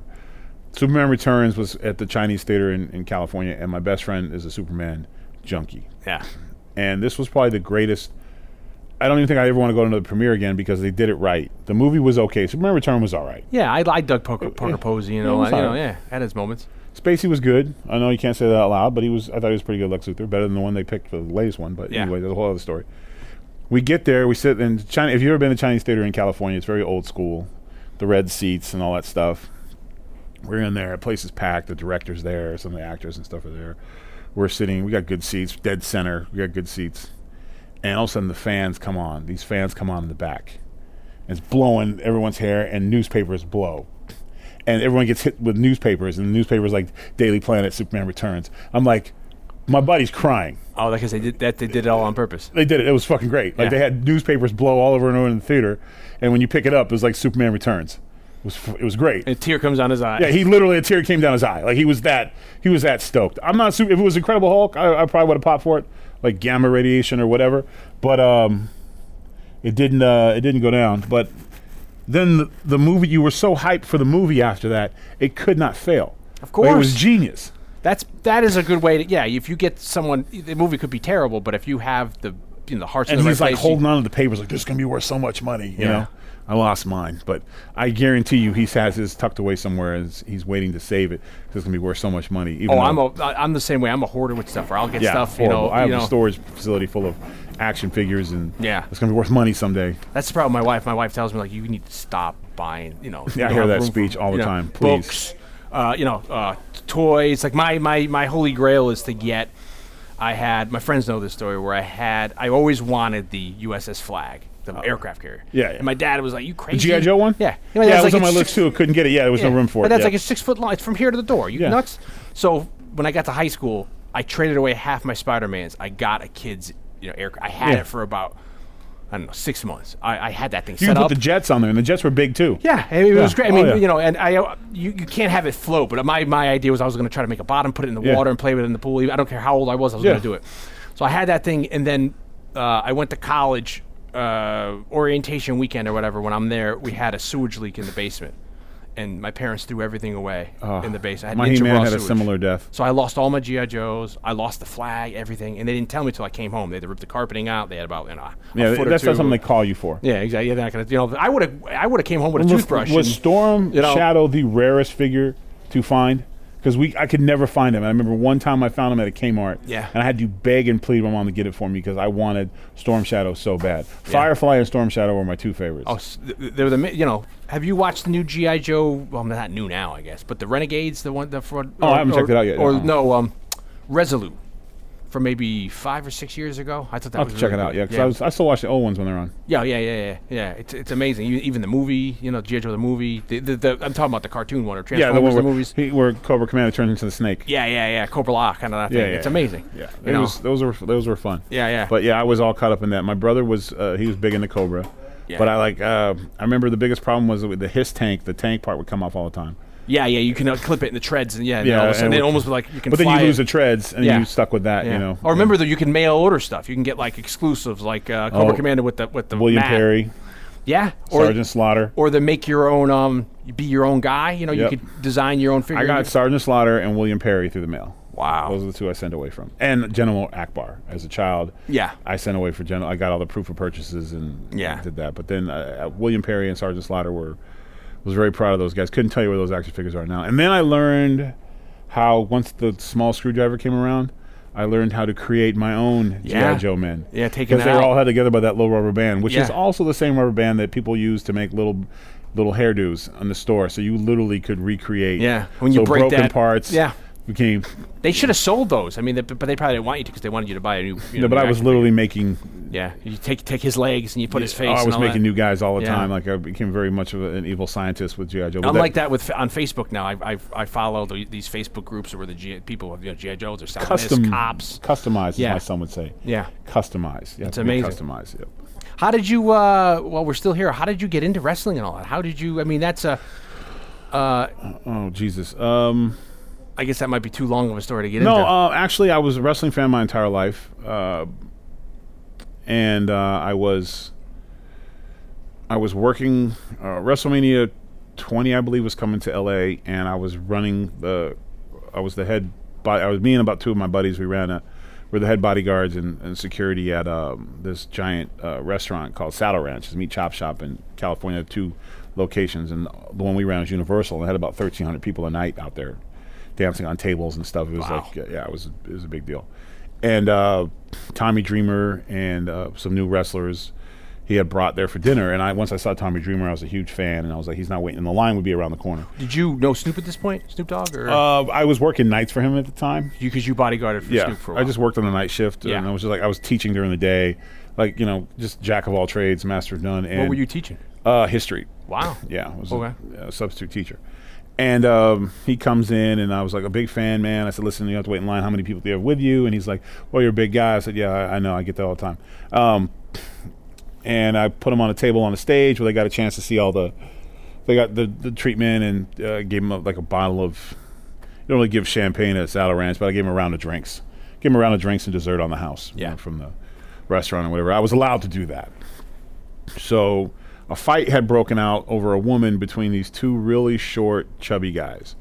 Speaker 5: Superman Returns was at the Chinese theater in, in California, and my best friend is a Superman junkie
Speaker 4: Yeah.
Speaker 5: and this was probably the greatest. I don't even think I ever want to go to another premiere again because they did it right. The movie was okay. Superman Return was all right.
Speaker 4: Yeah, I, I dug Parker, Parker Posey and
Speaker 5: yeah,
Speaker 4: all
Speaker 5: it was
Speaker 4: that. You know,
Speaker 5: alright.
Speaker 4: yeah, at his moments.
Speaker 5: Spacey was good. I know you can't say that out loud, but he was. I thought he was pretty good, Lex Luthor, better than the one they picked for the latest one. But
Speaker 4: Yeah.
Speaker 5: anyway, that's a whole other story. We get there. We sit in China. If you've ever been to Chinese theater in California, it's very old school. The red seats and all that stuff. We're in there. The place is packed. The director's there. Some of the actors and stuff are there. We're sitting. We got good seats. Dead center. We got good seats. And all of a sudden, the fans come on. These fans come on in the back. It's blowing everyone's hair, and newspapers blow. And everyone gets hit with newspapers, and the newspapers like Daily Planet, Superman Returns. I'm like, my buddy's crying.
Speaker 4: Oh, because they did that. They did it all on purpose.
Speaker 5: They did it. It was fucking great. Like
Speaker 4: Yeah.
Speaker 5: they had newspapers blow all over and over in the theater, and when you pick it up, it was like Superman Returns. It was f- it was great.
Speaker 4: A tear comes down his eye.
Speaker 5: Yeah, he literally a tear came down his eye. Like he was that he was that stoked. I'm not super. If it was Incredible Hulk, I, I probably would have popped for it, like gamma radiation or whatever. But um, it didn't. Uh, it didn't go down. But then the, the movie. You were so hyped for the movie after that, it could not fail.
Speaker 4: Of
Speaker 5: Like, it was
Speaker 4: course.
Speaker 5: genius.
Speaker 4: That's that is a good way to. Yeah, if you get someone, the movie could be terrible, but if you have the you know the hearts
Speaker 5: And
Speaker 4: in the
Speaker 5: he's
Speaker 4: right
Speaker 5: like
Speaker 4: place, you-
Speaker 5: holding on to the papers, like this is gonna be worth so much money. You
Speaker 4: Yeah.
Speaker 5: know, I lost mine, but I guarantee you, he has his tucked away somewhere. And he's waiting to save it 'cause it's gonna be worth so much money. Even
Speaker 4: Oh,
Speaker 5: though-
Speaker 4: I'm a, I- I'm the same way. I'm a hoarder with stuff, or I'll get stuff. You
Speaker 5: horrible.
Speaker 4: know,
Speaker 5: I have
Speaker 4: you
Speaker 5: a
Speaker 4: know.
Speaker 5: storage facility full of action figures, and
Speaker 4: Yeah.
Speaker 5: it's gonna be worth money someday.
Speaker 4: That's the problem. with My wife, my wife tells me like, you need to stop buying. You know, you
Speaker 5: I
Speaker 4: don't
Speaker 5: hear
Speaker 4: have
Speaker 5: that
Speaker 4: room
Speaker 5: speech all
Speaker 4: you
Speaker 5: the
Speaker 4: know,
Speaker 5: time. Please.
Speaker 4: books, uh, you know, uh, t- toys. Like my my my holy grail is to get. I had my friends know this story where I had I always wanted the USS Flag, the aircraft carrier.
Speaker 5: Yeah, yeah.
Speaker 4: And my dad was like, "You crazy?"
Speaker 5: The GI Joe one?
Speaker 4: Yeah.
Speaker 5: yeah,
Speaker 4: dad's
Speaker 5: it was
Speaker 4: like,
Speaker 5: on my
Speaker 4: "It's
Speaker 5: list
Speaker 4: six-
Speaker 5: too. Couldn't get it. Yeah, there was
Speaker 4: yeah,
Speaker 5: no room for
Speaker 4: But
Speaker 5: it.
Speaker 4: that's
Speaker 5: yeah.
Speaker 4: like a six foot long. It's from here to the door. You
Speaker 5: Yeah.
Speaker 4: nuts? So when I got to high school, I traded away half my Spider Mans. I got a kid's you know aircraft. I had
Speaker 5: Yeah.
Speaker 4: it for about I don't know six months. I, I had that thing
Speaker 5: you
Speaker 4: set
Speaker 5: can
Speaker 4: up.
Speaker 5: put the jets on there, and the jets were big too.
Speaker 4: yeah, it, it was
Speaker 5: Yeah.
Speaker 4: great. I
Speaker 5: Oh,
Speaker 4: mean,
Speaker 5: yeah.
Speaker 4: you know, and I uh, you, you can't have it float. But my my idea was I was going to try to make a bottom, put it in the
Speaker 5: Yeah.
Speaker 4: water, and play with it in the pool. I don't care how old I was, I was
Speaker 5: Yeah.
Speaker 4: going to do it. So I had that thing, and then uh, I went to college uh, orientation weekend or whatever. When I'm there, we had a sewage leak in the basement. And my parents threw everything away in the basement. I had
Speaker 5: Ah, My
Speaker 4: inch of raw
Speaker 5: He-Man had a
Speaker 4: sewage.
Speaker 5: similar death.
Speaker 4: So I lost all my GI Joes. I lost the flag, everything, and they didn't tell me till I came home. They had to rip the carpeting out. They had about you know, a
Speaker 5: Yeah,
Speaker 4: foot or
Speaker 5: that's
Speaker 4: two.
Speaker 5: not something they call you for.
Speaker 4: Yeah, exactly. Yeah, they're not gonna. You know, I would have. I would have came home with a
Speaker 5: Was,
Speaker 4: toothbrush.
Speaker 5: was
Speaker 4: and-
Speaker 5: Storm
Speaker 4: you know-
Speaker 5: Shadow the rarest figure to find? Because we, I could never find him. I remember one time I found him at a Kmart,
Speaker 4: Yeah.
Speaker 5: and I had to beg and plead my mom to get it for me because I wanted Storm Shadow so bad. Firefly and Storm Shadow were my two favorites.
Speaker 4: Oh, s- th- th- they were the. ma- You know, have you watched the new GI Joe? Well, not new now, I guess, but the Renegades, the one, the front.
Speaker 5: Oh, I haven't checked it out yet,
Speaker 4: Or
Speaker 5: no.
Speaker 4: no, um, Resolute, from maybe five or six years ago. I thought that
Speaker 5: I'll have
Speaker 4: was
Speaker 5: to check
Speaker 4: really
Speaker 5: it out.
Speaker 4: good.
Speaker 5: Yeah, because I, was- I still watch the old ones when they're on.
Speaker 4: Yeah, yeah, yeah, yeah, yeah. It's it's amazing. You, even the movie, you know, GI Joe the movie. The, the, the I'm talking about the cartoon one or
Speaker 5: Yeah,
Speaker 4: Transformers
Speaker 5: the one where,
Speaker 4: movies.
Speaker 5: he- where Cobra Commander turns into the snake.
Speaker 4: Yeah, yeah, yeah. Cobra Law, kind of that thing. it's amazing.
Speaker 5: Yeah,
Speaker 4: you
Speaker 5: it
Speaker 4: know.
Speaker 5: was, those were those were fun.
Speaker 4: Yeah, yeah.
Speaker 5: But yeah, I was all caught up in that. My brother was uh, he was big into Cobra,
Speaker 4: Yeah.
Speaker 5: but I like uh, I remember the biggest problem was with the his tank. The tank part would come off all the time.
Speaker 4: yeah, yeah. You can uh, clip it in the treads, and yeah, and all of a sudden
Speaker 5: and
Speaker 4: it
Speaker 5: would-
Speaker 4: almost like you can.
Speaker 5: But then you
Speaker 4: fly
Speaker 5: lose
Speaker 4: it.
Speaker 5: the treads, and
Speaker 4: Yeah.
Speaker 5: you stuck with that.
Speaker 4: Yeah.
Speaker 5: You know.
Speaker 4: Or remember that you can mail order stuff. You can get like exclusives, like uh, Cobra
Speaker 5: Oh.
Speaker 4: Commander with the with the
Speaker 5: William
Speaker 4: mat.
Speaker 5: Perry.
Speaker 4: Yeah, or
Speaker 5: Sergeant Slaughter.
Speaker 4: or the make your own um be your own guy. You know,
Speaker 5: Yep.
Speaker 4: you could design your own figure.
Speaker 5: I got Sergeant Slaughter and William Perry through the mail.
Speaker 4: Wow.
Speaker 5: Those are the two I sent away from. And General Akbar as a child.
Speaker 4: Yeah.
Speaker 5: I sent away for General. I got all the proof of purchases and
Speaker 4: Yeah.
Speaker 5: did that. But then uh, uh, William Perry and Sergeant Slaughter were was very proud of those guys. Couldn't tell you where those action figures are now. And then I learned how once the small screwdriver came around, I learned how to create my own
Speaker 4: Yeah.
Speaker 5: GI Joe men.
Speaker 4: Yeah, taking
Speaker 5: because
Speaker 4: it
Speaker 5: they were
Speaker 4: out.
Speaker 5: all held together by that little rubber band, which is
Speaker 4: Yeah.
Speaker 5: also the same rubber band that people use to make little little hairdos on the store. So you literally could recreate.
Speaker 4: Yeah, when you
Speaker 5: so
Speaker 4: break
Speaker 5: broken
Speaker 4: that-
Speaker 5: parts.
Speaker 4: yeah.
Speaker 5: became.
Speaker 4: They should have sold those. I mean, they, but they probably didn't want you to because they wanted you to buy a new. You know,
Speaker 5: no, but
Speaker 4: new
Speaker 5: I was
Speaker 4: action
Speaker 5: literally making.
Speaker 4: figure. Yeah, you take take his legs and you put his face.
Speaker 5: Oh, I
Speaker 4: and
Speaker 5: was
Speaker 4: all
Speaker 5: making
Speaker 4: that.
Speaker 5: new guys all the
Speaker 4: Yeah.
Speaker 5: time. Like I became very much of a- an evil scientist with GI Joe. but
Speaker 4: I'm like that with on Facebook now. I I, I follow the, these Facebook groups where the G, people of you know, GI Joes or South
Speaker 5: Custom
Speaker 4: cops.
Speaker 5: Customized,
Speaker 4: Yeah.
Speaker 5: as my son would say.
Speaker 4: Yeah.
Speaker 5: Customized. Yeah,
Speaker 4: It's amazing.
Speaker 5: Customized. Yep.
Speaker 4: How did you? Uh, well, we're still here. How did you get into wrestling and all that? How did you? I mean, that's a.
Speaker 5: Oh Jesus. Um,
Speaker 4: I guess that might be too long of a story to get
Speaker 5: no,
Speaker 4: into.
Speaker 5: uh, actually, I was a wrestling fan my entire life, uh, and uh, I was I was working uh, WrestleMania 20, I believe, was coming to LA, and I was running the I was the head. bo- I was me and about two of my buddies. We ran a we're the head bodyguards and, and security at um, this giant uh, restaurant called Saddle Ranch. It's a meat chop shop in California. Two locations, and the one we ran was Universal, and had about 1,300 people a night out there dancing on tables and stuff. It was
Speaker 4: Wow.
Speaker 5: like, yeah, it was it was a big deal. And uh, Tommy Dreamer and uh, some new wrestlers he had brought there for dinner. And I once I saw Tommy Dreamer, I was a huge fan, and I was like, he's not waiting. And the line would be around the corner.
Speaker 4: did you know Snoop at this point? Snoop Dogg, or
Speaker 5: Uh, I was working nights for him at the time.
Speaker 4: you because you bodyguarded for Snoop for a while?
Speaker 5: I just worked on the night shift,
Speaker 4: Yeah.
Speaker 5: and I was just like, I was teaching during the day, like you know, just jack of all trades, master of none. And
Speaker 4: what were you teaching?
Speaker 5: uh, history.
Speaker 4: Wow.
Speaker 5: Yeah, I was
Speaker 4: Okay.
Speaker 5: a, a substitute teacher. And um, he comes in, and I was like, a big fan, man. I said, listen, you have to wait in line. How many people do you have with you? And he's like, well, you're a big guy. I said, yeah, I, I know. I get that all the time. Um, and I put him on a table on a stage where they got a chance to see all the, they got the, the treatment and uh, gave him a, like a bottle of, you don't really give champagne at Saddle Ranch, but I gave him a round of drinks. Gave him a round of drinks and dessert on the house you
Speaker 4: Yeah.
Speaker 5: know, from the restaurant or whatever. I was allowed to do that. So a fight had broken out over a woman between these two really short, chubby guys,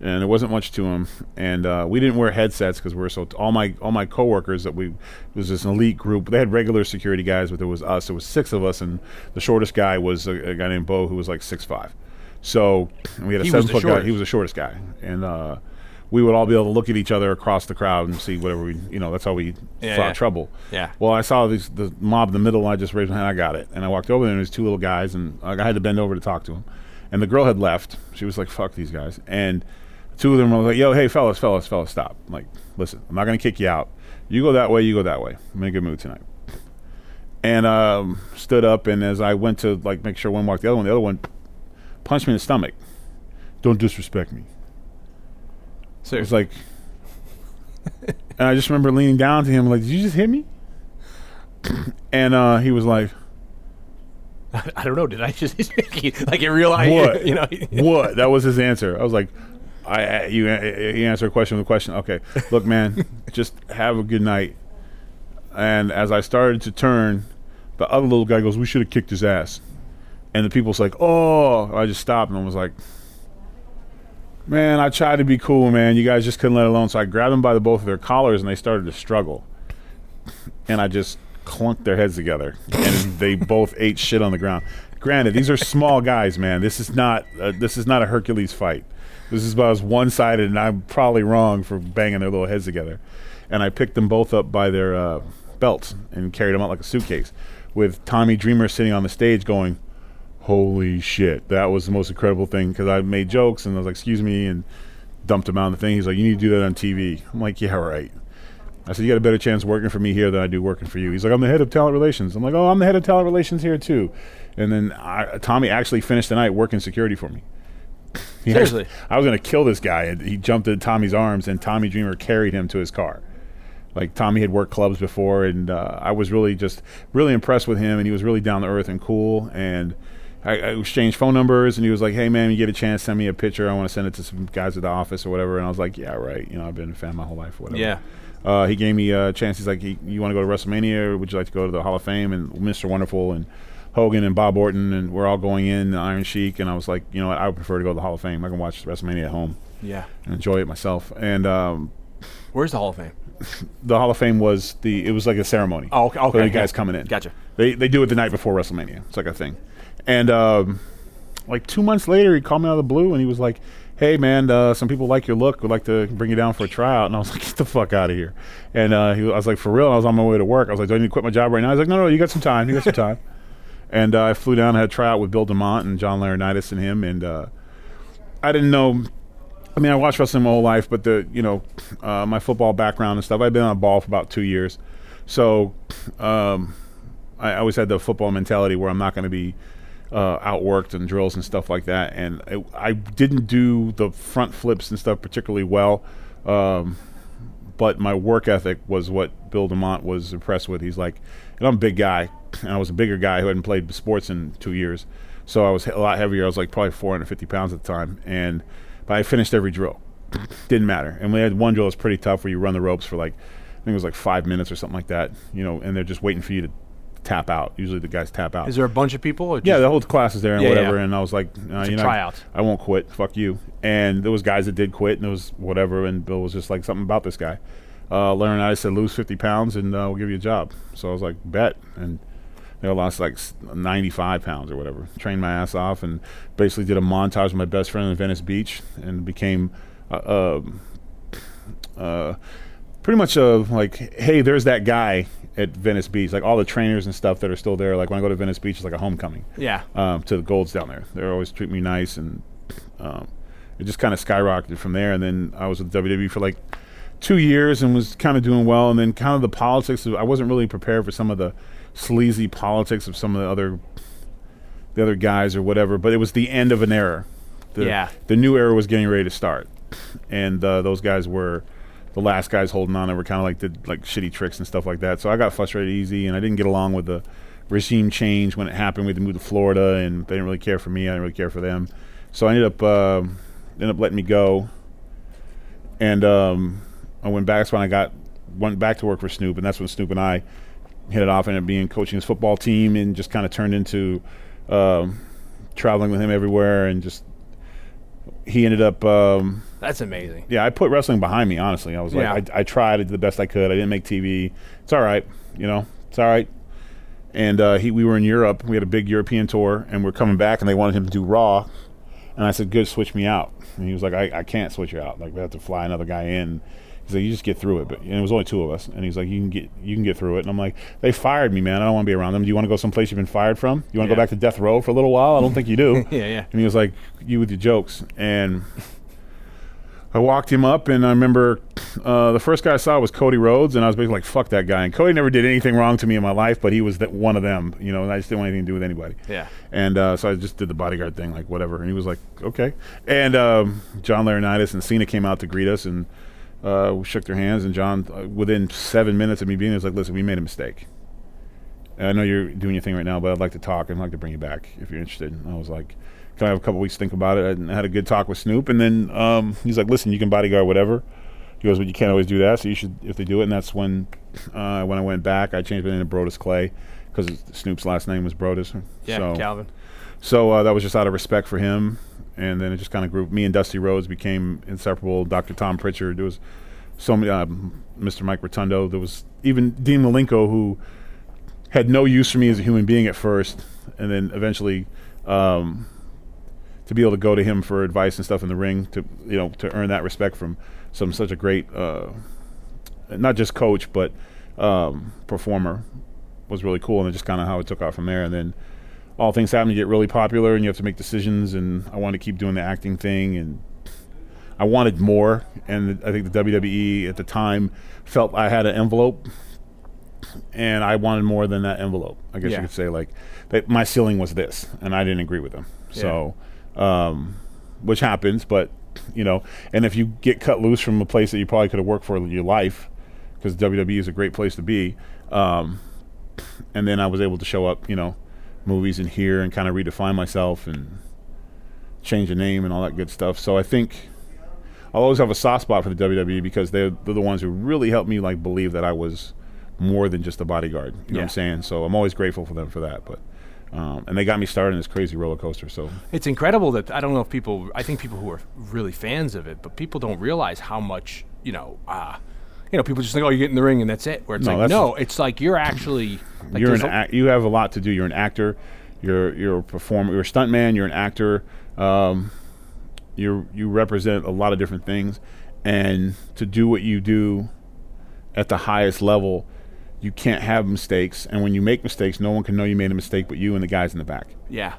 Speaker 5: and there wasn't much to them. And uh, we didn't wear headsets because we were so. T- all my all my coworkers that we it was this elite group. They had regular security guys, but there was us. There was six of us, and the shortest guy was a, a guy named Bo who was like six five. So and we had a
Speaker 4: He was
Speaker 5: seven
Speaker 4: the
Speaker 5: foot guy.
Speaker 4: shortest.
Speaker 5: He was the shortest guy, and. uh we would all be able to look at each other across the crowd and see whatever we, you know, that's how we
Speaker 4: Yeah,
Speaker 5: saw
Speaker 4: yeah.
Speaker 5: trouble.
Speaker 4: Yeah.
Speaker 5: Well, I saw these, the mob in the middle. I just raised my hand. I got it, and I walked over there. And there's two little guys, and like, I had to bend over to talk to them. And the girl had left. She was like, "Fuck these guys." And two of them were like, "Yo, hey, fellas, fellas, fellas, stop! I'm like, listen, I'm not gonna kick you out. You go that way. You go that way. I'm in a good mood tonight." And um, stood up, and as I went to like make sure one walked the other one, the other one punched me in the stomach. Don't disrespect me. It was
Speaker 4: Seriously.
Speaker 5: like, and I just remember leaning down to him, like, "Did you just hit me?" And uh, he was like,
Speaker 4: I don't know. Did I just like in real life?
Speaker 5: "What?
Speaker 4: You know?
Speaker 5: what?" That was his answer. I was like, "I you he answered a question with a question." Okay, look, man, just have a good night. And as I started to turn, the other little guy goes, "We should have kicked his ass." And the people's like, "Oh!" I just stopped and I was like, "Man, I tried to be cool, man. You guys just couldn't let it alone." So I grabbed them by the both of their collars and they started to struggle. And I just clunked their heads together, and they both ate shit on the ground. Granted, these are small guys, man. This is not uh, this is not a Hercules fight. This is about as one sided, and I'm probably wrong for banging their little heads together. And I picked them both up by their uh, belts and carried them out like a suitcase, with Tommy Dreamer sitting on the stage going holy shit that was the most incredible thing because i made jokes and i was like excuse me and dumped him out on the thing he's like you need to do that on tv i'm like yeah right i said you got a better chance working for me here than i do working for you he's like i'm the head of talent relations i'm like oh i'm the head of talent relations here too and then I, tommy actually finished the night working security for me He had-
Speaker 4: Seriously?
Speaker 5: i was going to kill this guy and he jumped in tommy's arms and tommy dreamer carried him to his car like Tommy had worked clubs before, and uh, I was really just really impressed with him, and he was really down to earth and cool. And I, I exchanged phone numbers, and he was like, "Hey man, you get a chance, send me a picture. I want to send it to some guys at the office or whatever." And I was like, "Yeah, right. You know, I've been a fan my whole life, or whatever."
Speaker 4: Yeah.
Speaker 5: Uh, he gave me a chance. He's like, "You- "You want to go to WrestleMania, or would you like to go to the Hall of Fame and Mr. Wonderful and Hogan and Bob Orton, and we're all going in the Iron Sheik, and I was like, you know what, I would prefer to go to the Hall of Fame. I can watch WrestleMania at home
Speaker 4: Yeah.
Speaker 5: and enjoy it myself. And um,
Speaker 4: Where's the Hall of Fame?
Speaker 5: the Hall of Fame was the it was like a ceremony.
Speaker 4: Oh, okay-
Speaker 5: For
Speaker 4: okay,
Speaker 5: the guys
Speaker 4: yeah.
Speaker 5: coming in.
Speaker 4: Gotcha.
Speaker 5: They they do it the night before WrestleMania. It's like a thing. And um, like two months later, he called me out of the blue and he was like, "Hey man, uh, some people like your look. Would like to bring you down for a tryout." And I was like, "Get the fuck out of here!" And uh, he, I was like, "For real?" I was on my way to work. I was like, "Do I need to quit my job right now?" He's like, "No, no, you got some time. You got some time." And uh, I flew down, had a tryout with Bill Demont and John Laurinaitis and him, and uh, I didn't know. I mean, I watched wrestling my whole life, but the you know uh, my football background and stuff. I've been on a ball for about two years, so um, I I always had the football mentality where I'm not going to be uh, outworked and drills and stuff like that. And I, I didn't do the front flips and stuff particularly well. Um, but my work ethic was what Bill DeMont was impressed with. He's like, and I'm a big guy, and I was a bigger guy who hadn't played sports in two years, so I was he- a lot heavier. I was like probably 450 pounds at the time, and but I finished every drill. Didn't matter. And we had one drill that's pretty tough where you run the ropes for like, I think it was like five minutes or something like that, you know, and they're just waiting for you to tap out. Usually the guys tap out.
Speaker 4: Is there a bunch of people? Or just
Speaker 5: Yeah, the whole class is there and
Speaker 4: Yeah,
Speaker 5: whatever.
Speaker 4: yeah.
Speaker 5: And I was like, nah,
Speaker 4: It's a
Speaker 5: you know,
Speaker 4: tryout.
Speaker 5: I won't quit. Fuck you. And there was guys that did quit, and there was whatever. And Bill was just like, something about this guy. Uh, Larry and I said, lose fifty pounds, and uh, we'll give you a job. So I was like, bet. And they all lost like s- ninety-five pounds or whatever. Trained my ass off, and basically did a montage with my best friend in Venice Beach, and became. Uh, uh, uh, pretty much of like, hey, there's that guy at Venice Beach. Like all the trainers and stuff that are still there. Like when I go to Venice Beach, it's like a homecoming.
Speaker 4: Yeah.
Speaker 5: Um, to the golds down there, they always treat me nice, and um, it just kind of skyrocketed from there. And then I was with WWE E for like two years and was kind of doing well. And then kind of the politics. Of, I wasn't really prepared for some of the sleazy politics of some of the other the other guys or whatever. But it was the end of an era. The,
Speaker 4: Yeah.
Speaker 5: The new era was getting ready to start, and uh, those guys were the last guys holding on. They were kind of like did like shitty tricks and stuff like that. So I got frustrated easy, and I didn't get along with the regime change when it happened. We had to move to Florida, and they didn't really care for me. I didn't really care for them. So I ended up uh, ended up letting me go, and um, I went back. That's when I got went back to work for Snoop, and that's when Snoop and I hit it off. Ended up being coaching his football team, and just kind of turned into um, traveling with him everywhere, and just he ended up. Um,
Speaker 4: That's amazing.
Speaker 5: yeah, I put wrestling behind me. Honestly, I was like,
Speaker 4: Yeah.
Speaker 5: I, I tried, I did the best I could. I didn't make TV. It's all right, you know, it's all right. And uh, he, we were in Europe. We had a big European tour, and we're coming back, and they wanted him to do Raw. And I said, "Good, switch me out." And he was like, "I, I can't switch you out. Like, we have to fly another guy in." He's like, "You just get through it." But and it was only two of us, and he's like, "You can get, you can get through it." And I'm like, "They fired me, man. I don't want to be around them. Do you want to go someplace you've been fired from? You want to
Speaker 4: Yeah.
Speaker 5: go back to death row for a little while? I don't think you do."
Speaker 4: Yeah, yeah.
Speaker 5: And he was like, "You with your jokes." And I walked him up, and I remember uh, the first guy I saw was Cody Rhodes, and I was basically like, "Fuck that guy." And Cody never did anything wrong to me in my life, but he was that one of them, you know. And I just didn't want anything to do with anybody.
Speaker 4: Yeah.
Speaker 5: And uh, so I just did the bodyguard thing, like whatever. And he was like, "Okay." And um, John Laurinaitis and Cena came out to greet us, and uh, we shook their hands. And John, uh, within seven minutes of me being there, was like, "Listen, we made a mistake. And I know you're doing your thing right now, but I'd like to talk and I'd like to bring you back if you're interested. And I was like, can I have a couple weeks to think about it? And I had a good talk with Snoop. And then um, he's like, listen, you can bodyguard whatever. He goes, but you can't always do that. So you should, if they do it. And that's when uh, when I went back, I changed my name to Brodus Clay because Snoop's last name was Brodus.
Speaker 4: Yeah,
Speaker 5: so,
Speaker 4: Calvin.
Speaker 5: so uh, that was just out of respect for him, and then it just kind of grew. Me and Dusty Rhodes became inseparable. Dr. Tom Pritchard. There was so many. Um, Mr. Mike Rotundo. There was even Dean Malenko, who had no use for me as a human being at first, and then eventually. Um, to be able to go to him for advice and stuff in the ring to you know to earn that respect from some such a great uh, not just coach but um, performer was really cool and it just kind of how it took off from there and then all things happen you get really popular and you have to make decisions and I wanted to keep doing the acting thing and I wanted more and I think the WWE at the time felt I had an envelope and I wanted more than that envelope I guess
Speaker 4: Yeah.
Speaker 5: you could say like that my ceiling was this and I didn't agree with them so um, which happens but you know and if you get cut loose from a place that you probably could have worked for your life because WWE E is a great place to be um, and then I was able to show up, you know, movies in here and kind of redefine myself and change the name and all that good stuff. So I think I'll always have a soft spot for the WWE because they're, they're the ones who really helped me like believe that I was more than just a bodyguard. You know what
Speaker 4: Yeah.
Speaker 5: I'm saying? So I'm always grateful for them for that. But Um, and they got me started in this crazy roller coaster. So
Speaker 4: It's incredible that I don't know if people. I think people who are really fans of it, but people don't realize how much you know. Uh, you know, people just think, "Oh, you get in the ring and that's it." Where it's
Speaker 5: No,
Speaker 4: like,
Speaker 5: that's-
Speaker 4: no, it's like you're actually like
Speaker 5: you're
Speaker 4: there's
Speaker 5: an
Speaker 4: a-
Speaker 5: ac you have a lot to do. You're an actor. You're you're a performer. You're a stuntman. You're an actor. Um, you you represent a lot of different things, and to do what you do at the highest level, you can't have mistakes. And when you make mistakes, no one can know you made a mistake but you and the guys in the back.
Speaker 4: yeah.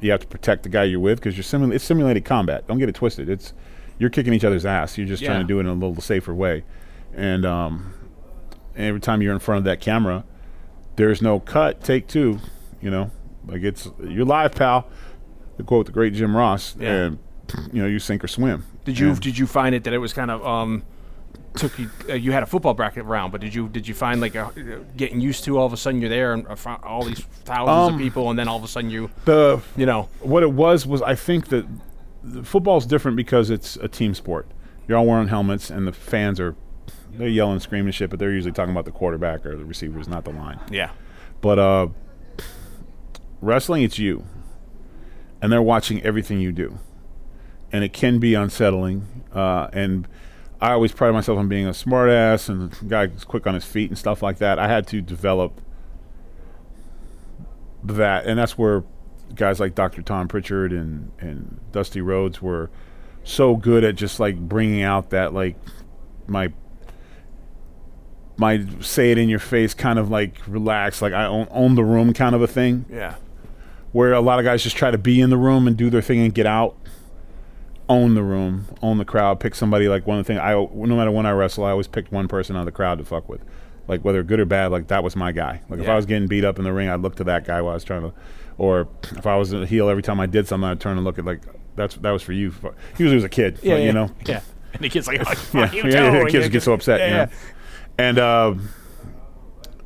Speaker 5: You have to protect the guy you're with because you're simul- it's simulated combat. Don't get it twisted. It's you're kicking each other's ass. You're just trying
Speaker 4: Yeah.
Speaker 5: to do it in a little safer way. And um, every time you're in front of that camera, there's no cut. Take two. You know, like it's you're live, pal. To quote the great Jim Ross,
Speaker 4: Yeah.
Speaker 5: and you know you sink or swim.
Speaker 4: Did you
Speaker 5: And-
Speaker 4: did you find it that it was kind of um took you uh, you had a football bracket round, but did you did you find like a, uh, getting used to all of a sudden you're there and uh, fro- all these thousands
Speaker 5: Um,
Speaker 4: of people, and then all of a sudden you
Speaker 5: the
Speaker 4: you know
Speaker 5: what it was was I think that the football's different because it's a team sport. You're all wearing helmets, and the fans are they're yelling, screaming shit, but they're usually talking about the quarterback or the receivers, not the line.
Speaker 4: yeah
Speaker 5: But uh, wrestling, it's you, and they're watching everything you do, and it can be unsettling. Uh, and I always pride myself on being a smartass and a guy who's quick on his feet and stuff like that. I had to develop that, and that's where guys like Dr. Tom Pritchard and and Dusty Rhodes were so good at just like bringing out that like my my say it in your face kind of like relax like I own, own the room kind of a thing
Speaker 4: yeah
Speaker 5: where a lot of guys just try to be in the room and do their thing and get out own the room own the crowd pick somebody like one of the things I no matter when I wrestle I always picked one person out of the crowd to fuck with like whether good or bad like that was my guy like if
Speaker 4: Yeah.
Speaker 5: I was getting beat up in the ring I'd look to that guy while I was trying to or if I was a heel every time I did something I'd turn and look at like that's that was for you usually it was a kid
Speaker 4: yeah
Speaker 5: like,
Speaker 4: yeah,
Speaker 5: you know
Speaker 4: yeah. And the kid's like, oh,
Speaker 5: yeah,
Speaker 4: fuck you,
Speaker 5: yeah,
Speaker 4: too.
Speaker 5: yeah,
Speaker 4: And
Speaker 5: kids
Speaker 4: you
Speaker 5: get so
Speaker 4: just-
Speaker 5: upset.
Speaker 4: Yeah,
Speaker 5: you know?
Speaker 4: yeah.
Speaker 5: And um,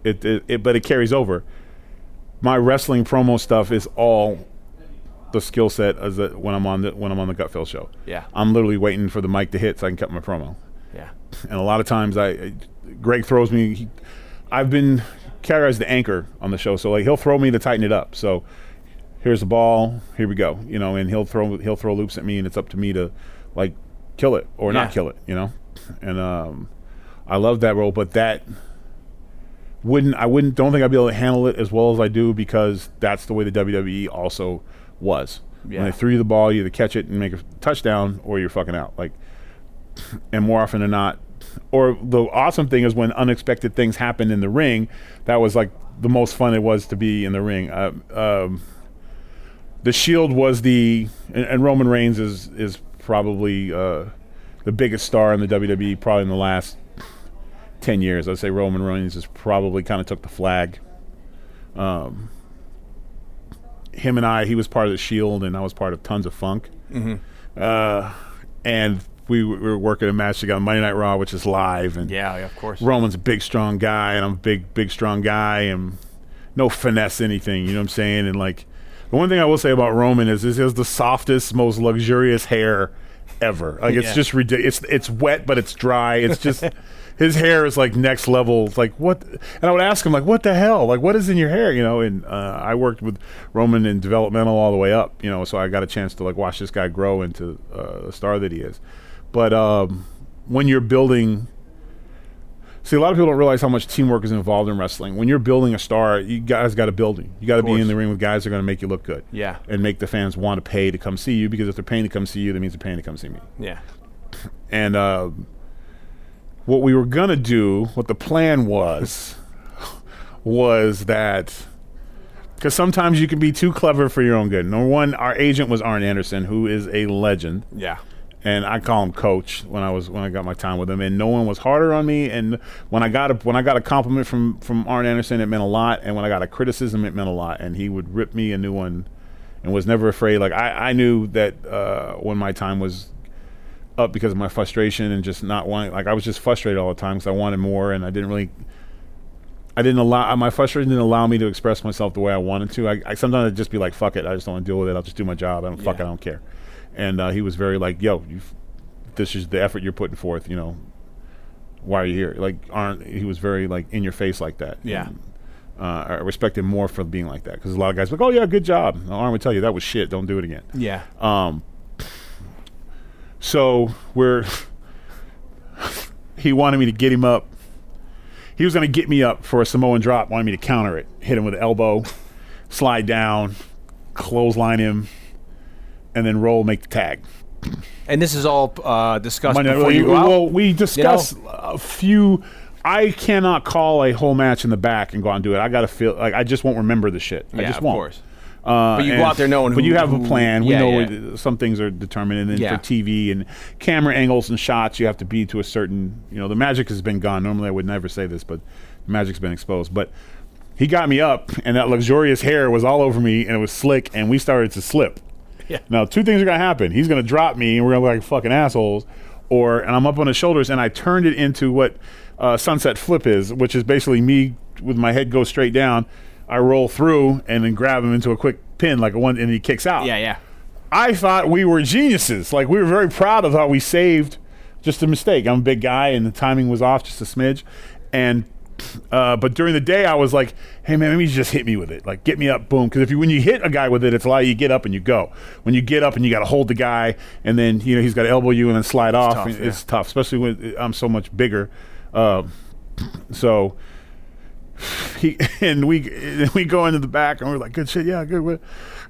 Speaker 5: it, it, it, but it carries over. My wrestling promo stuff is all the skill set as a, when I'm on the when I'm on the Gutfield show.
Speaker 4: Yeah.
Speaker 5: I'm literally waiting for the mic to hit so I can cut my promo.
Speaker 4: yeah.
Speaker 5: And a lot of times, I, I Greg throws me. He, I've been Kara is the anchor on the show, so like he'll throw me to tighten it up. So here's the ball. Here we go. You know, and he'll throw he'll throw loops at me, and it's up to me to like kill it or
Speaker 4: Yeah.
Speaker 5: not kill it. You know, and um, I love that role, but that wouldn't I wouldn't don't think I'd be able to handle it as well as I do because that's the way the WWE also was.
Speaker 4: Yeah.
Speaker 5: When they threw you the ball, you either catch it and make a touchdown or you're fucking out. Like and more often than not or the awesome thing is when unexpected things happened in the ring, that was like the most fun it was to be in the ring. Uh, um, the Shield was the and, and Roman Reigns is is probably uh, the biggest star in the WWE probably in the last 10 years. I'd say Roman Reigns has probably kind of took the flag. Um, him and I, he was part of the Shield, and I was part of Tons of Funk. Mm-hmm. Uh, and we, w- were working a match together on Monday Night Raw, which is live. And
Speaker 4: Yeah, yeah, of course.
Speaker 5: Roman's a big, strong guy, and I'm a big, big, strong guy, and no finesse anything. You know what I'm saying? And like, the one thing I will say about Roman is this is the softest, most luxurious hair ever. Like, it's
Speaker 4: Yeah.
Speaker 5: just ridiculous. It's it's wet, but it's dry. It's just his hair is like next level. It's like what? And I would ask him like, what the hell? Like, what is in your hair? You know? And uh, I worked with Roman in developmental all the way up. You know, so I got a chance to like watch this guy grow into uh, the star that he is. But um, when you're building See, a lot of people don't realize how much teamwork is involved in wrestling. When you're building a star, you guys got to build him. You got to be
Speaker 4: course.
Speaker 5: in the ring with guys that are going to make you look good.
Speaker 4: Yeah.
Speaker 5: And make the fans want to pay to come see you because if they're paying to come see you, that means they're paying to come see me.
Speaker 4: yeah.
Speaker 5: And uh, what we were going to do, what the plan was, was that because sometimes you can be too clever for your own good. Number one, our agent was Arn Anderson, who is a legend
Speaker 4: Yeah.
Speaker 5: and I call him coach when I was when I got my time with him and no one was harder on me and when I got a when I got a compliment from from Arn Anderson it meant a lot and when I got a criticism it meant a lot and he would rip me a new one and was never afraid like I I knew that uh when my time was up because of my frustration and just not wanting like I was just frustrated all the time cuz I wanted more and I didn't really I didn't allow uh, my frustration didn't allow me to express myself the way I wanted to. I, I sometimes I'd just be like, "Fuck it, I just don't want to deal with it. I'll just do my job. I don't fuck.
Speaker 4: Yeah.
Speaker 5: I don't care." And uh, he was very like, "Yo, you, this is the effort you're putting forth. You know, why are you here?" Like, aren't he was very like in your face like that.
Speaker 4: Yeah.
Speaker 5: And, Uh, I respect him more for being like that because a lot of guys are like, oh yeah, good job. The arm would tell you that was shit. Don't do it again.
Speaker 4: Yeah.
Speaker 5: Um. So we're. he wanted me to get him up. He was going to get me up for a Samoan drop. Wanted me to counter it, hit him with an elbow, slide down, clothesline him, and then roll, make the tag.
Speaker 4: And this is all uh, discussed
Speaker 5: Monday Night
Speaker 4: before
Speaker 5: Raw,
Speaker 4: you
Speaker 5: we-
Speaker 4: go out.
Speaker 5: Well, we discuss a few. I cannot call a whole match in the back and go out and do it. I gotta feel like I just won't remember the shit. I
Speaker 4: Yeah,
Speaker 5: just
Speaker 4: of
Speaker 5: won't.
Speaker 4: course.
Speaker 5: Uh,
Speaker 4: But you go
Speaker 5: and-
Speaker 4: out there knowing
Speaker 5: But
Speaker 4: who-
Speaker 5: you have a
Speaker 4: who-
Speaker 5: plan. We
Speaker 4: yeah,
Speaker 5: know
Speaker 4: yeah.
Speaker 5: where the- some things are determined, and then
Speaker 4: Yeah.
Speaker 5: for TV and camera angles and shots, you have to be to a certain. You know, the magic has been gone. Normally, I would never say this, but the magic's been exposed. But he got me up, and that luxurious hair was all over me, and it was slick, and we started to slip.
Speaker 4: Yeah.
Speaker 5: Now, two things are gonna happen. He's gonna drop me, and we're gonna look like fucking assholes, or and I'm up on his shoulders, and I turned it into what uh, sunset flip is, which is basically me with my head go straight down. I roll through and then grab him into a quick pin, like a one, and he kicks out.
Speaker 4: yeah, yeah.
Speaker 5: I thought we were geniuses. Like we were very proud of how we saved just a mistake. I'm a big guy, and the timing was off just a smidge. And uh, but during the day, I was like, "Hey man, maybe you just hit me with it. Like get me up, boom." Because if you when you hit a guy with it, it's a lot. You get up and you go. When you get up and you got to hold the guy, and then you know he's got to elbow you and then slide off.
Speaker 4: tough,
Speaker 5: and
Speaker 4: yeah.
Speaker 5: It's tough, especially when I'm so much bigger. Um, so he and we and we go into the back and we're like, good shit, yeah, good. what-"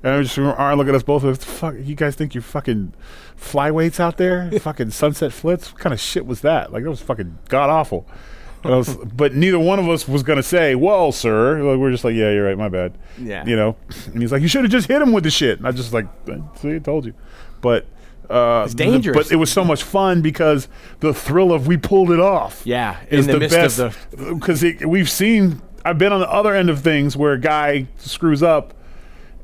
Speaker 5: And I just remember Arn looking at us both like, fuck, you guys think you're fucking flyweights out there? fucking sunset flits? What kind of shit was that? Like that was fucking god awful. And I was, but neither one of us was gonna say, "Well, sir." Like, we're just like, "Yeah, you're right. My bad."
Speaker 4: Yeah.
Speaker 5: You know. And he's like, "You should have just hit him with the shit." And I just like, "See, I told you." But uh,
Speaker 4: It's
Speaker 5: the-
Speaker 4: dangerous.
Speaker 5: but it was so much fun because the thrill of we pulled it off.
Speaker 4: Yeah,
Speaker 5: is
Speaker 4: in the midst of
Speaker 5: best because we've seen I've been on the other end of things where a guy screws up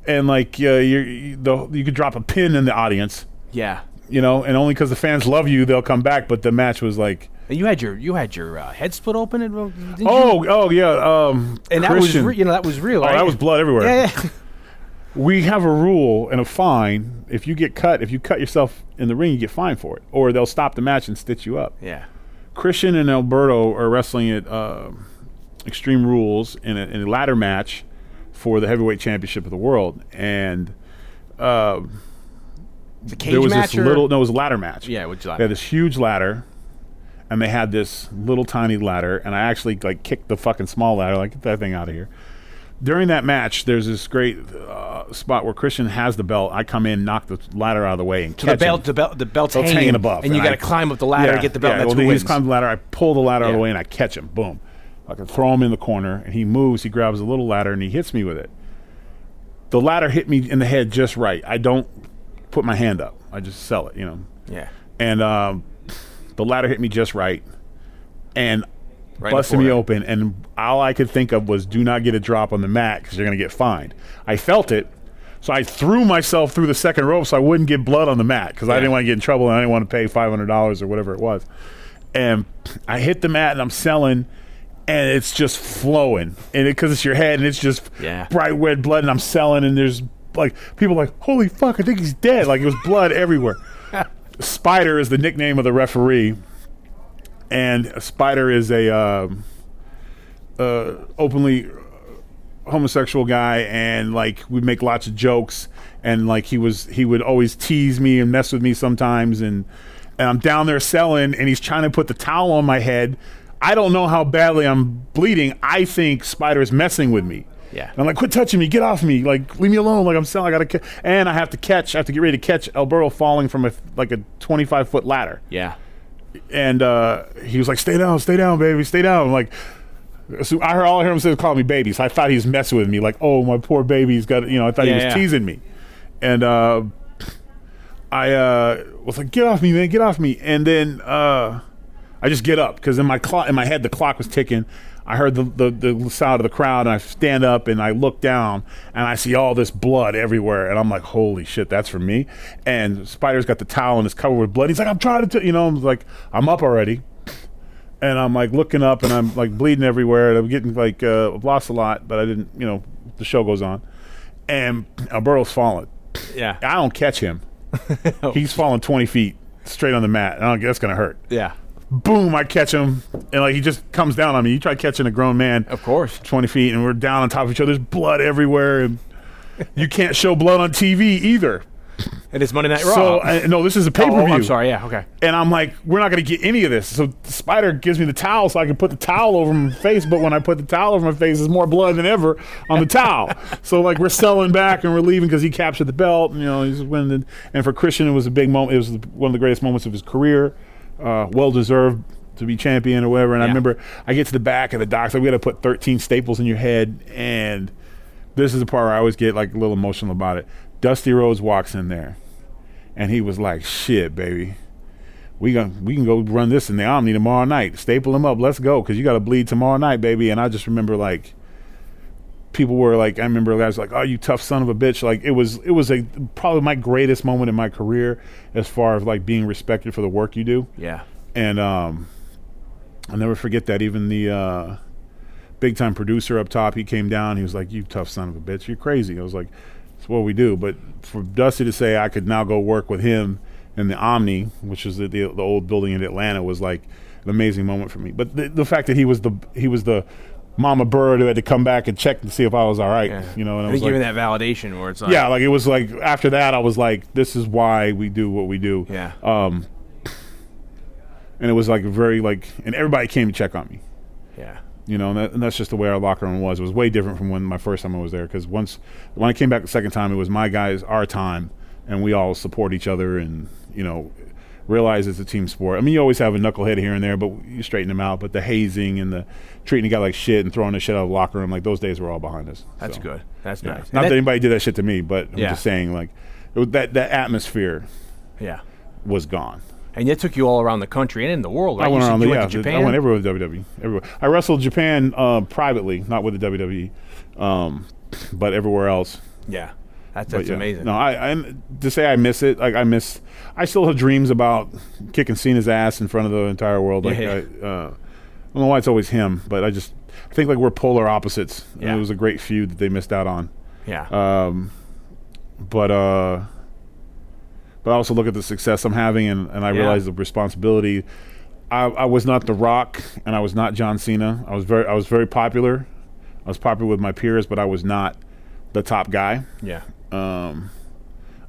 Speaker 5: and like uh, you you- the, you could drop a pin in the audience,
Speaker 4: Yeah.
Speaker 5: you know, and only because the fans love you they'll come back. But the match was like,
Speaker 4: And you had your you had your uh, head split open and didn't you?
Speaker 5: oh, oh yeah, um,
Speaker 4: and that
Speaker 5: Christian.
Speaker 4: was re- you know that was real.
Speaker 5: oh,
Speaker 4: right?
Speaker 5: that was blood everywhere.
Speaker 4: Yeah, yeah.
Speaker 5: We have a rule and a fine. If you get cut, if you cut yourself in the ring, you get fined for it, or they'll stop the match and stitch you up.
Speaker 4: yeah.
Speaker 5: Christian and Alberto are wrestling at uh, Extreme Rules in a, in a ladder match for the heavyweight championship of the world, and uh,
Speaker 4: The cage
Speaker 5: there was
Speaker 4: match
Speaker 5: this
Speaker 4: or-
Speaker 5: little no, it was a ladder match.
Speaker 4: Yeah, which ladder?
Speaker 5: they had this huge ladder, and they had this little tiny ladder, and I actually like kicked the fucking small ladder, like get that thing out of here. During that match, there's this great uh, spot where Christian has the belt. I come in, knock the ladder out of the way, and
Speaker 4: So the
Speaker 5: catch him.
Speaker 4: belt, the belt, the belt's
Speaker 5: Belt's
Speaker 4: hanging,
Speaker 5: hanging above,
Speaker 4: and you
Speaker 5: and
Speaker 4: got to
Speaker 5: I-
Speaker 4: climb up the ladder to get the belt. and that's
Speaker 5: well,
Speaker 4: who
Speaker 5: he's
Speaker 4: wins.
Speaker 5: climbed the ladder. I pull the ladder out of
Speaker 4: Yeah.
Speaker 5: the way and I catch him. Boom. I can throw him in the corner and he moves. He grabs a little ladder and he hits me with it. The ladder hit me in the head just right. I don't put my hand up. I just sell it, you know.
Speaker 4: yeah,
Speaker 5: And um, the ladder hit me just right and
Speaker 4: Right
Speaker 5: busted
Speaker 4: before
Speaker 5: me
Speaker 4: it.
Speaker 5: open. And all I could think of was, do not get a drop on the mat because you're going to get fined. I felt it. So I threw myself through the second rope so I wouldn't get blood on the mat because I
Speaker 4: Yeah.
Speaker 5: didn't want to get in trouble and I didn't want to pay five hundred dollars or whatever it was. And I hit the mat and I'm selling, and it's just flowing, and because it's your head and it's just
Speaker 4: Yeah.
Speaker 5: bright red blood, and I'm selling, and there's like people like, holy fuck, I think he's dead. Like it was blood everywhere. Spider is the nickname of the referee, and Spider is a um uh, openly homosexual guy, and like we make lots of jokes, and like he was he would always tease me and mess with me sometimes, and and I'm down there selling, and he's trying to put the towel on my head. I don't know how badly I'm bleeding. I think Spider's messing with me.
Speaker 4: Yeah.
Speaker 5: And I'm like, quit touching me, get off me, like leave me alone, like I'm selling. I gotta, ca-. and I have to catch, I have to get ready to catch Alberto falling from a like a 25 foot ladder
Speaker 4: yeah.
Speaker 5: and uh, he was like, "Stay down, stay down, baby, stay down." I'm like, so I heard all I heard him say was call me baby. So I thought he was messing with me, like, "Oh, my poor baby's got," you know, I thought
Speaker 4: Yeah,
Speaker 5: he was
Speaker 4: yeah.
Speaker 5: teasing me, and uh, I uh, was like, "Get off me, man, get off me!" And then uh, I just get up because in my clock, in my head, the clock was ticking. I heard the, the the sound of the crowd, and I stand up and I look down, and I see all this blood everywhere, and I'm like, "Holy shit, that's for me!" And Spider's got the towel and it's covered with blood. He's like, "I'm trying to," t-, you know, I'm like, "I'm up already," and I'm like looking up, and I'm like bleeding everywhere, and I'm getting like uh, I've lost a lot, but I didn't, you know, the show goes on, and Alberto's falling.
Speaker 4: Yeah.
Speaker 5: I don't catch him. He's falling 20 feet straight on the mat. I don't, that's going to hurt.
Speaker 4: yeah.
Speaker 5: boom, I catch him, and like he just comes down on me. You try catching a grown man,
Speaker 4: Of course.
Speaker 5: twenty feet, and we're down on top of each other. There's blood everywhere, and you can't show blood on TV either.
Speaker 4: It is Monday Night Raw.
Speaker 5: So uh, I, no, this is a pay
Speaker 4: oh,
Speaker 5: per view.
Speaker 4: oh, I'm sorry. Yeah. Okay.
Speaker 5: And I'm like, we're not going to get any of this. So Spider gives me the towel so I can put the towel over my face. But when I put the towel over my face, there's more blood than ever on the towel. So like we're selling back and we're leaving because he captured the belt. And, you know, he's winning. the- and for Christian, it was a big moment. It was one of the greatest moments of his career. Uh, well deserved to be champion or whatever. And I
Speaker 4: Yeah.
Speaker 5: remember I get to the back and the doc's like, we got to put 13 staples in your head. And this is the part where I always get like a little emotional about it. Dusty Rhodes walks in there and he was like, "Shit, baby, we going we can go run this in the Omni tomorrow night. Staple them up. Let's go, cause you got to bleed tomorrow night, baby." And I just remember like, people were like, I remember guys like, "Oh, you tough son of a bitch!" Like it was it was a probably my greatest moment in my career as far as like being respected for the work you do
Speaker 4: Yeah.
Speaker 5: and um, I'll never forget that. Even the uh, big time producer up top, he came down. He was like, "You tough son of a bitch, you're crazy." I was like, "It's what we do." But for Dusty to say I could now go work with him in the Omni, which is the the, the old building in Atlanta, was like an amazing moment for me. But the, the fact that he was the he was the mama bird who had to come back and check to see if I was all right,
Speaker 4: Yeah.
Speaker 5: you know. And I,
Speaker 4: I
Speaker 5: was
Speaker 4: think
Speaker 5: like,
Speaker 4: giving that validation where it's like,
Speaker 5: yeah, like it was like after that, I was like, this is why we do what we do.
Speaker 4: Yeah.
Speaker 5: Um, and it was like very like, and everybody came to check on me,
Speaker 4: yeah,
Speaker 5: you know, and, that, and that's just the way our locker room was. It was way different from when my first time I was there because once when I came back the second time, it was my guys, our time, and we all support each other and you know realize it's a team sport. I mean, you always have a knucklehead here and there, but you straighten them out. But the hazing and the treating a guy like shit and throwing the shit out of the locker room, like those days were all behind us.
Speaker 4: that's
Speaker 5: So.
Speaker 4: good. That's
Speaker 5: Yeah.
Speaker 4: nice.
Speaker 5: Not
Speaker 4: And
Speaker 5: that,
Speaker 4: that-
Speaker 5: anybody did that shit to me, but I'm
Speaker 4: Yeah.
Speaker 5: just saying, like, it was- that that atmosphere
Speaker 4: yeah.
Speaker 5: was gone.
Speaker 4: And that took you all around the country and in the world, right?
Speaker 5: I went
Speaker 4: you said
Speaker 5: around,
Speaker 4: you
Speaker 5: yeah,
Speaker 4: went to Japan.
Speaker 5: I went everywhere with WWE. Everywhere. I wrestled Japan uh, privately, not with the WWE, um, but everywhere else.
Speaker 4: Yeah, that's
Speaker 5: But
Speaker 4: that's
Speaker 5: yeah.
Speaker 4: amazing.
Speaker 5: No, I, I to say I miss it. Like I miss. I still have dreams about kicking Cena's ass in front of the entire world. Like
Speaker 4: Yeah.
Speaker 5: I, uh, I don't know why it's always him, but I just I think like we're polar opposites. And
Speaker 4: Yeah.
Speaker 5: it was a great feud that they missed out on.
Speaker 4: yeah,
Speaker 5: Um, but uh, but I also look at the success I'm having, and, and I
Speaker 4: Yeah.
Speaker 5: realize the responsibility. I, I was not The Rock, and I was not John Cena. I was very I was very popular. I was popular with my peers, but I was not the top guy.
Speaker 4: yeah,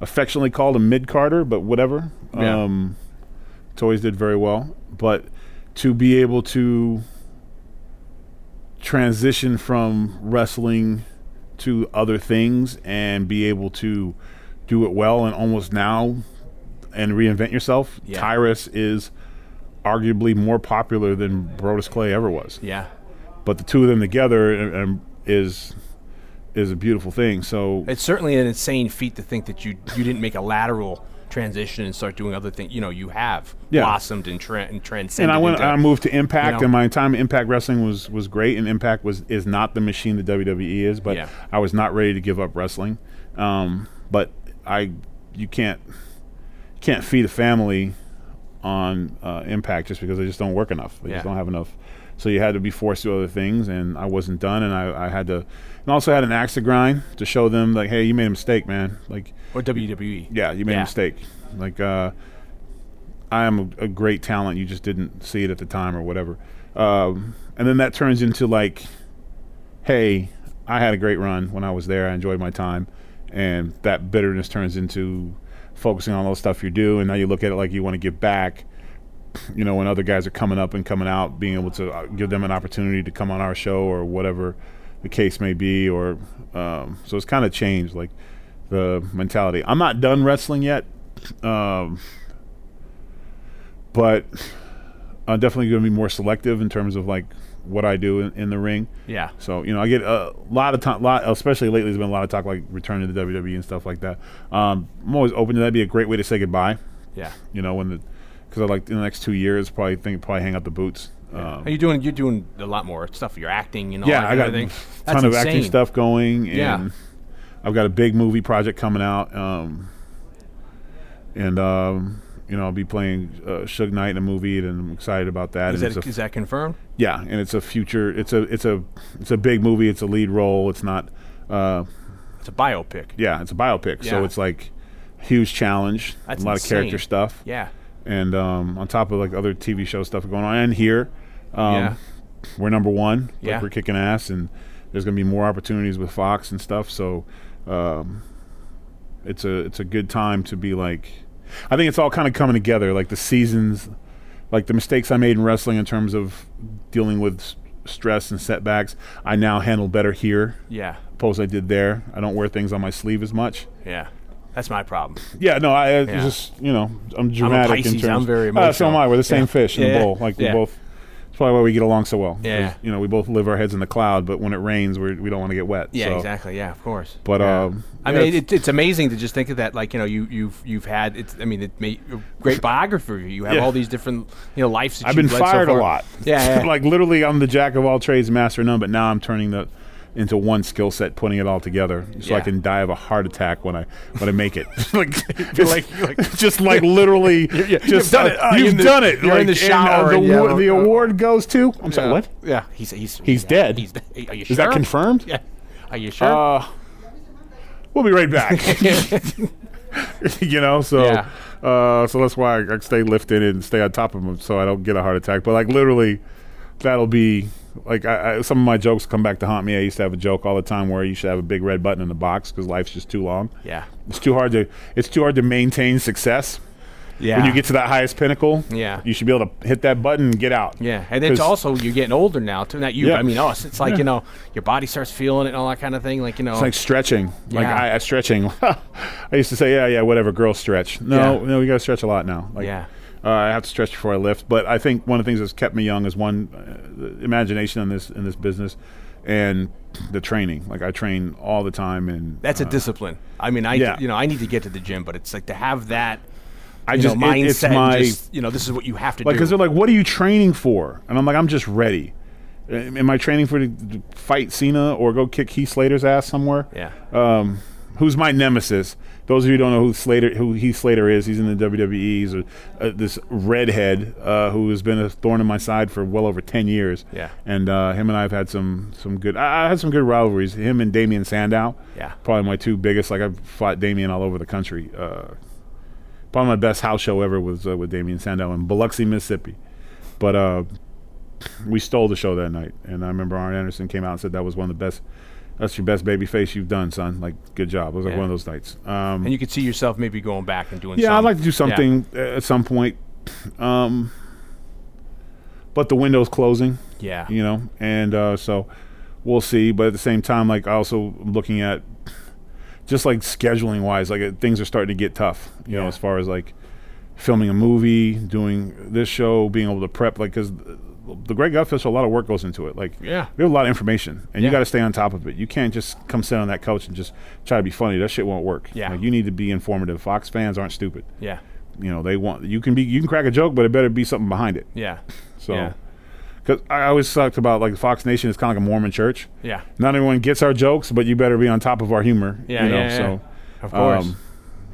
Speaker 5: Affectionately called a mid Carter, but whatever.
Speaker 4: Yeah.
Speaker 5: Um, toys did very well, but to be able to transition from wrestling to other things and be able to do it well and almost now and reinvent yourself.
Speaker 4: Yeah.
Speaker 5: Tyrus is arguably more popular than Brodus Clay ever was.
Speaker 4: yeah.
Speaker 5: But the two of them together um, is is a beautiful thing. So
Speaker 4: It's certainly an insane feat to think that you you didn't make a lateral transition and start doing other things. You know, you have
Speaker 5: Yeah.
Speaker 4: blossomed and, tra- and transcended.
Speaker 5: and I went
Speaker 4: into-
Speaker 5: I moved to Impact
Speaker 4: you know.
Speaker 5: and my time at Impact Wrestling was was great and Impact was is not the machine that WWE is, but
Speaker 4: Yeah.
Speaker 5: I was not ready to give up wrestling. Um, but I you can't you can't feed a family on uh, Impact just because they just don't work enough. They
Speaker 4: Yeah.
Speaker 5: just don't have enough. So you had to be forced to do other things, and I wasn't done, and I, I had to, and also had an axe to grind to show them like, hey, you made a mistake, man. Like,
Speaker 4: or E. WWE.
Speaker 5: yeah, you made
Speaker 4: Yeah.
Speaker 5: a mistake. Like, uh, I am a, a great talent. You just didn't see it at the time or whatever. Um, and then that turns into like, hey, I had a great run when I was there. I enjoyed my time. And that bitterness turns into focusing on all the stuff you do. And now you look at it like you want to give back. You know, when other guys are coming up and coming out, being able to uh, give them an opportunity to come on our show or whatever the case may be. Or um, so it's kind of changed like the mentality. I'm not done wrestling yet. Um, but I'm definitely going to be more selective in terms of like what I do in, in the ring.
Speaker 4: Yeah.
Speaker 5: So you know, I get a lot of time. Lot, especially lately, there's been a lot of talk like returning to the WWE and stuff like that. Um, I'm always open to that. That'd be a great way to say goodbye.
Speaker 4: Yeah.
Speaker 5: You know, when the because I like in the next two years, probably think probably hang up the boots.
Speaker 4: Are you doing? You're doing a lot more stuff. You're acting and all
Speaker 5: Um, yeah,
Speaker 4: that
Speaker 5: I
Speaker 4: kind
Speaker 5: got
Speaker 4: of
Speaker 5: a
Speaker 4: thing.
Speaker 5: ton
Speaker 4: That's
Speaker 5: of
Speaker 4: insane.
Speaker 5: acting stuff going. And
Speaker 4: Yeah.
Speaker 5: I've got a big movie project coming out. Um, and um, you know, I'll be playing uh, Suge Knight in a movie, and I'm excited about that.
Speaker 4: Is
Speaker 5: and it's
Speaker 4: that
Speaker 5: a-
Speaker 4: is that confirmed?
Speaker 5: yeah, and it's a future. It's a it's a it's a big movie. It's a lead role. It's not. Uh,
Speaker 4: It's a biopic.
Speaker 5: yeah, it's a biopic. So
Speaker 4: Yeah.
Speaker 5: it's like huge challenge.
Speaker 4: That's
Speaker 5: a lot of character
Speaker 4: insane.
Speaker 5: stuff.
Speaker 4: Yeah.
Speaker 5: and um, on top of like other TV show stuff going on, and here, um,
Speaker 4: Yeah.
Speaker 5: we're number one. Like,
Speaker 4: Yeah.
Speaker 5: we're kicking ass, and there's going to be more opportunities with Fox and stuff. So, um, it's a it's a good time to be like, I think it's all kind of coming together. Like the seasons, like the mistakes I made in wrestling in terms of dealing with s- stress and setbacks, I now handle better here.
Speaker 4: Yeah.
Speaker 5: Opposed, I did there. I don't wear things on my sleeve as much.
Speaker 4: Yeah. That's my problem.
Speaker 5: Yeah, no, I it's
Speaker 4: Yeah.
Speaker 5: just you know I'm dramatic in
Speaker 4: Pisces,
Speaker 5: terms.
Speaker 4: I'm very
Speaker 5: Uh, so am
Speaker 4: emotional.
Speaker 5: I. We're the same
Speaker 4: Yeah.
Speaker 5: fish in
Speaker 4: Yeah.
Speaker 5: the bowl. Like
Speaker 4: Yeah.
Speaker 5: we both. That's probably why we get along so well. 'Cause,
Speaker 4: Yeah.
Speaker 5: You know, we both live our heads in the cloud, but when it rains, we're, we don't want to get wet.
Speaker 4: Yeah,
Speaker 5: so.
Speaker 4: exactly. Yeah, of course.
Speaker 5: But,
Speaker 4: Yeah.
Speaker 5: um,
Speaker 4: I
Speaker 5: yeah,
Speaker 4: mean,
Speaker 5: it's-
Speaker 4: it, it's amazing to just think of that. Like you know, you you've you've had. It's, I mean, it made a great biography. You have
Speaker 5: Yeah.
Speaker 4: all these different you know lives. That
Speaker 5: I've
Speaker 4: you've
Speaker 5: been
Speaker 4: led so
Speaker 5: fired a
Speaker 4: far.
Speaker 5: lot.
Speaker 4: Yeah, yeah.
Speaker 5: like literally, I'm the jack of all trades, master of none. But now I'm turning the into one skill set, putting it all together, so I
Speaker 4: Yeah.
Speaker 5: can die of a heart attack when I when I make it. like, just like, just like literally, just
Speaker 4: done
Speaker 5: uh,
Speaker 4: it. Ah,
Speaker 5: you've
Speaker 4: you're in the-
Speaker 5: done it.
Speaker 4: you're in
Speaker 5: Like,
Speaker 4: the
Speaker 5: and, uh,
Speaker 4: shower
Speaker 5: the,
Speaker 4: and you're
Speaker 5: award,
Speaker 4: like,
Speaker 5: the
Speaker 4: uh,
Speaker 5: award goes to. I'm sorry.
Speaker 4: Yeah.
Speaker 5: What?
Speaker 4: Uh, Yeah, he's he's
Speaker 5: He's dead.
Speaker 4: He's dead. Are you sure?
Speaker 5: Is that confirmed?
Speaker 4: Yeah. Are you sure?
Speaker 5: Uh, we'll be right back. you know, so
Speaker 4: Yeah.
Speaker 5: uh, so that's why I, I stay lifted and stay on top of them, so I don't get a heart attack. But like literally, that'll be like I, I, some of my jokes come back to haunt me. I used to have a joke all the time where you should have a big red button in the box because life's just too long.
Speaker 4: yeah.
Speaker 5: It's too hard to it's too hard to maintain success.
Speaker 4: Yeah.
Speaker 5: When you get to that highest pinnacle,
Speaker 4: Yeah.
Speaker 5: you should be able to hit that button and get out.
Speaker 4: Yeah, and it's
Speaker 5: 'Cause-
Speaker 4: also you're getting older now. Too, not you,
Speaker 5: Yeah.
Speaker 4: but I mean us. It's like you know your body starts feeling it and all that kind of thing. Like you know,
Speaker 5: It's like stretching. Like
Speaker 4: Oh. Yeah.
Speaker 5: I, I stretching. I used to say, yeah, yeah, whatever, girls stretch. No,
Speaker 4: Yeah.
Speaker 5: no, you got to stretch a lot now. Like,
Speaker 4: Yeah.
Speaker 5: uh, I have to stretch before I lift. But I think one of the things that's kept me young is one uh, the imagination in this in this business, and the training. Like I train all the time, and
Speaker 4: that's a
Speaker 5: uh,
Speaker 4: discipline. I mean, I
Speaker 5: yeah.
Speaker 4: you know I need to get to the gym, but it's like to have that
Speaker 5: I
Speaker 4: you
Speaker 5: just
Speaker 4: know,
Speaker 5: it-
Speaker 4: mindset.
Speaker 5: it's
Speaker 4: and
Speaker 5: my
Speaker 4: just, you know, this is what you have to
Speaker 5: like
Speaker 4: do.
Speaker 5: because they're like, what are you training for? And I'm like, I'm just ready. Uh, Am I training for to to fight Cena or go kick Heath Slater's ass somewhere?
Speaker 4: yeah,
Speaker 5: um, who's my nemesis. Those of you who don't know who Slater, who Heath Slater is, he's in the WWE. He's a, uh, this redhead uh, who has been a thorn in my side for well over ten years.
Speaker 4: Yeah.
Speaker 5: and uh, him and I have had some some good. I, I had some good rivalries. Him and Damian Sandow.
Speaker 4: Yeah.
Speaker 5: probably my two biggest. Like I've fought Damian all over the country. Uh, probably my best house show ever was uh, with Damian Sandow in Biloxi, Mississippi. But uh, we stole the show that night, and I remember Arn Anderson came out and said that was one of the best. That's your best baby face you've done, son. Like, good job. It was like
Speaker 4: Yeah.
Speaker 5: one of those nights. Um,
Speaker 4: and you could see yourself maybe going back and doing.
Speaker 5: yeah,
Speaker 4: some-
Speaker 5: I'd like to do
Speaker 4: yeah.
Speaker 5: something uh at some point. Um, but the window's closing,
Speaker 4: Yeah,
Speaker 5: you know, and uh, so we'll see. But at the same time, like, I also am looking at just like scheduling wise, like uh, things are starting to get tough, you know,
Speaker 4: Yeah.
Speaker 5: as far as like filming a movie, doing this show, being able to prep, like, because the Greg Gutfish, a lot of work goes into it. Like,
Speaker 4: Yeah.
Speaker 5: we have a lot of information, and you
Speaker 4: Yeah.
Speaker 5: got to stay on top of it. You can't just come sit on that couch and just try to be funny. That shit won't work.
Speaker 4: Yeah.
Speaker 5: Like, you need to be informative. Fox fans aren't stupid.
Speaker 4: yeah,
Speaker 5: You know, they want you can be you can crack a joke, but it better be something behind it.
Speaker 4: yeah,
Speaker 5: So,
Speaker 4: Yeah.
Speaker 5: because I always talked about like Fox Nation is kind of like a Mormon church.
Speaker 4: yeah.
Speaker 5: Not everyone gets our jokes, but you better be on top of our humor.
Speaker 4: Yeah,
Speaker 5: you know,
Speaker 4: yeah, yeah.
Speaker 5: so
Speaker 4: Of course,
Speaker 5: um,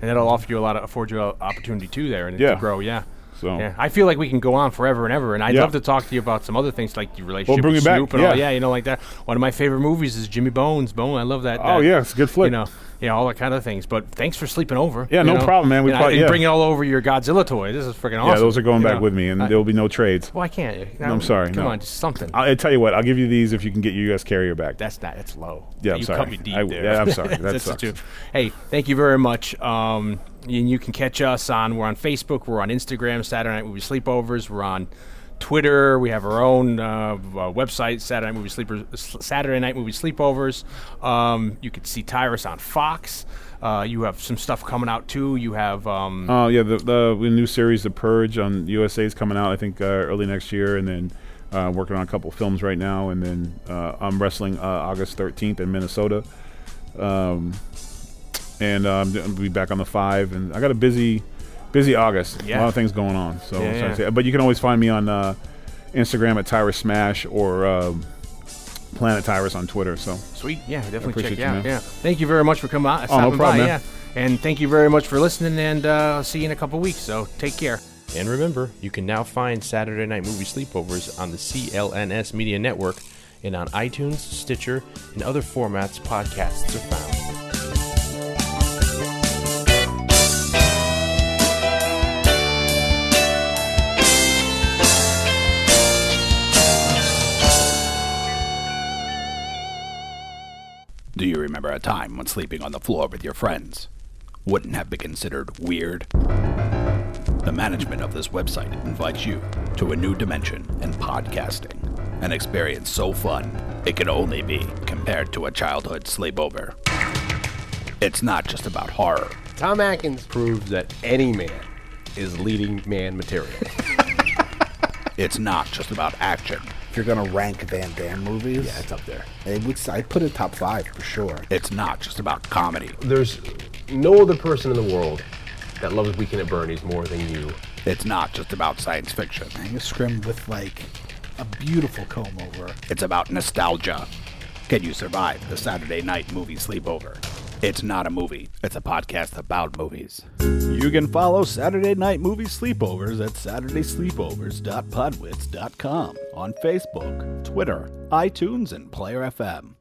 Speaker 4: and that'll offer you a lot of afford you a opportunity too there and
Speaker 5: Yeah.
Speaker 4: to grow. Yeah.
Speaker 5: so
Speaker 4: Yeah, I feel like we can go on forever and ever, and I'd
Speaker 5: Oh. Yeah.
Speaker 4: love to talk to you about some other things like your relationship
Speaker 5: bring
Speaker 4: with
Speaker 5: it back,
Speaker 4: Snoop and all.
Speaker 5: yeah.
Speaker 4: Yeah, you know, like that. One of my favorite movies is Jimmy Bones. Bone, I love that.
Speaker 5: Oh,
Speaker 4: that,
Speaker 5: yeah, it's a good
Speaker 4: You
Speaker 5: flick.
Speaker 4: know, yeah, all that kind of things. But thanks for sleeping over.
Speaker 5: Yeah,
Speaker 4: you
Speaker 5: no
Speaker 4: know,
Speaker 5: problem, man. We
Speaker 4: and, I-
Speaker 5: probably-
Speaker 4: and
Speaker 5: yeah.
Speaker 4: bringing all over your Godzilla toy. This is freaking awesome.
Speaker 5: yeah, those are going
Speaker 4: you
Speaker 5: back
Speaker 4: know.
Speaker 5: with me, and
Speaker 4: I-
Speaker 5: there will be no trades.
Speaker 4: Well, I can't.
Speaker 5: I'm sorry,
Speaker 4: Come
Speaker 5: no.
Speaker 4: on, just something.
Speaker 5: I'll, I'll tell you what, I'll give you these if you can get your U.S. carrier back.
Speaker 4: that's not. That's low.
Speaker 5: Yeah, I'm
Speaker 4: you
Speaker 5: sorry.
Speaker 4: Cut me deep
Speaker 5: I-
Speaker 4: there.
Speaker 5: yeah, I'm sorry. That
Speaker 4: That's the
Speaker 5: sucks.
Speaker 4: two. Hey, thank you very much. Um, and you can catch us on. We're on Facebook. We're on Instagram. Saturday Night Movie Sleepovers. We're on Twitter. We have our own uh, uh, website. Saturday Night Movie Sleepers. Saturday Night Movie Sleepovers. Um, you could see Tyrus on Fox. Uh, you have some stuff coming out too. You have. Um,
Speaker 5: Oh yeah, the, the the new series, The Purge, on USA is coming out. I think uh, early next year, and then uh, working on a couple films right now, and then uh, I'm wrestling uh, August 13th in Minnesota, um, and um, I'll be back on the five. And I got a busy, busy August. A
Speaker 4: Yeah.
Speaker 5: lot of things going on. So,
Speaker 4: Yeah,
Speaker 5: I'm trying to
Speaker 4: yeah.
Speaker 5: say- but you can always find me on uh, Instagram at Tyrus Smash or um, Planet Tyrus on Twitter. So
Speaker 4: Sweet. Yeah, definitely
Speaker 5: appreciate
Speaker 4: check
Speaker 5: you,
Speaker 4: you Oh, out.
Speaker 5: man.
Speaker 4: Yeah. Thank you very much for coming out.
Speaker 5: problem, man.
Speaker 4: Yeah. And thank you very much for listening, and uh, see you in a couple weeks. So take care. And remember, you can now find Saturday Night Movie Sleepovers on the CLNS Media Network and on iTunes, Stitcher, and other formats podcasts are found.
Speaker 6: remember a time when sleeping on the floor with your friends wouldn't have been considered weird? The management of this website invites you to a new dimension in podcasting, an experience so fun it can only be compared to a childhood sleepover. It's not just about horror.
Speaker 7: Tom Atkins proves that any man is leading man material.
Speaker 6: It's not just about action.
Speaker 8: If you're gonna rank Van Damme movies,
Speaker 7: yeah, it's up there.
Speaker 8: it would, I'd put it top five for sure.
Speaker 6: It's not just about comedy.
Speaker 7: There's no other person in the world that loves Weekend at Bernie's more than you.
Speaker 6: It's not just about science fiction.
Speaker 8: And you scrim with like a beautiful comb over.
Speaker 6: It's about nostalgia. Can you survive the Saturday night movie sleepover? It's not a movie, it's a podcast about movies.
Speaker 9: You can follow Saturday Night Movie Sleepovers at SaturdaySleepovers.podwits.com on Facebook, Twitter, iTunes, and Player FM.